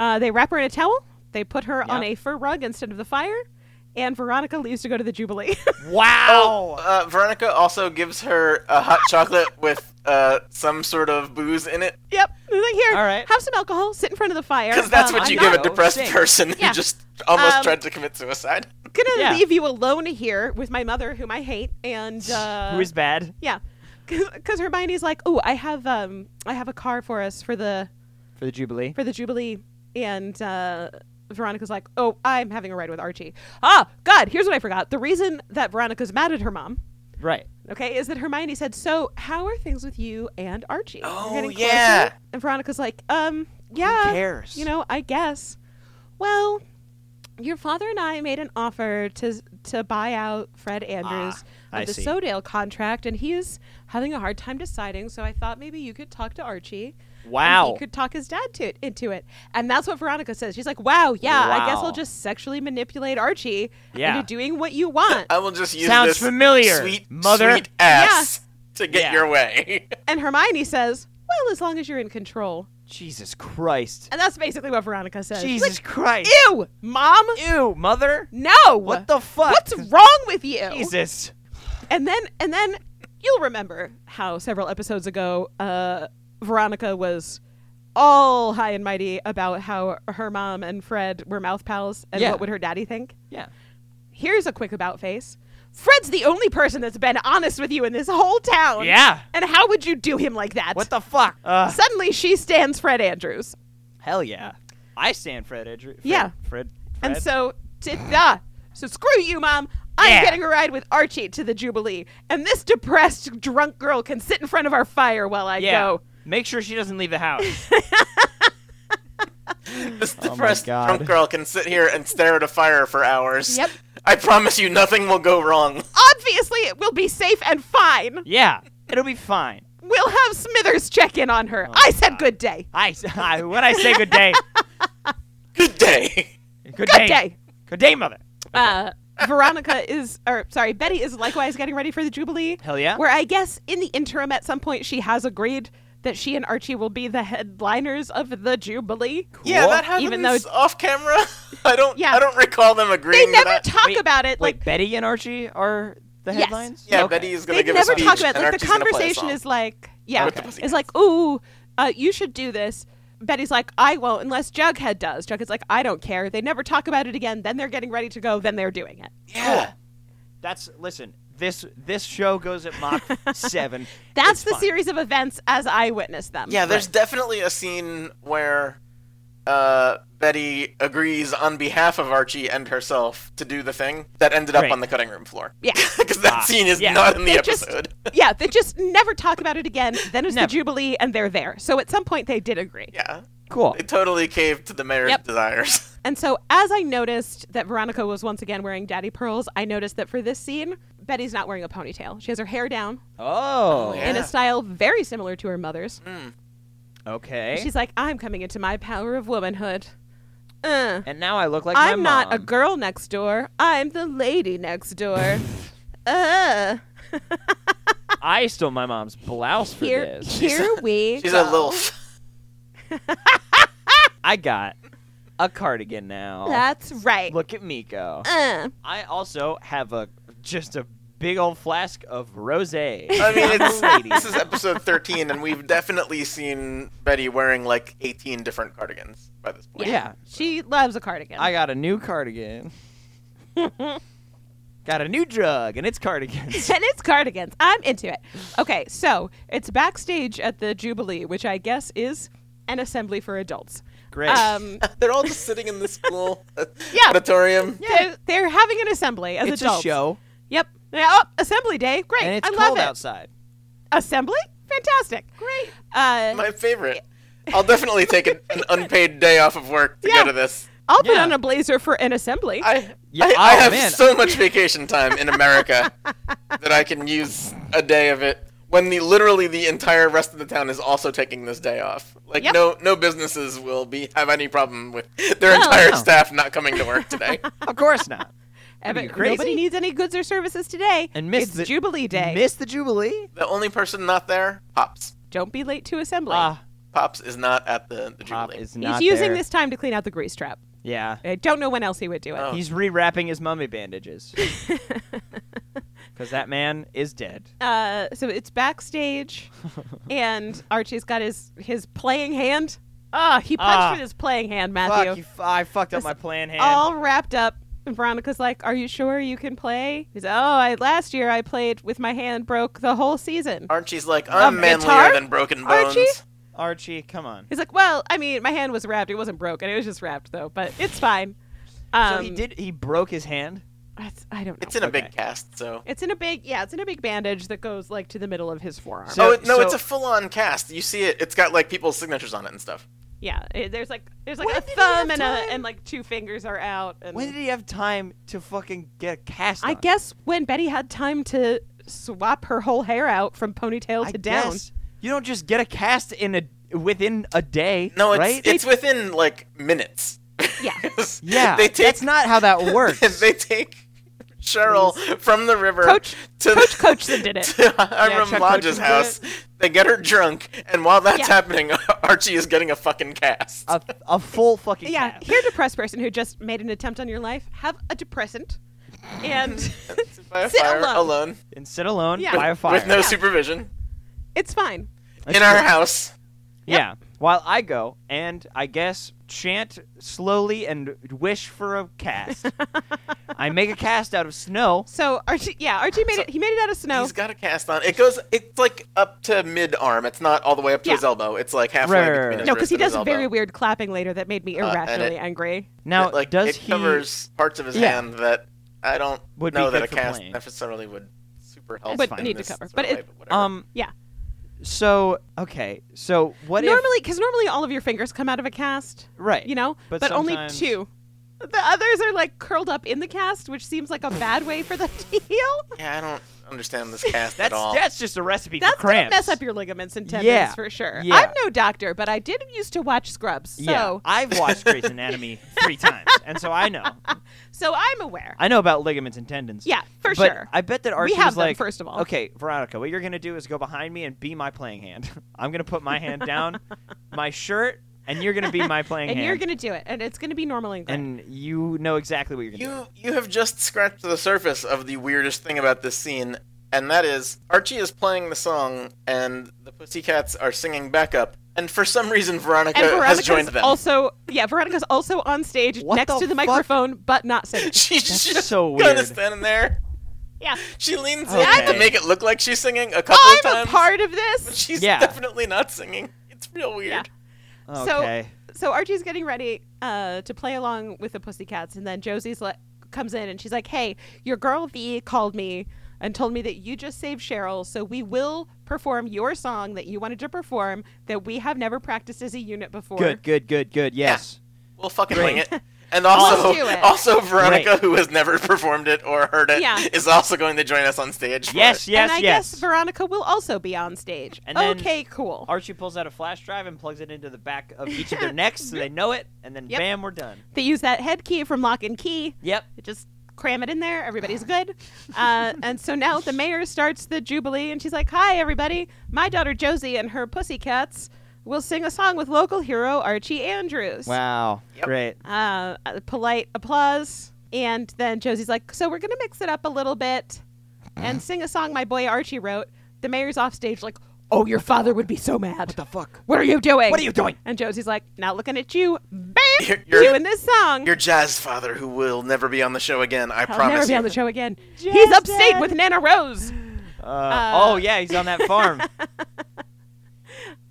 uh, they wrap her in a towel. They put her on Yeah. a fur rug instead of the fire. And Veronica leaves to go to the Jubilee. Oh. wow. Uh, Veronica also gives her a hot chocolate with uh, some sort of booze in it yep. They're like, here, All right. have some alcohol, sit in front of the fire. because that's Um, what I'm you not give a gonna depressed sing. person Yeah. who just almost Um, tried to commit suicide. I'm gonna Yeah. leave you alone here with my mother, whom I hate, and uh, Who is bad? yeah, because Hermione's like, oh, I have um, I have a car for us for the For the Jubilee. for the Jubilee, and uh, Veronica's like, "Oh, I'm having a ride with Archie." Ah, God, here's what I forgot: the reason that Veronica's mad at her mom, Right. okay, is that Hermione said, "So, how are things with you and Archie?" You're Oh, getting yeah. and Veronica's like, "Um, yeah, cares? You know, I guess. Well, your father and I made an offer to to buy out Fred Andrews Ah, I of the see. Sodale contract, and he is having a hard time deciding. So I thought maybe you could talk to Archie." and Wow. he could talk his dad to it, into it. And that's what Veronica says. She's like, wow, yeah, I guess Wow. I'll just sexually manipulate Archie Yeah. into doing what you want. I will just use Sounds this familiar, sweet mother. sweet ass to get Yeah. your way. and Hermione says, well, as long as you're in control. Jesus Christ. And that's basically what Veronica says. She's Jesus Christ. like, ew, mom, Ew, mother. no. What the fuck? What's wrong with you? Jesus. And then, and then you'll remember how several episodes ago, uh, Veronica was all high and mighty about how her mom and Fred were mouth pals and Yeah. what would her daddy think? Yeah. here's a quick about face. Fred's the only person that's been honest with you in this whole town. Yeah. And how would you do him like that? What the fuck? Uh, Suddenly she stands Fred Andrews. hell yeah. I stand Fred Edry. Fred, Yeah. Fred. And Fred. so, t- ah, so screw you, mom. I'm Yeah. getting a ride with Archie to the Jubilee. And this depressed, drunk girl can sit in front of our fire while I yeah. go. Make sure she doesn't leave the house. This Oh my depressed God. drunk girl can sit here and stare at a fire for hours. Yep. I promise you, nothing will go wrong. Obviously, it will be safe and fine. yeah. It'll be fine. We'll have Smithers check in on Oh, her. I said good day. I, I when I say good day, Good day. good, Good day. Good day, mother. uh, Veronica is, or sorry, Betty is likewise getting ready for the Jubilee. Hell yeah. Where I guess in the interim, at some point, she has agreed that she and Archie will be the headliners of the Jubilee. Yeah, Cool. that happens Even off camera. I don't. Yeah. I don't recall them They agreeing. to never that. talk Wait, about it. Wait, like Betty and Archie are the Yes. headlines? Yeah, Okay. Betty is gonna they give never a speech. talk about it. and Like the Archie's gonna play a conversation song. is like, yeah, With the Pussycats. it's like, ooh, uh, you should do this. Betty's like, I won't unless Jughead does. Jughead's like, I don't care. They never talk about it again. Then they're getting ready to go. Then they're doing it. Yeah. That's listen. This this show goes at Mach seven. That's It's the fine. series of events as I witnessed them. Yeah. There's definitely a scene where uh, Betty agrees on behalf of Archie and herself to do the thing that ended up Right. on the cutting room floor. Yeah. Because that Ah, scene is yeah. not in the They just- episode. yeah, they just never talk about it again. Then it's Never. the Jubilee, and they're there. So at some point, they did agree. yeah. Cool. They totally caved to the mayor's Yep. desires. And so, as I noticed that Veronica was once again wearing daddy pearls, I noticed that for this scene, Betty's not wearing a ponytail. She has her hair down Oh. Oh, yeah. in a style very similar to her mother's. Okay. She's like, I'm coming into my power of womanhood. Uh, and now I look like my I'm not a mom. girl next door. I'm the lady next door. uh, I stole my mom's blouse for here, this. here we She's go. a lilf. I got a cardigan now. That's right. Look at me go. Uh, I also have a just a big old flask of rosé. I mean, it's, Lady. this is episode 13, and we've definitely seen Betty wearing like 18 different cardigans by this point. Yeah. she loves a cardigan. I got a new cardigan. got a new drug, and it's cardigans. and it's cardigans. I'm into it. Okay, so it's backstage at the Jubilee, which I guess is an assembly for adults. Great. Um, They're all just sitting in this little Yeah. auditorium. they're, they're having an assembly as it's adults. a show, Yep. Yeah, Oh, assembly day. Great. and it's I love cold it. outside. Assembly? Fantastic. Great. Uh, My favorite. I'll definitely take an, an unpaid day off of work to Yeah. go to this. I'll put Yeah. on a blazer for an assembly. I, Yeah, I, I oh, have man. so much vacation time in America that I can use a day of it when the literally the entire rest of the town is also taking this day off. Like Yep. no no businesses will be have any problem with their entire no. staff not coming to work today. Of course not. Evan- you crazy? Nobody needs any goods or services today. And miss it's the- Jubilee Day. Miss the Jubilee? the only person not there, Pops. Don't be late to assembly. Ah, Pops is not at the, the Pop Jubilee. is He's not using there. this time to clean out the grease trap. Yeah, I don't know when else he would do it. Oh. he's rewrapping his mummy bandages because that man is dead. uh, so it's backstage, and Archie's got his his playing hand. Ah, he punched Ah. with his playing hand, Fuck, Matthew. you f- I fucked up This- my plan hand. All wrapped up. And Veronica's like, "Are you sure you can play?" He's, "Oh, I last year I played with my hand broke the whole season." Archie's like, I'm A manlier guitar? than broken bones. Archie? Archie, come on. He's like, "Well, I mean, my hand was wrapped. It wasn't broken. It was just wrapped though, but it's fine." Um, so he did. He broke his hand. it's- I don't know. It's in a big Okay. cast, so. It's in a big yeah. It's in a big bandage that goes like to the middle of his forearm. So- oh it- no, so- it's a full-on cast. You see it. It's got like people's signatures on it and stuff. yeah, it- there's like there's like When a did he have thumb and a time? and like two fingers are out. And When did he have time to fucking get a cast? I on? guess when Betty had time to swap her whole hair out from ponytail I to down. guess you don't just get a cast in a within a day. No, it's right? it's within like minutes. Yeah. yeah. they take that's not how that works. they take Cheryl from the river Coach- to Coach the, Coachson did it. to Hiram Chuck Lodge's Coachson did house. They get her drunk, and while that's Yeah. happening, Archie is getting a fucking cast. a, a full fucking Yeah, cast. you're a depressed person who just made an attempt on your life. Have a depressant, and by a sit fire alone. and sit alone Yeah. by a With fire. with no Yeah. supervision it's fine. That's in our cool. house. Yeah. While I go and I guess chant slowly and wish for a cast. I make a cast out of snow. So Archie, yeah, Archie made So it. He made it out of snow. He's got a cast on. It goes. It's like up to mid arm. It's not all the way up to Yeah. his elbow. It's like halfway Right, right, between right. his no, because because he does very weird clapping later that made me Uh, and irrationally it- angry. Now, It, like does it he? covers parts of his Yeah. hand that I don't Would be know that good a for cast playing. necessarily would super help. Would in need to this cover, sort but of it- way, whatever. um. Yeah. So okay. So what if? normally, because normally all of your fingers come out of a cast, Right. you know, But only sometimes- two. The others are like curled up in the cast, which seems like a bad way for them to heal. yeah, I don't understand this cast That's at all. that's just a recipe That's for cramps. gonna mess up your ligaments and tendons Yeah. for sure. Yeah. I'm no doctor, but I did used to watch Scrubs, so Yeah, I've watched Grey's Anatomy three times, and so I know. so I'm aware. I know about ligaments and tendons. yeah, for but sure. I bet that Archie have was them, like, first of all. okay, Veronica, what you're gonna do is go behind me and be my playing hand. I'm gonna put my hand down, my shirt, and you're gonna be my playing and hand. you're gonna do it, and it's gonna be normal and great. and you know exactly what you're gonna do. You you have just scratched the surface of the weirdest thing about this scene, and that is Archie is playing the song, and the Pussycats are singing backup, and for some reason Veronica And has joined Veronica's them. also yeah, Veronica's also on stage What next the to the fuck? microphone, but not singing. She's just so kind weird. of standing there. Yeah, She leans Okay. in to make it look like she's singing a couple of I'm Oh, a times. part of this. She's Yeah. definitely not singing. It's real weird. Yeah. So- Okay. so Archie's getting ready uh, to play along with the Pussycats, and then Josie's like comes in and she's like, "Hey, your girl V called me and told me that you just saved Cheryl, so we will perform your song that you wanted to perform that we have never practiced as a unit before. Good, good, good, good. Yes. We'll fucking wing it. And also, do it. also Veronica, Great. who has never performed it or heard it, is Yeah. also going to join us on stage. for Yes, it. yes, and I yes. guess Veronica will also be on stage. And then- okay, cool. Archie pulls out a flash drive and plugs it into the back of each of their necks so they know it, and then Yep. bam, we're done. They use that head key from Lock and Key. Yep. Just cram it in there. Everybody's good. Uh, and so now the mayor starts the jubilee, and she's like, "Hi, everybody! My daughter Josie and her pussycats will sing a song with local hero Archie Andrews." Wow. Yep. Great. Uh, polite applause, and then Josie's like, "So we're gonna mix it up a little bit and sing a song my boy Archie wrote." The mayor's off stage, like, "Oh, your father would be so mad." What the fuck? What are you doing? What are you doing? And Josie's like, "Not looking at you, bam! You're- you're- doing this song." Your jazz father, who will never be on the show again, I I'll promise never be you. on the show again. Just He's upstate dead. with Nana Rose. Uh, oh yeah, he's on that farm.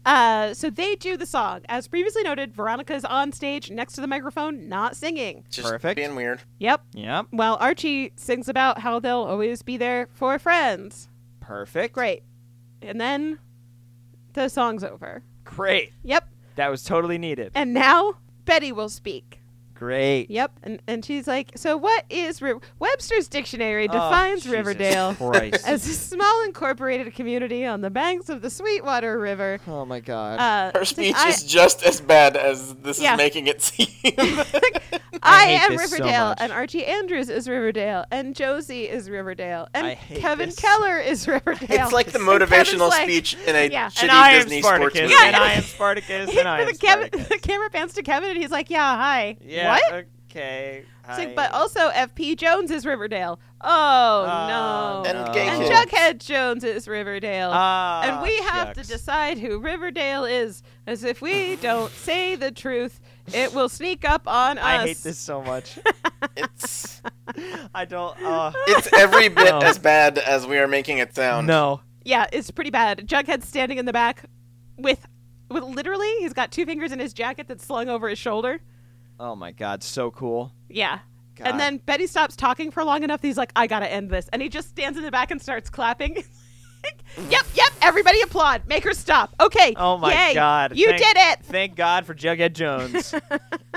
Uh, so they do the song. As previously noted, Veronica's on stage next to the microphone, not singing. Just Perfect. being weird. Yep. yep. Well, Archie sings about how they'll always be there for friends. Perfect. Great. And then the song's over. Great. Yep. That was totally needed. And now Betty will speak. Great. Yep. And and she's like, "So what is Ri- Webster's dictionary Oh, defines Jesus Riverdale Christ. as a small incorporated community on the banks of the Sweetwater River." oh my god. Uh, Her it's like, speech I- is just as bad as this Yeah. is making it seem. I, hate am this so Riverdale, much. and Archie Andrews is Riverdale, and Josie is Riverdale, I and hate Kevin this. Keller is Riverdale. it's like the And Kevin's motivational like- speech in a Yeah. shitty and I am Disney sports Spartacus. movie. And I am Spartacus. and I am the, Kevin, Spartacus. the camera pans to Kevin, and he's like, "Yeah, hi. Yeah. What?" Okay. It's like, hi. but also F.P. Jones is Riverdale. Oh, Oh, no. And gay And kids. Jughead Jones is Riverdale. Ah, and we have to shucks. decide who Riverdale is, as if we don't say the truth, it will sneak up on us. I hate this so much. It's I don't. Uh, it's every bit No. as bad as we are making it sound. no. Yeah, it's pretty bad. Jughead's standing in the back with with literally he's got two fingers in his jacket that's slung over his shoulder. Oh my god. So cool. Yeah. God. And then Betty stops talking for long enough that he's like, I gotta end this. And he just stands in the back and starts clapping. yep, yep, everybody applaud. Make her stop. Okay. Oh my yay, god. You Thank- did it. Thank God for Jughead Jones.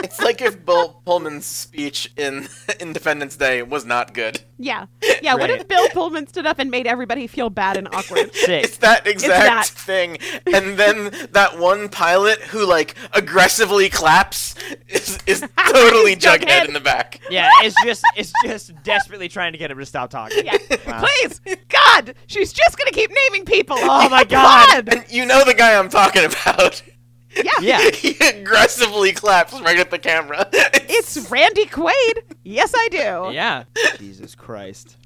It's like if Bill Pullman's speech in Independence Day was not good. Yeah. Yeah. What if Right. Bill Pullman stood up and made everybody feel bad and awkward? Sick. It's that that. exact thing. And then that one pilot who like aggressively claps is, is totally Jughead. jughead in the back. Yeah, it's just it's just desperately trying to get him to stop talking. yeah. Wow. Please, God, she's just gonna keep naming people. Oh my God. Applaud. And you know the guy I'm talking about. Yeah. Yeah. he aggressively claps right at the camera. It's Randy Quaid. Yes, I do. Yeah. Jesus Christ.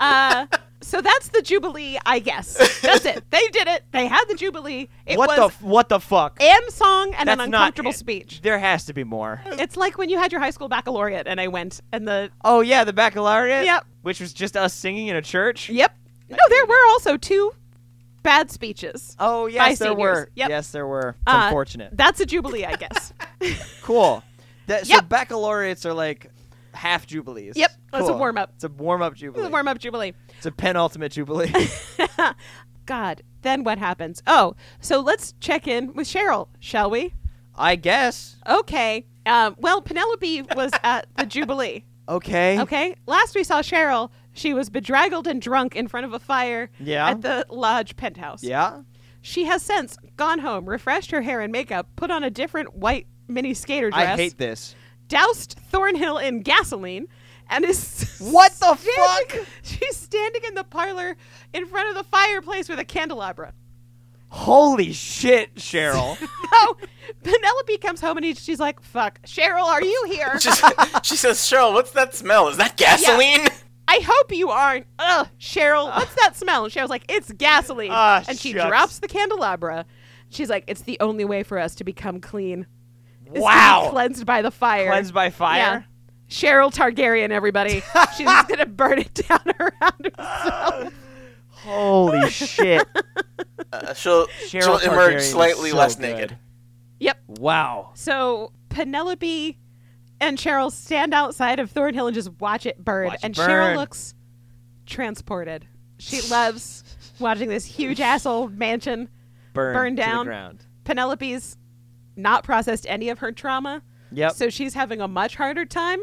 Uh, so that's the Jubilee, I guess. That's it. They did it. They had the Jubilee. It what was the f- what the fuck? and song and That's an not uncomfortable it. speech. There has to be more. It's like when you had your high school baccalaureate and I went and the Oh yeah, the baccalaureate. Yep. Which was just us singing in a church. Yep. No, there were also two bad speeches. Oh yes, By there seniors. were. Yep. Yes, there were. It's Uh, unfortunate. That's a Jubilee, I guess. Cool. That, So Yep. baccalaureates are like half jubilees. Yep, that's a Cool. warm-up. It's a warm up jubilee. Warm up Jubilee. It's a penultimate jubilee. God, then what happens? Oh, so let's check in with Cheryl, shall we? I guess. Okay. Um, well, Penelope was at the Jubilee. Okay. Okay. Last we saw Cheryl, she was bedraggled and drunk in front of a fire Yeah. at the lodge penthouse. Yeah. She has since gone home, refreshed her hair and makeup, put on a different white mini skater dress, I hate this. doused Thornhill in gasoline, and is What the standing- fuck? She's standing in the parlor in front of the fireplace with a candelabra. Holy shit, Cheryl. Oh, Penelope comes home and he, she's like, "Fuck, Cheryl, are you here? She's- she says, Cheryl, what's that smell? Is that gasoline? I hope you aren't." Ugh, Cheryl, what's that smell? And Cheryl's like, "It's gasoline," Ah, and she shucks. drops the candelabra. She's like, "It's the only way for us to become clean." is to be Wow. cleansed by the fire. Cleansed by fire. Yeah. Cheryl Targaryen, everybody. She's just gonna burn it down around herself. Holy shit. Uh, she'll Cheryl she'll Targaryen emerge is slightly so less good. naked. Yep. Wow. So Penelope and Cheryl stand outside of Thornhill and just watch it burn. Watch it and burn. Cheryl looks transported. She loves watching this huge ass old mansion. Burn, Burn to the down. ground. Penelope's not processed any of her trauma, Yep. so she's having a much harder time.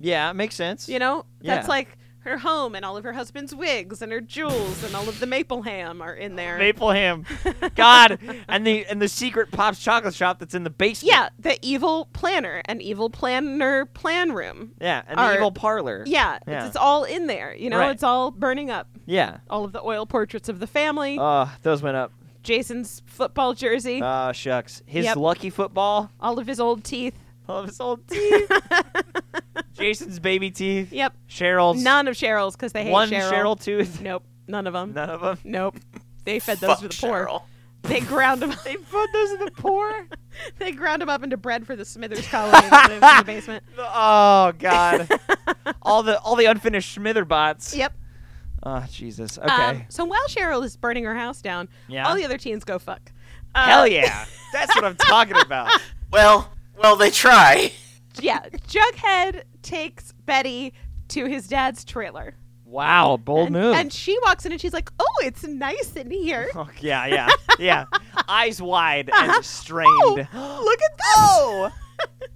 yeah, makes sense. You know, that's Yeah. like her home and all of her husband's wigs and her jewels and all of the maple ham are in there. Maple ham. God, and the and the secret pops chocolate shop that's in the basement. Yeah, the evil planner and evil planner plan room. Yeah, and the Our- evil parlor. Yeah, It's, Yeah. it's all in there. You know, Right. it's all burning up. Yeah. All of the oil portraits of the family, Oh, those went up. Jason's football jersey, Oh, shucks. His Yep. lucky football. all of his old teeth. All of his old teeth. Jason's baby teeth. Yep. Cheryl's. None of Cheryl's because they hate one Cheryl. Cheryl tooth. Nope. None of them. None of them. Nope. They fed those Fuck to the poor. Cheryl. They ground them. They But those are the poor. they ground them up into bread for the Smithers colony that lives in the basement. oh God. all the all the unfinished Schmitherbots. Yep. Oh Jesus. Okay. Um, so while Cheryl is burning her house down, Yeah. all the other teens go fuck. Uh, Hell yeah. That's what I'm talking about. Well, well, they try. Yeah. Jughead takes Betty to his dad's trailer. Wow, bold and, move. and she walks in and she's like, "Oh, it's nice in here. oh, yeah, yeah, yeah. Eyes wide and strained. Oh, look at this." Oh.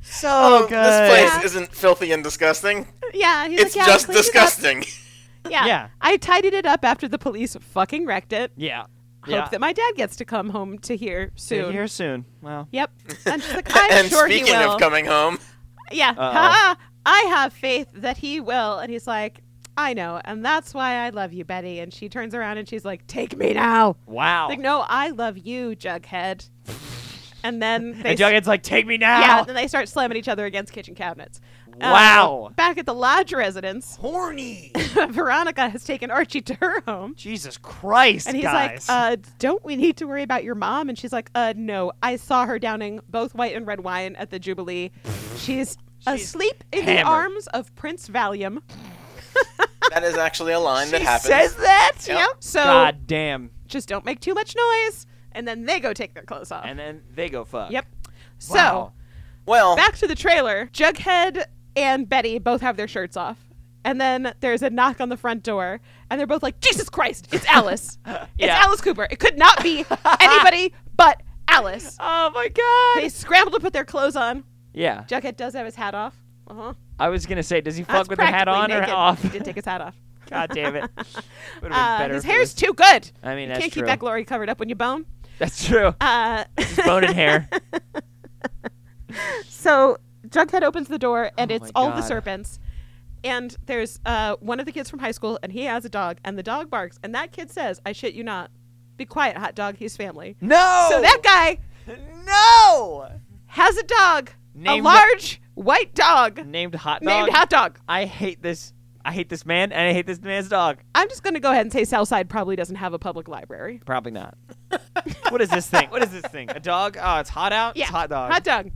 so Oh, good. this Yeah. place isn't filthy and disgusting. Yeah. He's It's like, "Yeah, I just cleaned it up." disgusting. Yeah. Yeah. I tidied it up after the police fucking wrecked it. Yeah. yeah. Hope that my dad gets to come home to here See you soon. Here soon. Wow. Yep. And she's like, I'm and sure he speaking will. of coming home, yeah. Uh-oh. Ha, I have faith that he will. And he's like, I know. And that's why I love you, Betty. And she turns around and she's like, Take me now. Wow. Like, no, I love you, Jughead. And then they and Jughead's like, take me now. yeah, then they start slamming each other against kitchen cabinets. Uh, Wow. back at the Lodge residence, Horny. Veronica has taken Archie to her home. Jesus Christ, And he's guys. like, uh, don't we need to worry about your mom? And she's like, uh, no, I saw her downing both white and red wine at the Jubilee. She's, asleep in the hammered. arms of Prince Valium. that is actually a line that She happens. says that. Yep. So God damn. just don't make too much noise. And then they go take their clothes off. And then they go fuck. yep. So Wow. well, back to the trailer. Jughead and Betty both have their shirts off. And then there's a knock on the front door, and they're both like, Jesus Christ, it's Alice. It's Yeah. Alice Cooper. It could not be anybody but Alice. Oh my God. They scramble to put their clothes on. yeah. Jughead does have his hat off. Uh huh. I was gonna say, does he Uh-huh. fuck with the hat on or off? He did take his hat off. God damn it. Would have been Uh, better. his for hair's this. too good. I mean, you that's can't true. keep that glory covered up when you bone. That's true. Uh, Bone and hair. so Jughead opens the door, and Oh it's my all the God. serpents. And there's uh, one of the kids from high school, and he has a dog, and the dog barks, and that kid says, "I shit you not, be quiet, hot dog. He's family." No. So that guy No. has a dog, a Named- large white dog Named hot dog. named Hot Dog. I hate this. I hate this man, and I hate this man's dog. I'm just going to go ahead and say Southside probably doesn't have a public library. Probably not. what is this thing? What is this thing? A dog? Oh, it's hot out. Yeah, It's hot dog. Hot dog.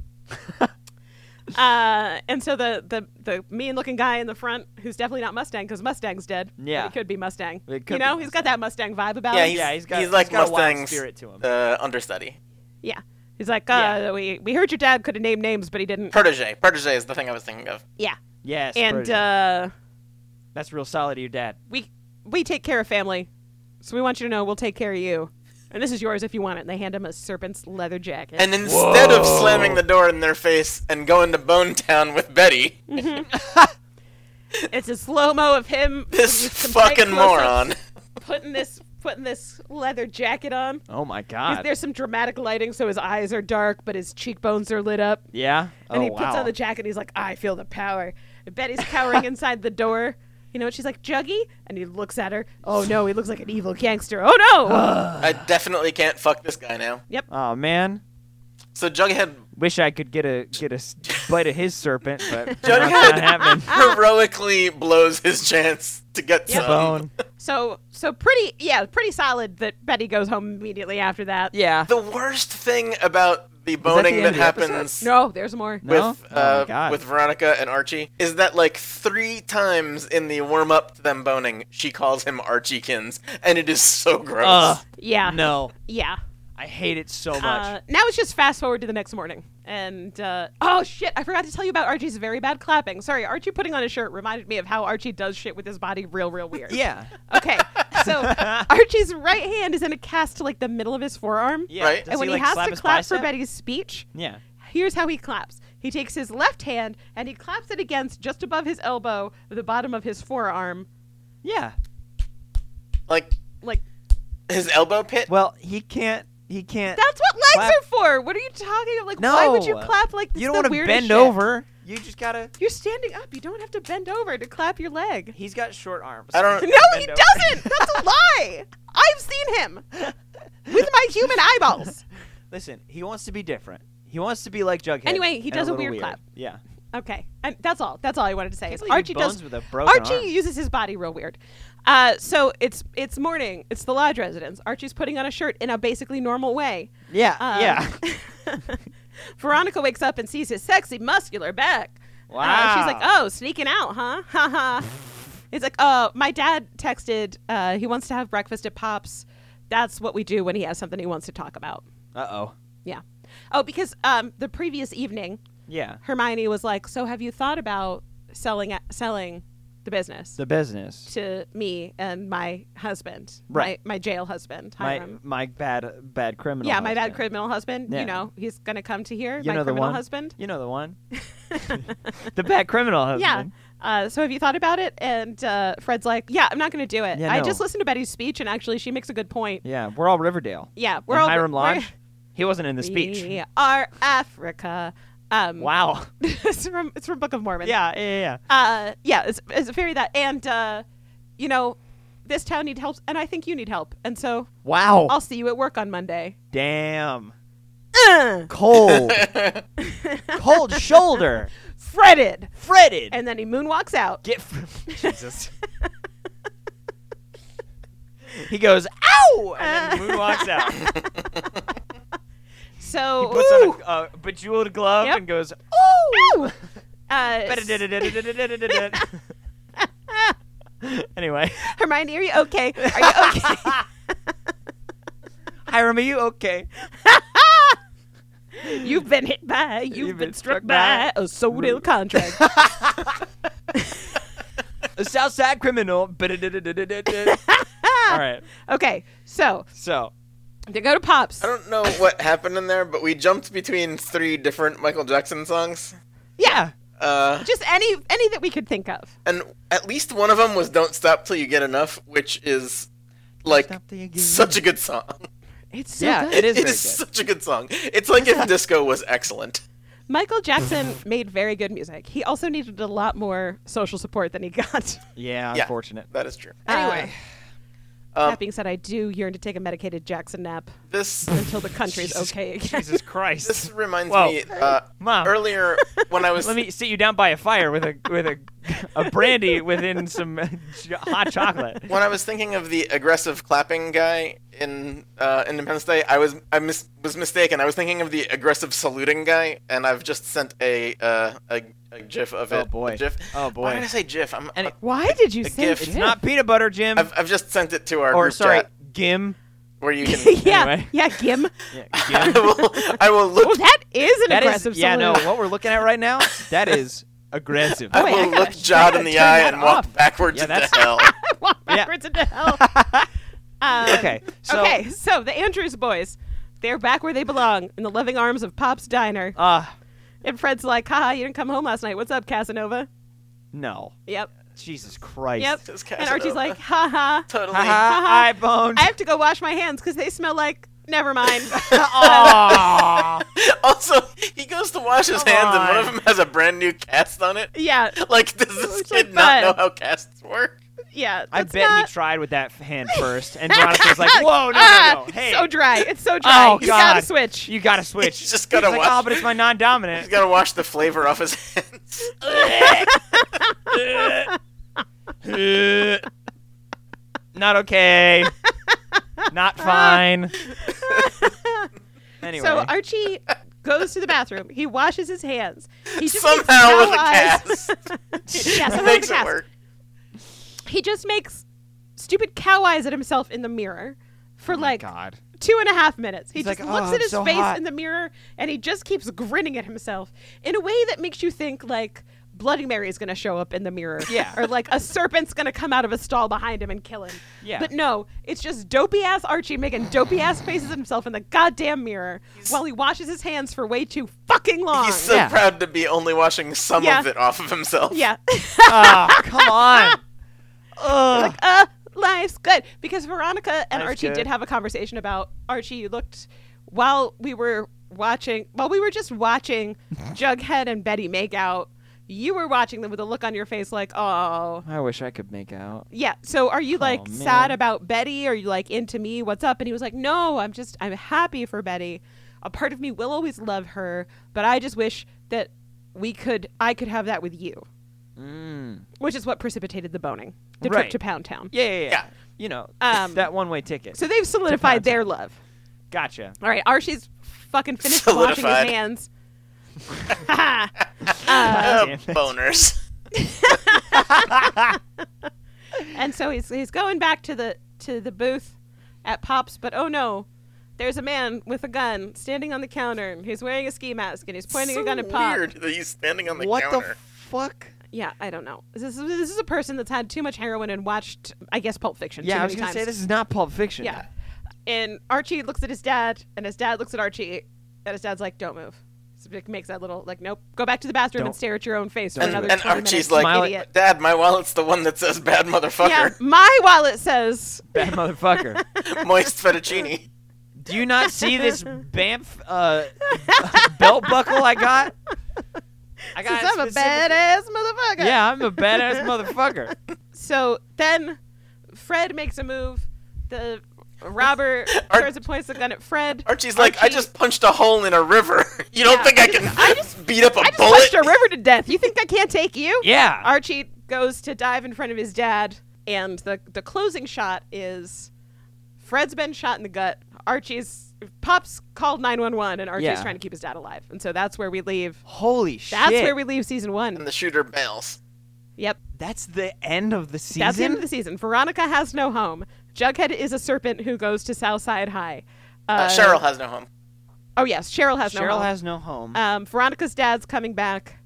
uh, and so the, the the mean looking guy in the front, who's definitely not Mustang because Mustang's dead. but Yeah. he could be Mustang. It you could know, be he's got that Mustang vibe about yeah, him. he's, Oh, Yeah, he's got- he's like he's got a wild Mustang's spirit to him. Uh, understudy. yeah. He's like, uh, Yeah. we we heard your dad could have named names, but he didn't. Protege. Protege is the thing I was thinking of. yeah, Yes. and protege. uh, that's real solid of your dad. we we take care of family, so we want you to know we'll take care of you. And this is yours if you want it. And they hand him a serpent's leather jacket. And instead of slamming the door in their face and going to Bone Town with Betty, it's a slow mo of him. this with some tight fucking close-ups. moron. putting this putting this leather jacket on. Oh my He's- God. There's some dramatic lighting, so his eyes are dark, but his cheekbones are lit up. Yeah. And oh he wow. puts on the jacket, and he's like, "I feel the power." And Betty's cowering inside the door. You know, and she's like, "Juggy," and he looks at her. Oh no, he looks like an evil gangster. Oh no. I definitely can't fuck this guy now. oh man. So Jughead Wish I could get a get a s- bite of his serpent, but that's Jughead. not happening. Ah. heroically blows his chance to get some. Bone. so so pretty, yeah, pretty solid that Betty goes home immediately after that. Yeah. The worst thing about the the boning end that, of the episode? happens No, there's more. No. with Oh my uh, God. with Veronica and Archie is that like three times in the warm up to them boning, she calls him Archiekins, and it is so gross. Ugh. Yeah. No. Yeah. I hate it so much. Uh, now it's just fast forward to the next morning. And uh, oh shit, I forgot to tell you about Archie's very bad clapping. Sorry, Archie putting on a shirt reminded me of how Archie does shit with his body real, real weird. yeah. Okay, so Archie's right hand is in a cast to like the middle of his forearm. Yeah. Right? Does and when he, like, slap has to his clap for bicep? Betty's speech, Yeah. here's how he claps. He takes his left hand and he claps it against just above his elbow, the bottom of his forearm. Yeah. Like Like, his elbow pit. Well, he can't. He can't. that's what legs Clap- are for. What are you talking about? Like, why would you No. clap like this? you don't want wanna to bend over. You just gotta. You're standing up. You don't have to bend over to clap your leg. He's got short arms. I don't- No, he Bend over. doesn't. That's a lie. I've seen him with my human eyeballs. Listen, he wants to be different. He wants to be like Jughead. Anyway, he and does a little weird clap. Yeah. Okay, and that's all. That's all I wanted to say. Can't is believe he Archie does bones with a broken Archie arm. uses his body real weird. Uh, so it's it's morning. It's the lodge residence. Archie's putting on a shirt in a basically normal way. Yeah. Um, yeah. Veronica wakes up and sees his sexy, muscular back. Uh, Wow. she's like, "Oh, sneaking out, huh? Ha ha." It's like, "Oh, my dad texted. Uh, he wants to have breakfast at Pops. That's what we do when he has something he wants to talk about." Uh oh. Yeah. Oh, because um, the previous evening, Yeah. Hermione was like, "So have you thought about selling selling the business The business. to me and my husband, Right. My, my jail husband, My Hiram? my bad bad criminal. yeah, my bad husband. criminal husband. Yeah. You know, he's gonna come to here. You my know the criminal one. husband. You know the one. the bad criminal Yeah. husband. Uh, so have you thought about it? And uh, Fred's like, "Yeah, I'm not gonna do it. Yeah, I no. just listened to Betty's speech, and actually, she makes a good point. Yeah. We're all Riverdale. Yeah, we're And all Hiram we're- Lodge. He wasn't in the speech. We are Africa. Um, Wow. it's from it's from Book of Mormon. yeah. Yeah. Yeah. uh, yeah, it's, it's very that. And, uh, you know, this town needs help, and I think you need help. And so Wow. I'll see you at work on Monday. Damn. Uh. Cold. Cold shoulder. Fretted. Fretted. And then he moonwalks out. Get fr- Jesus. he goes, ow! And then moonwalks out. he So, puts on a, a bejeweled glove Yep. and goes, Ooh! uh, Anyway, Hermione, are you okay? Are you okay? Hiram, are you okay? You've been hit by, you've, been, struck, by, a sold ill contract. A Southside criminal. All right. okay, so So, they go to Pops. I don't know what happened in there, but we jumped between three different Michael Jackson songs. yeah. Uh, Just any any that we could think of. and at least one of them was "Don't Stop Till You Get Enough," which is like Stop the game. such a good song. It's so Yeah, good. it is It very is good. such a good song. It's like if disco was excellent. Michael Jackson made very good music. He also needed a lot more social support than he got. Yeah, Yeah. unfortunate. That is true. Anyway, Um, Uh, that being said, I do yearn to take a medicated Jackson nap this until the country's okay again. Jesus Christ. this reminds Whoa. me uh, Mom. earlier when I was Let me sit you down by a fire with a with a a brandy within some uh, ch- hot chocolate. when I was thinking of the aggressive clapping guy in uh, Independence Day. I was I mis- was mistaken. I was thinking of the aggressive saluting guy, and I've just sent a uh, a, a gif of Oh, it. A boy. GIF. Oh, boy. Why did I say gif? I'm, And it- Why did you say gift. It's Jim? not peanut butter, Jim. I've, I've just sent it to our or group sorry, chat Gim. where you can. yeah, Anyway. yeah, Gim. Yeah, I Gim. will. I will Well, look. that is an That aggressive. is yeah. No, salute. what we're looking at right now, that is aggressive. I wait, I will gotta- look Jod in the turn eye that and walk off. backwards Yeah, to that's- hell. Walk Yeah. backwards into hell. Um, okay, so okay, so the Andrews boys, they're back where they belong in the loving arms of Pop's diner. uh And Fred's like, "Haha, you didn't come home last night. What's up, Casanova?" no, Yep. Jesus Christ. Yep. Says And Archie's Casanova. like, "Ha ha." Totally. Haha, I boned. I have to go wash my hands because they smell like. Never mind. Uh, Oh. Aw. Also, he goes to wash his Come hands, and one of on. them has a brand new cast on it. yeah, Like, does this Looks kid like not that. know how casts work? yeah. I that's bet not- he tried with that f- hand first, and Veronica's like, "Whoa, no, no, Ah, no! Hey, it's so dry. It's so dry. Oh, you gotta God. switch. you gotta switch. He's just gotta He's like, watch. Oh, but it's my non-dominant. He's got to wash the flavor off his hands. Not Uh, okay. Not fine. anyway, So Archie goes to the bathroom. He washes his hands. He just makes somehow with a foul eyes. cast. Yeah, somehow with a Makes it cast. work. He just makes stupid cow eyes at himself in the mirror for Oh my like God, two and a half minutes. He He's just like, "Oh, looks I'm at his so face hot." in the mirror and he just keeps grinning at himself in a way that makes you think like Bloody Mary is going to show up in the mirror. Yeah. Or like a serpent's going to come out of a stall behind him and kill him. Yeah. But no, it's just dopey ass Archie making dopey ass faces at himself in the goddamn mirror while he washes his hands for way too fucking long. He's so Yeah. proud to be only washing some Yeah. of it off of himself. yeah. Ah, come on. Ugh. uh, life's good because Veronica and Life's Archie good. did have a conversation about Archie. You looked while we were watching, while we were just watching Jughead and Betty make out. You were watching them with a look on your face like, oh. I wish I could make out. Yeah. So are you like Oh, man. sad about Betty? Are you like into me? What's up? And he was like, no, I'm just, I'm happy for Betty. A part of me will always love her, but I just wish that we could, I could have that with you, Mm. which is what precipitated the boning, the Right. trip to Pound Town. Yeah, yeah, yeah. Yeah. You know, Um, that one way ticket. So they've solidified Deposit. their love. gotcha. All right, Archie's fucking finished washing Solidified. his hands. Uh, Damn it. boners. And so he's he's going back to the to the booth at Pops, but oh no. There's a man with a gun standing on the counter. and He's wearing a ski mask and he's pointing so a gun at Pop. Weird that he's standing on the what the counter. fuck? Yeah, I don't know. This is, this is a person that's had too much heroin and watched, I guess, Pulp Fiction. Yeah, too I was many gonna say times. this is not Pulp Fiction. Yeah. And Archie looks at his dad, and his dad looks at Archie, and his dad's like, "Don't move." So Vic makes that little like, "Nope, go back to the bathroom Don't- and stare at your own face for don't do another it. and 20 Archie's minutes, like, you Smile- idiot." Dad, my wallet's the one that says bad Yeah, motherfucker. my wallet says. Bad motherfucker. Moist fettuccine. Do you not see this Banff uh, belt buckle I got? I got Says it I'm a specifically- badass motherfucker. Yeah, I'm a badass motherfucker. So then, Fred makes a move. The robber Ar- turns and points the gun at Fred. Archie's like, I Archie- just punched a hole in a river. You don't Yeah, think I I, just- can I just- beat up a I just bullet? pushed a river to death. You think I can't take you? Yeah. Archie goes to dive in front of his dad, and the the closing shot is Fred's been shot in the gut. Archie's pops called nine one one, and Archie's Yeah. trying to keep his dad alive. And so that's where we leave. Holy shit. That's where we leave season and one. the shooter bails. Yep, That's the end of the season. that's the end of the season. Veronica has no home. Jughead is a serpent who goes to Southside High. Uh, Cheryl has no home. Oh yes, Cheryl has no Cheryl home. has no home. Uh, um, Veronica's dad's coming back.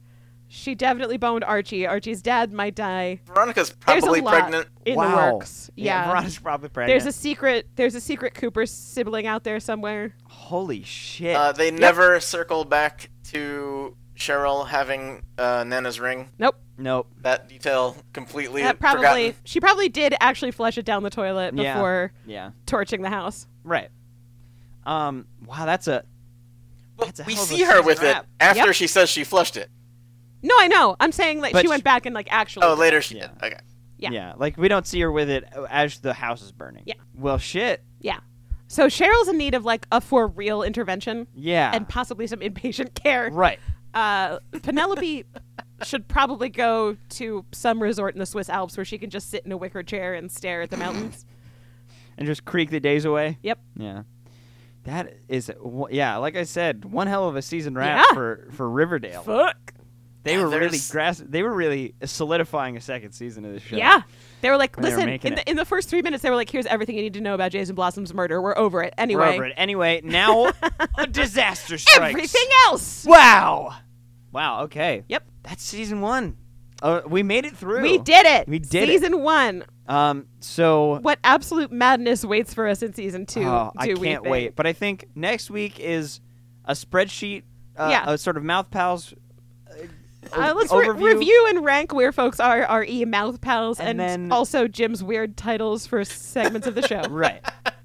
She definitely boned Archie. Archie's dad might die. Veronica's There's probably a lot pregnant. in wow. the works. Yeah. Veronica's probably pregnant. there's a secret. There's a secret Cooper sibling out there somewhere. Holy shit. Uh, they never circle back to Cheryl having uh, Nana's ring. Nope. nope. That detail completely That probably forgotten. she probably did actually flush it down the toilet Yeah. before Yeah. torching the house. Right. Um. Wow. That's a. Well, That's a we hell of a see her season with it wrap. after Yep. she says she flushed it. No, I know. I'm saying like But she sh- went back and like actually. Oh, later she Yeah. did. Okay. Yeah. Like we don't see her with it as the house is burning. Yeah. Well, shit. Yeah. So Cheryl's in need of like a for real intervention Yeah. and possibly some inpatient care. right. Uh, Penelope should probably go to some resort in the Swiss Alps where she can just sit in a wicker chair and stare at the mountains. And just creak the days away. Yep. Yeah. That is. wh- Yeah. Like I said, one hell of a season wrap Yeah. for for Riverdale. Fuck. They Yeah, were really there's- gras- They were really solidifying a second season of this show. Yeah. They were like, When they were listen, making in it. the, in the first three minutes, they were like, here's everything you need to know about Jason Blossom's murder. We're over it. We're Anyway, over it. Anyway, now a disaster strikes. everything else. Wow. Wow. Okay. Yep. That's season one. Uh, we made it through. We did it. We did it. Season one. Um. So. What absolute madness waits for us in season two? Oh, I do can't we think? wait. But I think next week is a spreadsheet. Uh, Yeah. A sort of mouth pals. Uh, let's re- overview. review and rank where folks are our e mouth pals And and, then- also Jim's weird titles for segments of the show. Right.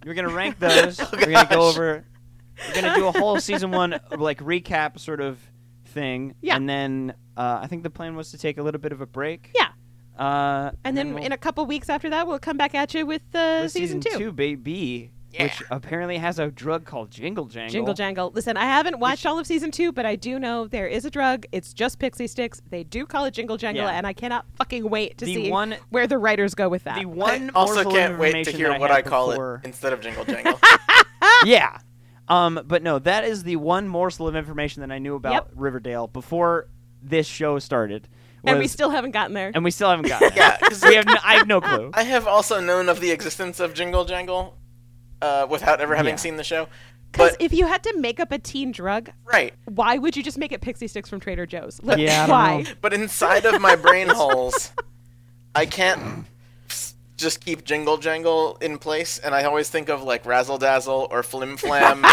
We're gonna rank Oh, those. We're gonna go gosh. over. We're gonna do a whole season one like recap sort of thing. Yeah. And then uh, I think the plan was to take a little bit of a break. Yeah. Uh, And, then, we'll- in a couple weeks after that, we'll come back at you with, uh, with season, two, baby, which Yeah. apparently has a drug called Jingle Jangle. Jingle jangle. Listen, I haven't watched all of season two, but I do know there is a drug. It's just pixie sticks. They do call it jingle jangle, Yeah. and I cannot fucking wait to The see one- where the writers go with that. The one I also morsel of can't wait to information hear that what had I call before- it Ah! instead of Jingle Jangle. yeah. Um, but no, that is the one morsel of information that I knew about Yep. Riverdale before this show started. and we was- still haven't gotten there. and we still haven't gotten it. yeah, 'cause we have. No, I have no clue. I have also known of the existence of Jingle Jangle uh, without ever having Yeah. seen the show. Because But if you had to make up a teen drug, right, why would you just make it pixie sticks from Trader Joe's? Like, Yeah, I don't why? know. but inside of my brain holes, I can't s- just keep jingle jangle in place, and I always think of like razzle dazzle or flim flam or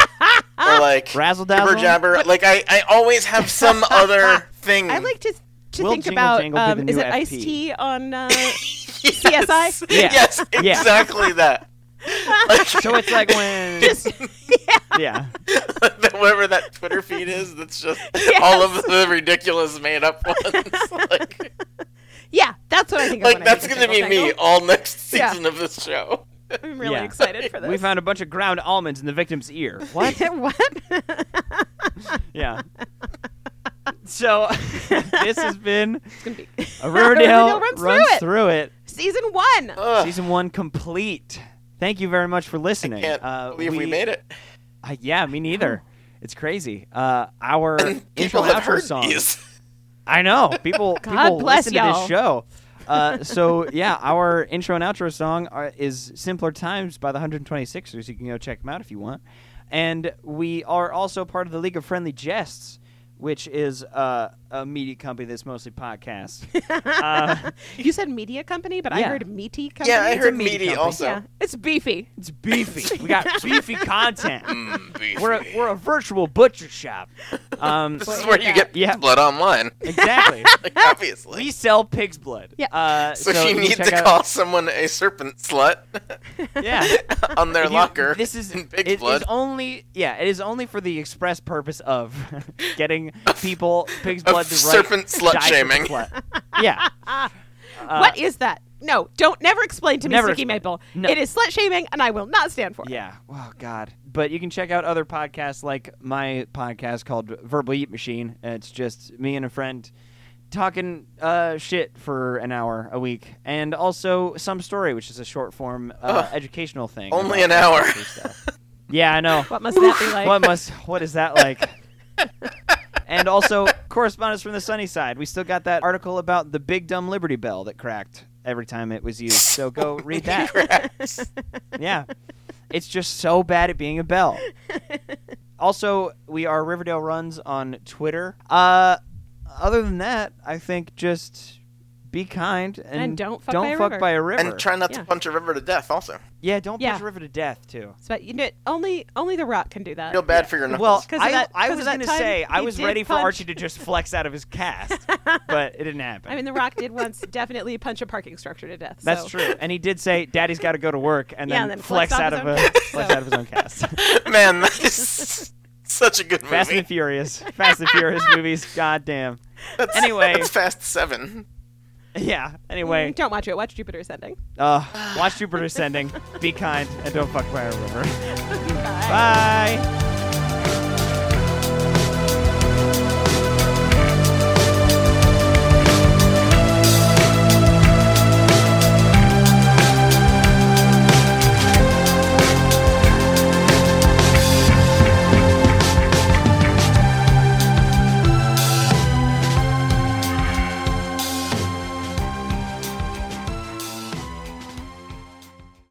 like Razzle jibber dazzle? jabber. Like I, I always have some other thing. I like to to Will think Jingle about Jangle be um, the is new it FP? Ice T on uh, yes. CSI? Yeah. Yes, Yeah. exactly that. So it's like when yeah. that whatever that Twitter feed is, that's just all of the ridiculous made up ones. like, yeah, that's what I think. of like when I that's think gonna of be Jingle me Jangle. all next Yeah. season of this show. I'm really Yeah. excited for this. We found a bunch of ground almonds in the victim's ear. What? what? yeah. So this has been It's gonna be a Riverdale Riverdale runs through it. it. season one. Ugh, Season one complete. Thank you very much for listening. can't uh, believe we, made it. Uh, yeah, me neither. It's crazy. Uh, our intro People and have outro heard song. these. I know people. God people bless listen to y'all. this show. Uh, so yeah, our intro and outro song are, is "Simpler Times" by the 126ers. You can go check them out if you want. And we are also part of the League of Friendly Jests, which is uh, a media company that's mostly podcasts. uh, You said media company, but I Yeah. heard meaty company. Yeah, I It's a heard media meaty company. also. Yeah, it's beefy. it's beefy. We got beefy content. Mm, beefy. We're a, we're a virtual butcher shop. Um, this is where you get Yeah. blood online. exactly. Like, obviously. We sell pig's blood. Yeah. Uh, so, so if you can need check to out- call someone a serpent slut Yeah. on their If you- locker. This is in it big is blood. only yeah, it is only for the express purpose of getting people pig's Of blood the right serpent slut diet of shaming. slut. Yeah. Uh, what is that? No, don't never explain to me, Never Sticky explain. Maple. No. It is slut shaming, and I will not stand for it. Yeah. Oh God. But you can check out other podcasts like my podcast called Verbal Eat Machine. It's just me and a friend talking uh, shit for an hour a week, and also some story, which is a short form uh, educational thing. Only about an hour. culture stuff. yeah, I know. What must that be like? what must? What is that like? and also correspondence from the sunny side. We still got that article about the big dumb Liberty Bell that cracked every time it was used. So go read that yeah. It's just so bad at being a bell. also, we are Riverdale Runs on Twitter. Uh, other than that, I think just be kind and, And don't fuck by a river. by a river. and try not Yeah. to punch a river to death also. yeah, don't Yeah. push a river to death too. So, you know, only only the Rock can do that. Feel bad for your knuckles. Well, 'Cause of I, that- I 'cause was of that gonna time say I he was did ready for punch- Archie to just flex out of his cast, but it didn't happen. I mean, the Rock did once definitely punch a parking structure to death. That's so. true. And he did say, "Daddy's got to go to work," and Yeah, then, and then flex, flexed off out his of own a cast, flex so. out of his own cast. Man, that is such a good movie. Fast and Furious, Fast and Furious movies. Goddamn. That's, Anyway. that's Fast Seven. Yeah. Anyway, Mm, Don't watch it. Watch Jupiter Ascending. uh, watch Jupiter Ascending. Be kind and don't fuck by a river. Bye. Bye.